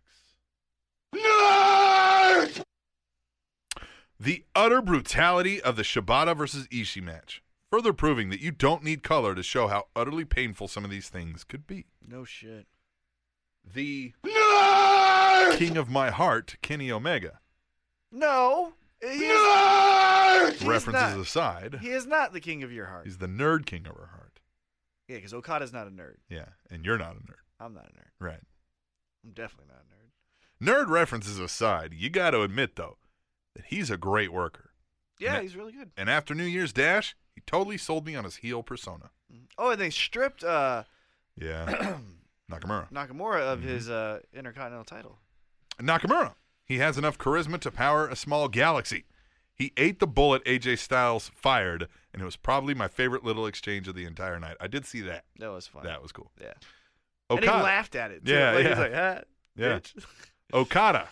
S2: The utter brutality of the Shibata versus Ishii match, further proving that you don't need color to show how utterly painful some of these things could be.
S3: No shit.
S2: The King of My Heart, Kenny Omega,
S3: No. He is, He's
S2: references
S3: not.
S2: aside.
S3: he is not the king of your heart.
S2: He's the nerd king of her heart.
S3: Yeah, because Okada's not a nerd.
S2: Yeah, and you're not a nerd,
S3: I'm not a nerd.
S2: right?
S3: I'm definitely not a nerd.
S2: Nerd references aside, you got to admit though that he's a great worker.
S3: Yeah,
S2: Yeah.
S3: he's really good.
S2: And after New Year's Dash, he totally sold me on his heel persona.
S3: Oh, and they stripped uh,
S2: Yeah, Nakamura.
S3: Nakamura
S2: Mm-hmm.
S3: of his uh, Intercontinental title.
S2: Nakamura. He has enough charisma to power a small galaxy. He ate the bullet AJ Styles fired, and it was probably my favorite little exchange of the entire night. I did see that.
S3: That was fun.
S2: That was cool.
S3: yeah. And he
S2: Okada.
S3: laughed at it. Too.
S2: Yeah,
S3: like, He's
S2: yeah.
S3: like, ah,
S2: Yeah.
S3: bitch.
S2: Okada.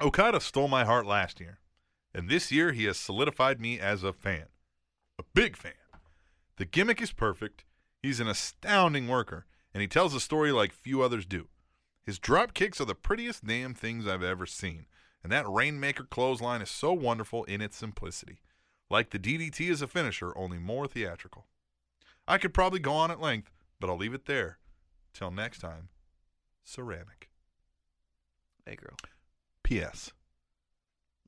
S2: Okada stole my heart last year, and this year he has solidified me as a fan. A big fan. The gimmick is perfect. He's an astounding worker, and he tells a story like few others do. His drop kicks are the prettiest damn things I've ever seen, and that Rainmaker clothesline is so wonderful in its simplicity. Like the DDT is a finisher, only more theatrical. I could probably go on at length, But I'll leave it there. Till next time, ceramic.
S3: Hey, girl.
S2: P.S.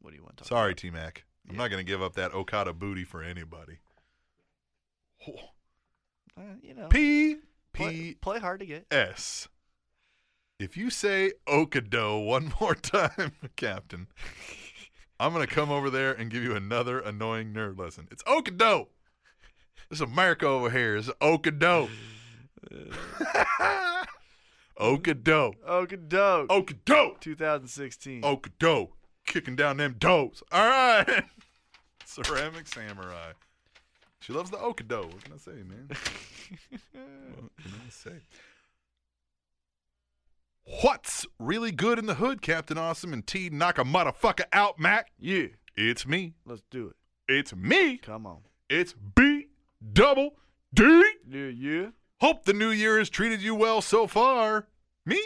S3: What do you want to talk
S2: Sorry, T Mac. I'm
S3: Yeah.
S2: not going to give up that Okada booty for anybody. Oh.
S3: about? Uh, you know,
S2: P.
S3: play,
S2: P.
S3: play hard to get.
S2: S. If you say Okado one more time, Captain, I'm going to come over there and give you another annoying nerd lesson. It's Okado. This America over here is Okado. Okado.
S3: Oh, good dope.
S2: Okado.
S3: 2016.
S2: Oh. Okado. Kicking down them doors. All right. Ceramic Samurai. She loves the Okado. What can I say, man? what can I say? What's really good in the hood, Captain Awesome and T knock a motherfucker out, Mac?
S3: Yeah.
S2: It's me.
S3: Let's do it.
S2: It's me.
S3: Come on.
S2: It's B double D.
S3: Yeah, yeah.
S2: Hope the new year has treated you well so far. Me?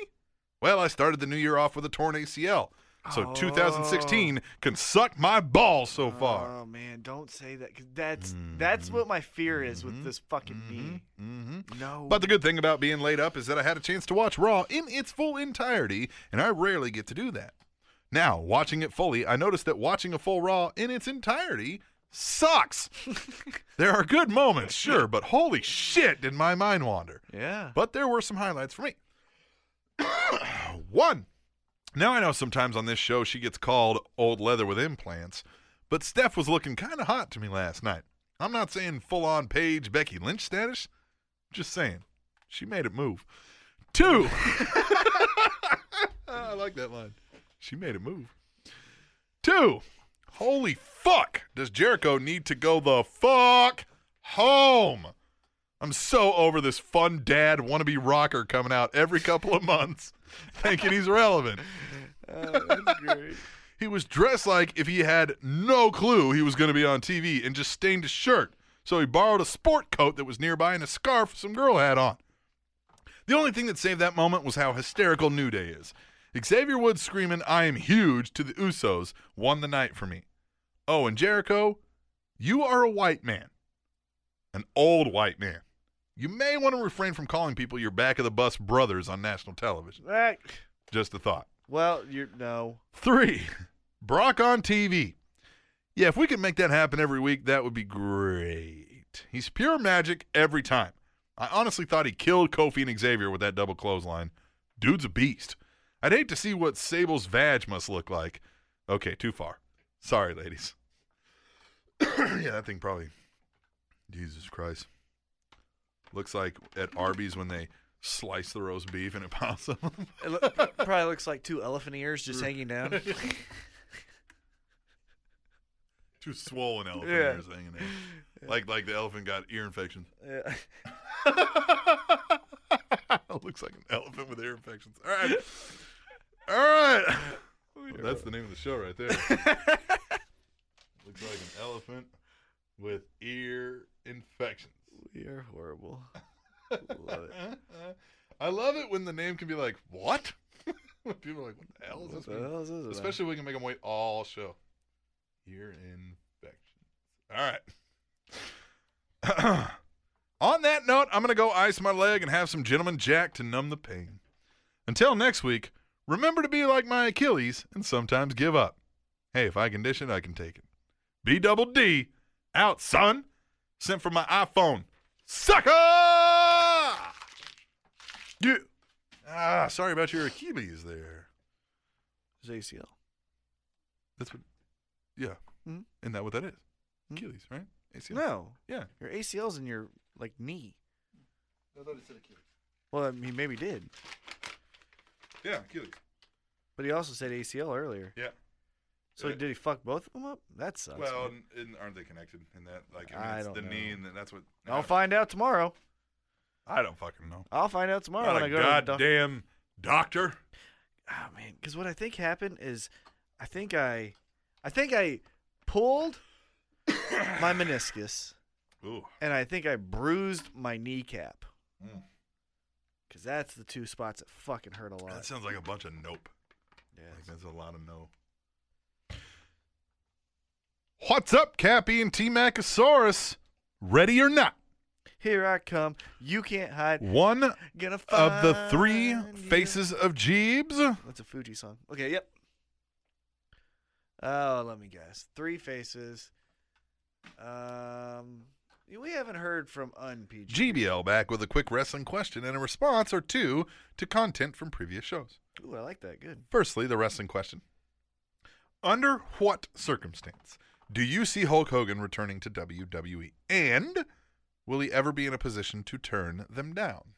S2: Well, I started the new year off with a torn ACL. So
S3: Oh.
S2: 2016 can suck my balls so far. Mm-hmm.
S3: Oh man, don't say that. 'cause that's that's what my fear is with this fucking knee.
S2: hmm
S3: No.
S2: Mm-hmm. But the good thing about being laid up is that I had a chance to watch Raw in its full entirety, and I rarely get to do that. Now, watching it fully, I noticed that watching a full Raw in its entirety sucks. there are good moments, sure, but holy shit, did my mind wander.
S3: yeah.
S2: But there were some highlights for me. One, now I know sometimes on this show she gets called old leather with implants, but Steph was looking kind of hot to me last night. I'm not saying full on page Becky Lynch status, just saying she made it move. Two, I like that line. She made it move. Two, holy fuck, does Jericho need to go the fuck home? I'm so over this fun dad wannabe rocker coming out every couple of months thinking he's relevant.
S3: Oh, that's great.
S2: He was dressed like if he had no clue he was going to be on TV and just stained his shirt. So he borrowed a sport coat that was nearby and a scarf some girl had on. The only thing that saved that moment was how hysterical New Day is. Xavier Woods screaming, I am huge to the Usos, won the night for me. Oh, and Jericho, you are a white man, an old white man. You may want to refrain from calling people your back of the bus brothers on national television.
S3: That,
S2: Just a thought.
S3: well, you're no.
S2: Three, Brock on TV. Yeah, if we could make that happen every week, that would be great. He's pure magic every time. I honestly thought he killed Kofi and Xavier with that double clothesline. Dude's a beast. I'd hate to see what Sable's vag must look like. Okay, too far. Sorry, ladies. yeah, that thing probably. Jesus Christ. Looks like at Arby's when they slice the roast beef and it pops up.
S3: It loo- probably looks like two elephant ears just hanging down.
S2: Two swollen elephant
S3: Yeah.
S2: ears hanging there. Like like the elephant got ear infections.
S3: Yeah.
S2: Looks like an elephant with ear infections. All right. All right. Well, that's the name of the show right there. Looks like an elephant with ear infections.
S3: You're horrible.
S2: I love it when the name can be like, what? when people are like, what the hell is
S3: What
S2: this?
S3: the
S2: mean?
S3: hell is this about?
S2: Especially if we can make them wait all show. Ear infections. All right. On that note, I'm going to go ice my leg and have some Gentleman Jack to numb the pain. Until next week, remember to be like my Achilles and sometimes give up. Hey, if I can dish it, I can take it. B double D, out, son. Sent from my iPhone. Sucker! Yeah. Ah, sorry about your Achilles there.
S3: It's ACL.
S2: That's what. Yeah.
S3: Mhm.
S2: Isn't that what that is?
S3: Mhm.
S2: Achilles, right? ACL.
S3: No,
S2: Yeah.
S3: your ACL's in your like knee. Well, I mean, maybe he did,
S2: Yeah, Achilles.
S3: but he also said ACL earlier.
S2: Yeah.
S3: So
S2: Yeah.
S3: did he fuck both of them up? That sucks.
S2: well,
S3: man.
S2: and, and aren't they connected in that? Like, I mean,
S3: I
S2: it's
S3: don't
S2: the knee,
S3: know.
S2: and then that's what. I
S3: I'll
S2: don't-
S3: find out tomorrow.
S2: I don't fucking know.
S3: I'll find out tomorrow
S2: Not
S3: when
S2: a
S3: I go to the doc-
S2: goddamn doctor.
S3: oh man because what i think happened is i think i i think i pulled my meniscus
S2: Ooh.
S3: and i think i bruised my kneecap
S2: Mm.
S3: because that's the two spots that fucking hurt a lot
S2: That sounds like a bunch of nope.
S3: yeah,
S2: Like,
S3: it's-
S2: that's a lot of no. What's up, Cappy and T Macosaurus? Ready or not?
S3: Here I come. You can't hide.
S2: One
S3: Gonna find
S2: of the three
S3: you.
S2: faces of Jeebs.
S3: That's a Fuji song. Okay, yep. Oh, let me guess. Three faces. Um, we haven't heard from Unpg.
S2: GBL back with a quick wrestling question and a response or two to content from previous shows.
S3: Ooh, I like that. Good.
S2: Firstly, the wrestling question. Under what circumstance do you see Hulk Hogan returning to WWE? And will he ever be in a position to turn them down?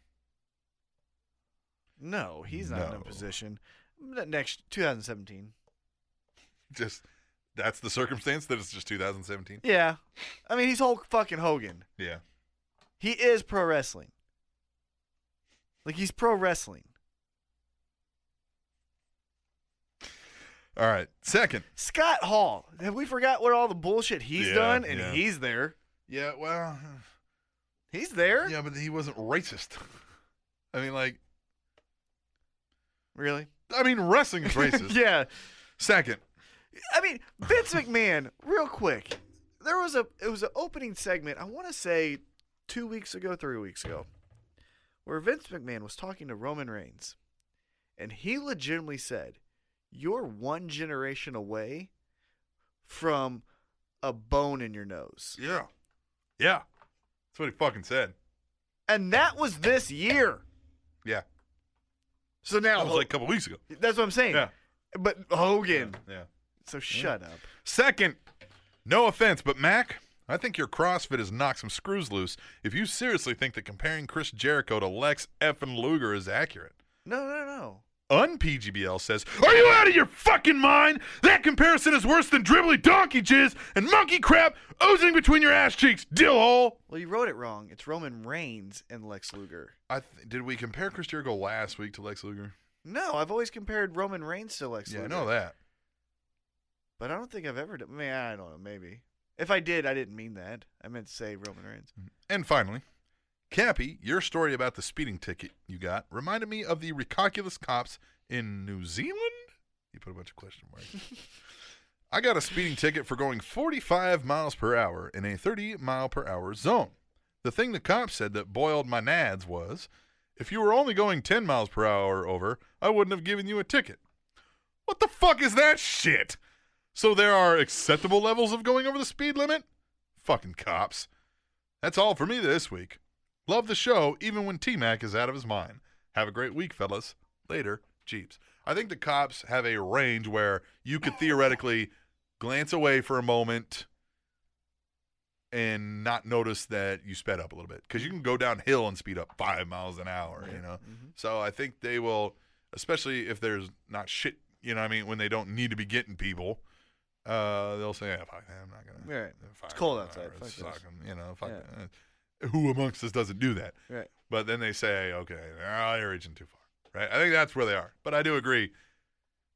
S3: No, he's not
S2: No.
S3: in a position. N- Next 2017.
S2: Just that's the circumstance that it's just 2017.
S3: Yeah, I mean he's Hulk fucking Hogan.
S2: Yeah.
S3: He is pro wrestling. Like he's pro wrestling.
S2: All right. Second.
S3: Scott Hall. Have we forgot what all the bullshit he's
S2: Yeah,
S3: done? And
S2: yeah.
S3: he's there.
S2: Yeah, well,
S3: He's there.
S2: yeah, but he wasn't racist. I mean, like,
S3: Really?
S2: I mean, wrestling is racist.
S3: yeah.
S2: Second.
S3: I mean, Vince McMahon, real quick. There was a it was an opening segment, I want to say 2 weeks ago, 3 weeks ago, where Vince McMahon was talking to Roman Reigns and he legitimately said, "You're one generation away from a bone in your nose."
S2: Yeah. Yeah. That's what he fucking said.
S3: And that was this year.
S2: Yeah.
S3: So now
S2: That was like a couple weeks ago.
S3: that's what I'm saying.
S2: Yeah.
S3: But Hogan.
S2: Yeah.
S3: So shut up.
S2: Second, no offense, but Mac, I think your CrossFit has knocked some screws loose if you seriously think that comparing Chris Jericho to Lex effing Luger is accurate.
S3: No, no, no.
S2: UnPGBL says, Are you out of your fucking mind? That comparison is worse than dribbly donkey jizz and monkey crap oozing between your ass cheeks, dill hole.
S3: Well, you wrote it wrong. It's Roman Reigns and Lex Luger.
S2: I th- did we compare Chris Jericho last week to Lex Luger?
S3: No, I've always compared Roman Reigns to Lex
S2: Yeah, I
S3: Luger.
S2: know that.
S3: But I don't think I've ever done. I, mean, I don't know. Maybe if I did, I didn't mean that. I meant to say Roman Reigns.
S2: And finally, Cappy, your story about the speeding ticket you got reminded me of the ridiculous cops in New Zealand. You put a bunch of question marks. I got a speeding ticket for going 45 miles per hour in a 30 mile per hour zone. The thing the cops said that boiled my nads was, if you were only going 10 miles per hour over, I wouldn't have given you a ticket. What the fuck is that shit? So there are acceptable levels of going over the speed limit? Fucking cops. That's all for me this week. Love the show, even when T Mac is out of his mind. Have a great week, fellas. Later, Jeeps. I think the cops have a range where you could theoretically glance away for a moment and not notice that you sped up a little bit because you can go downhill and speed up five miles an hour, you know?
S3: mm-hmm.
S2: So I think they will, especially if there's not shit, you know what I mean, when they don't need to be getting people. Uh, they'll say, "Yeah, fuck that. I'm not gonna."
S3: Right.
S2: fuck
S3: It's cold
S2: it,
S3: outside.
S2: whatever,
S3: Fuck this."
S2: suck 'em, you know, fuck
S3: Yeah.
S2: it. Uh, Who amongst us doesn't do that?
S3: Right.
S2: But then they say, okay, ah, you're reaching too far. Right. I think that's where they are. But I do agree.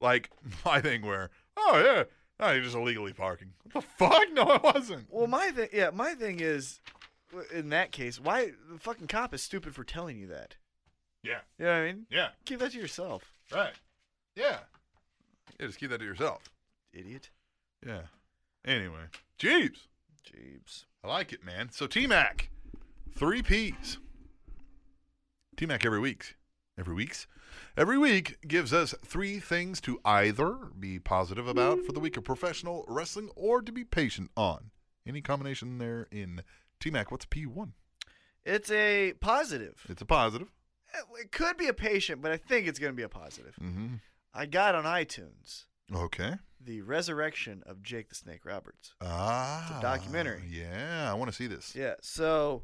S2: Like my thing where, oh yeah, no, you're just illegally parking. What the fuck? No, I wasn't.
S3: Well, my thing, yeah, my thing is, w- in that case, why the fucking cop is stupid for telling you that?
S2: Yeah.
S3: You know what I mean?
S2: Yeah.
S3: Keep that to yourself,
S2: Right. Yeah. Yeah. Just keep that to yourself.
S3: idiot.
S2: Yeah. Anyway, Jeeps.
S3: Jeebs.
S2: I like it, man. So T Mac, three P's. T Mac every week, every week's, every week gives us three things to either be positive about for the week of professional wrestling or to be patient on. Any combination there in T Mac? What's P one?
S3: It's a positive.
S2: It's a positive.
S3: Eh, It could be a patient, but I think it's going to be a positive.
S2: Mm-hmm.
S3: I got on iTunes
S2: Okay.
S3: the resurrection of Jake the Snake Roberts.
S2: Ah,
S3: documentary.
S2: Yeah, I want to see this.
S3: Yeah, so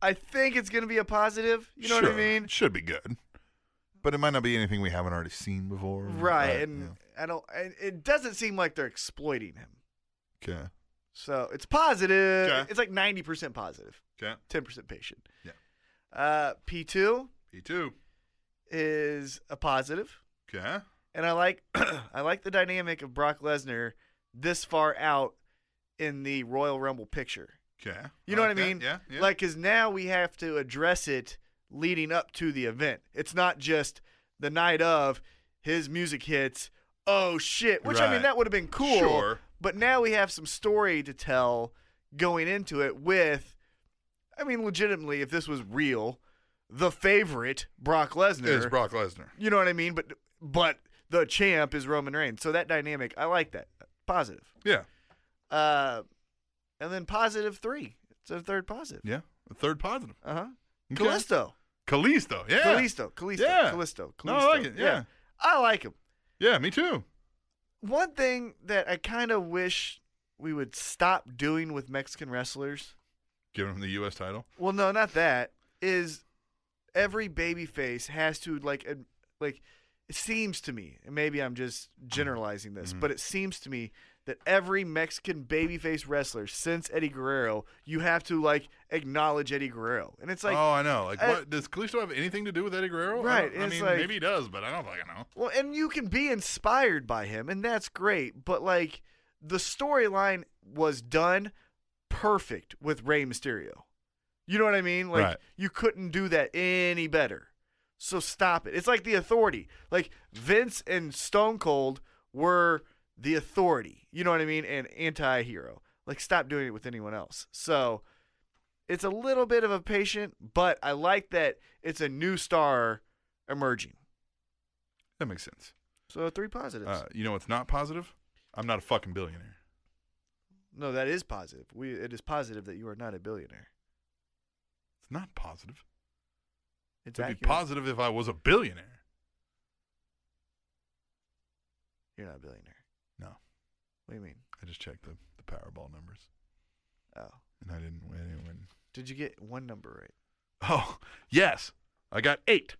S3: I think it's going to be a positive. You know what I
S2: Sure.
S3: mean?
S2: Should be good, but it might not be anything we haven't already seen before.
S3: Right, and
S2: yeah.
S3: I don't. And it doesn't seem like they're exploiting him.
S2: Okay.
S3: So it's positive.
S2: Okay.
S3: It's like ninety percent positive,
S2: Okay.
S3: ten percent patient.
S2: Yeah.
S3: Uh, P two
S2: P two.
S3: is a positive,
S2: Okay.
S3: and I like I like the dynamic of Brock Lesnar this far out in the Royal Rumble picture.
S2: Okay.
S3: You know
S2: like
S3: what I
S2: that.
S3: mean?
S2: Yeah. yeah.
S3: Like, because now we have to address it leading up to the event. It's not just the night of his music hits. Oh shit! Which I
S2: Right.
S3: mean, that would have been cool.
S2: Sure.
S3: But now we have some story to tell going into it with I mean, legitimately, if this was real, the favorite Brock Lesnar
S2: It's Brock Lesnar.
S3: You know what I mean? But but the champ is Roman Reigns. So that dynamic, I like that. Positive.
S2: Yeah.
S3: Uh, and then positive three. It's a third positive.
S2: Yeah. A third positive.
S3: Uh huh.
S2: Okay.
S3: Callisto.
S2: Callisto. Yeah.
S3: Callisto. Callisto.
S2: Yeah.
S3: Callisto.
S2: No,
S3: Callisto.
S2: I like it, yeah.
S3: I like him.
S2: Yeah, me too.
S3: One thing that I kind of wish we would stop doing with Mexican wrestlers.
S2: Giving him the U.S. title.
S3: Well, no, not that. Is every baby face has to like ad- like it seems to me, and maybe I'm just generalizing
S2: Mm-hmm.
S3: this, but it seems to me that every Mexican babyface wrestler since Eddie Guerrero, you have to like acknowledge Eddie Guerrero. And it's like
S2: oh, I know. Like,
S3: I-
S2: what does Callisto have anything to do with Eddie Guerrero? I
S3: Right,
S2: don't- I,
S3: it's
S2: mean,
S3: like-
S2: maybe he does, but I don't fucking know.
S3: Well, and you can be inspired by him, and that's great. But like, the storyline was done perfect with Rey Mysterio. You know what I mean? Like,
S2: Right.
S3: you couldn't do that any better. So stop it. It's like the authority. Like Vince and Stone Cold were the authority. You know what I mean? And anti-hero. Like, stop doing it with anyone else. So. It's a little bit of a patient, but I like that it's a new star emerging.
S2: That makes sense.
S3: So three positives.
S2: Uh, you know what's not positive? I'm not a fucking billionaire.
S3: no, that is positive. We it is positive that you are not a billionaire.
S2: It's not positive.
S3: It's
S2: It'd be
S3: accurate.
S2: positive if I was a billionaire.
S3: You're not a billionaire.
S2: No,
S3: What do you mean?
S2: I just checked the, the Powerball numbers,
S3: Oh,
S2: and I didn't win. I didn't win.
S3: did you get one number
S2: Oh, yes, I got eight.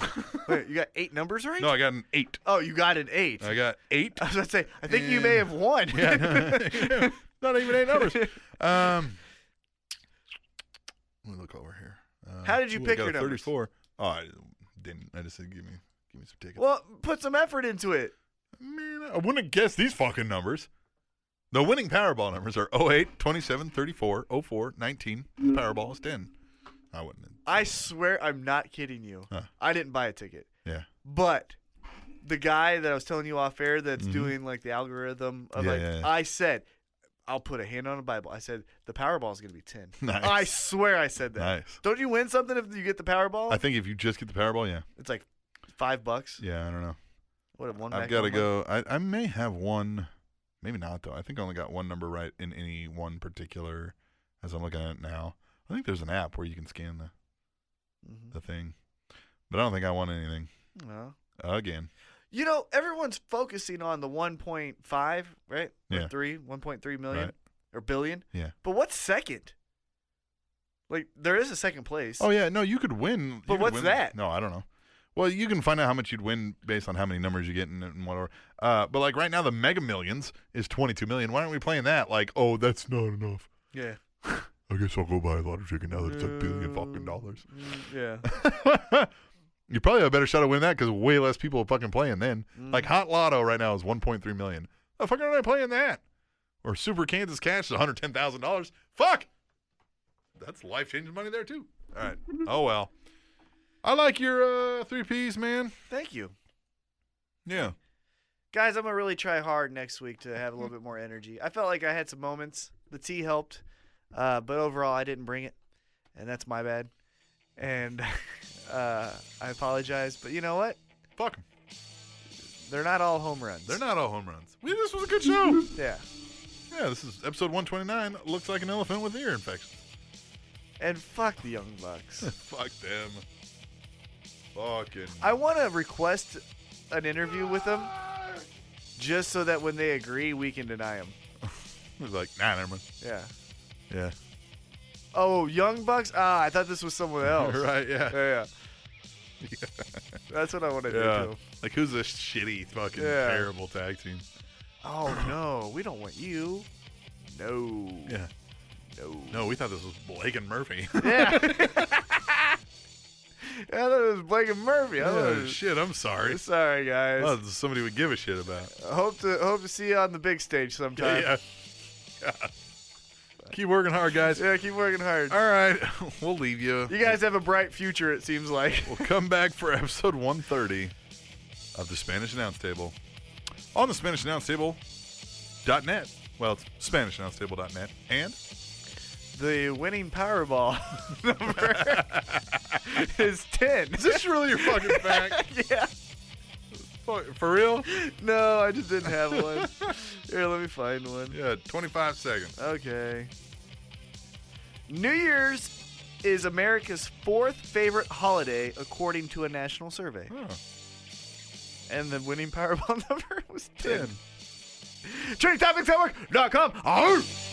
S3: right? Wait, you got eight numbers right?
S2: No, I got an eight.
S3: oh, you got an eight.
S2: I got eight.
S3: I was about to say. I think you may
S2: Yeah.
S3: have won.
S2: yeah, no, not even eight numbers. Um, let me look over here. Uh,
S3: How did you
S2: ooh, I
S3: pick
S2: got
S3: your
S2: a
S3: numbers?
S2: Thirty-four. Oh, I didn't. I just said give me, give me some tickets.
S3: well, put some effort into it.
S2: Man, I wouldn't have guessed these fucking numbers. The winning Powerball numbers are 08, 27, 34, 04, 19. The oh Powerball is 10. I wouldn't have.
S3: I swear, I'm not kidding you.
S2: Huh.
S3: I didn't buy a ticket,
S2: Yeah.
S3: but the guy that I was telling you off air that's doing like the algorithm of
S2: Yeah,
S3: like,
S2: Mm-hmm. yeah, yeah.
S3: I said. I'll put a hand on a Bible. I said the Powerball is going to be ten.
S2: Nice.
S3: I swear I said that.
S2: Nice.
S3: Don't you win something if you get the Powerball?
S2: I think if you just get the Powerball, yeah.
S3: it's like five bucks.
S2: Yeah, I don't know.
S3: What one?
S2: I've
S3: back
S2: got to
S3: one month?
S2: go. I, I may have one. Maybe not, though. I think I only got one number right in any one particular, as I'm looking at it now. I think there's an app where you can scan the,
S3: Mm-hmm.
S2: the thing. But I don't think I won anything.
S3: No.
S2: Again.
S3: You know, everyone's focusing on the 1.5, right?
S2: Yeah.
S3: Or three, 1.3 million
S2: Right.
S3: or billion.
S2: Yeah.
S3: But what's second? Like there is a second place.
S2: Oh yeah, no, you could win. you
S3: But
S2: could
S3: what's
S2: win-
S3: that?
S2: No, I don't know. Well, you can find out how much you'd win based on how many numbers you get and, and whatever. Uh, but like right now, the Mega Millions is twenty-two million. Why aren't we playing that? Like, oh, that's not enough.
S3: Yeah.
S2: I guess I'll go buy a lottery ticket now that it's a billion fucking dollars.
S3: Mm, Yeah.
S2: you probably have a better shot of winning that because way less people are fucking playing then. Like Hot Lotto right now is one point three million. The fuck are I playing that? Or Super Kansas Cash is one hundred ten thousand dollars. Fuck, that's life changing money there too. All right. Oh well. I like your uh, three P's, man.
S3: Thank you.
S2: Yeah.
S3: Guys, I'm going to really try hard next week to have a
S2: Mm-hmm.
S3: little bit more energy. I felt like I had some moments. The tea helped, uh, but overall, I didn't bring it, and that's my bad. And uh, I apologize, but you know what?
S2: Fuck 'em.
S3: They're not all home runs.
S2: They're not all home runs. We, this was a good show.
S3: Yeah.
S2: Yeah. This is episode one twenty nine. Looks like an elephant with ear infection.
S3: And fuck the Young Bucks.
S2: Fuck them. Fucking.
S3: I want to request an interview with them just so that when they agree, we can deny them.
S2: It was like nah, never mind.
S3: Yeah.
S2: Yeah.
S3: Oh, Young Bucks? Ah, I thought this was someone else.
S2: right. Yeah.
S3: Yeah, yeah. That's what I want to do to 'em.
S2: Like who's this shitty fucking
S3: Yeah.
S2: terrible tag team?
S3: Oh no, we don't want you. No.
S2: Yeah.
S3: No.
S2: No, we thought this was Blake and Murphy.
S3: Yeah. I thought it was Blake and Murphy. I thought it
S2: oh
S3: was-
S2: shit, I'm sorry.
S3: Sorry guys.
S2: Oh, this is somebody would give a shit about.
S3: Hope to hope to see you on the big stage sometime.
S2: Yeah. Keep working hard, guys.
S3: Yeah, keep working hard.
S2: All right, we'll leave you.
S3: You guys have a bright future, it seems like.
S2: We'll come back for episode 130 of the Spanish Announce Table on the Spanish Announce Table.net. Well, it's Spanish Announce Table.net and
S3: the winning Powerball number is 10.
S9: Is this really your fucking fact?
S3: Yeah.
S9: for, for real?
S3: No, I just didn't have one. Here, let me find one.
S9: Yeah, 25 seconds.
S3: Okay. New Year's is America's fourth favorite holiday, according to a national survey.
S9: Oh.
S3: And the winning Powerball number was 10.
S9: 10.
S3: TrainTopicsNetwork.com. Arr!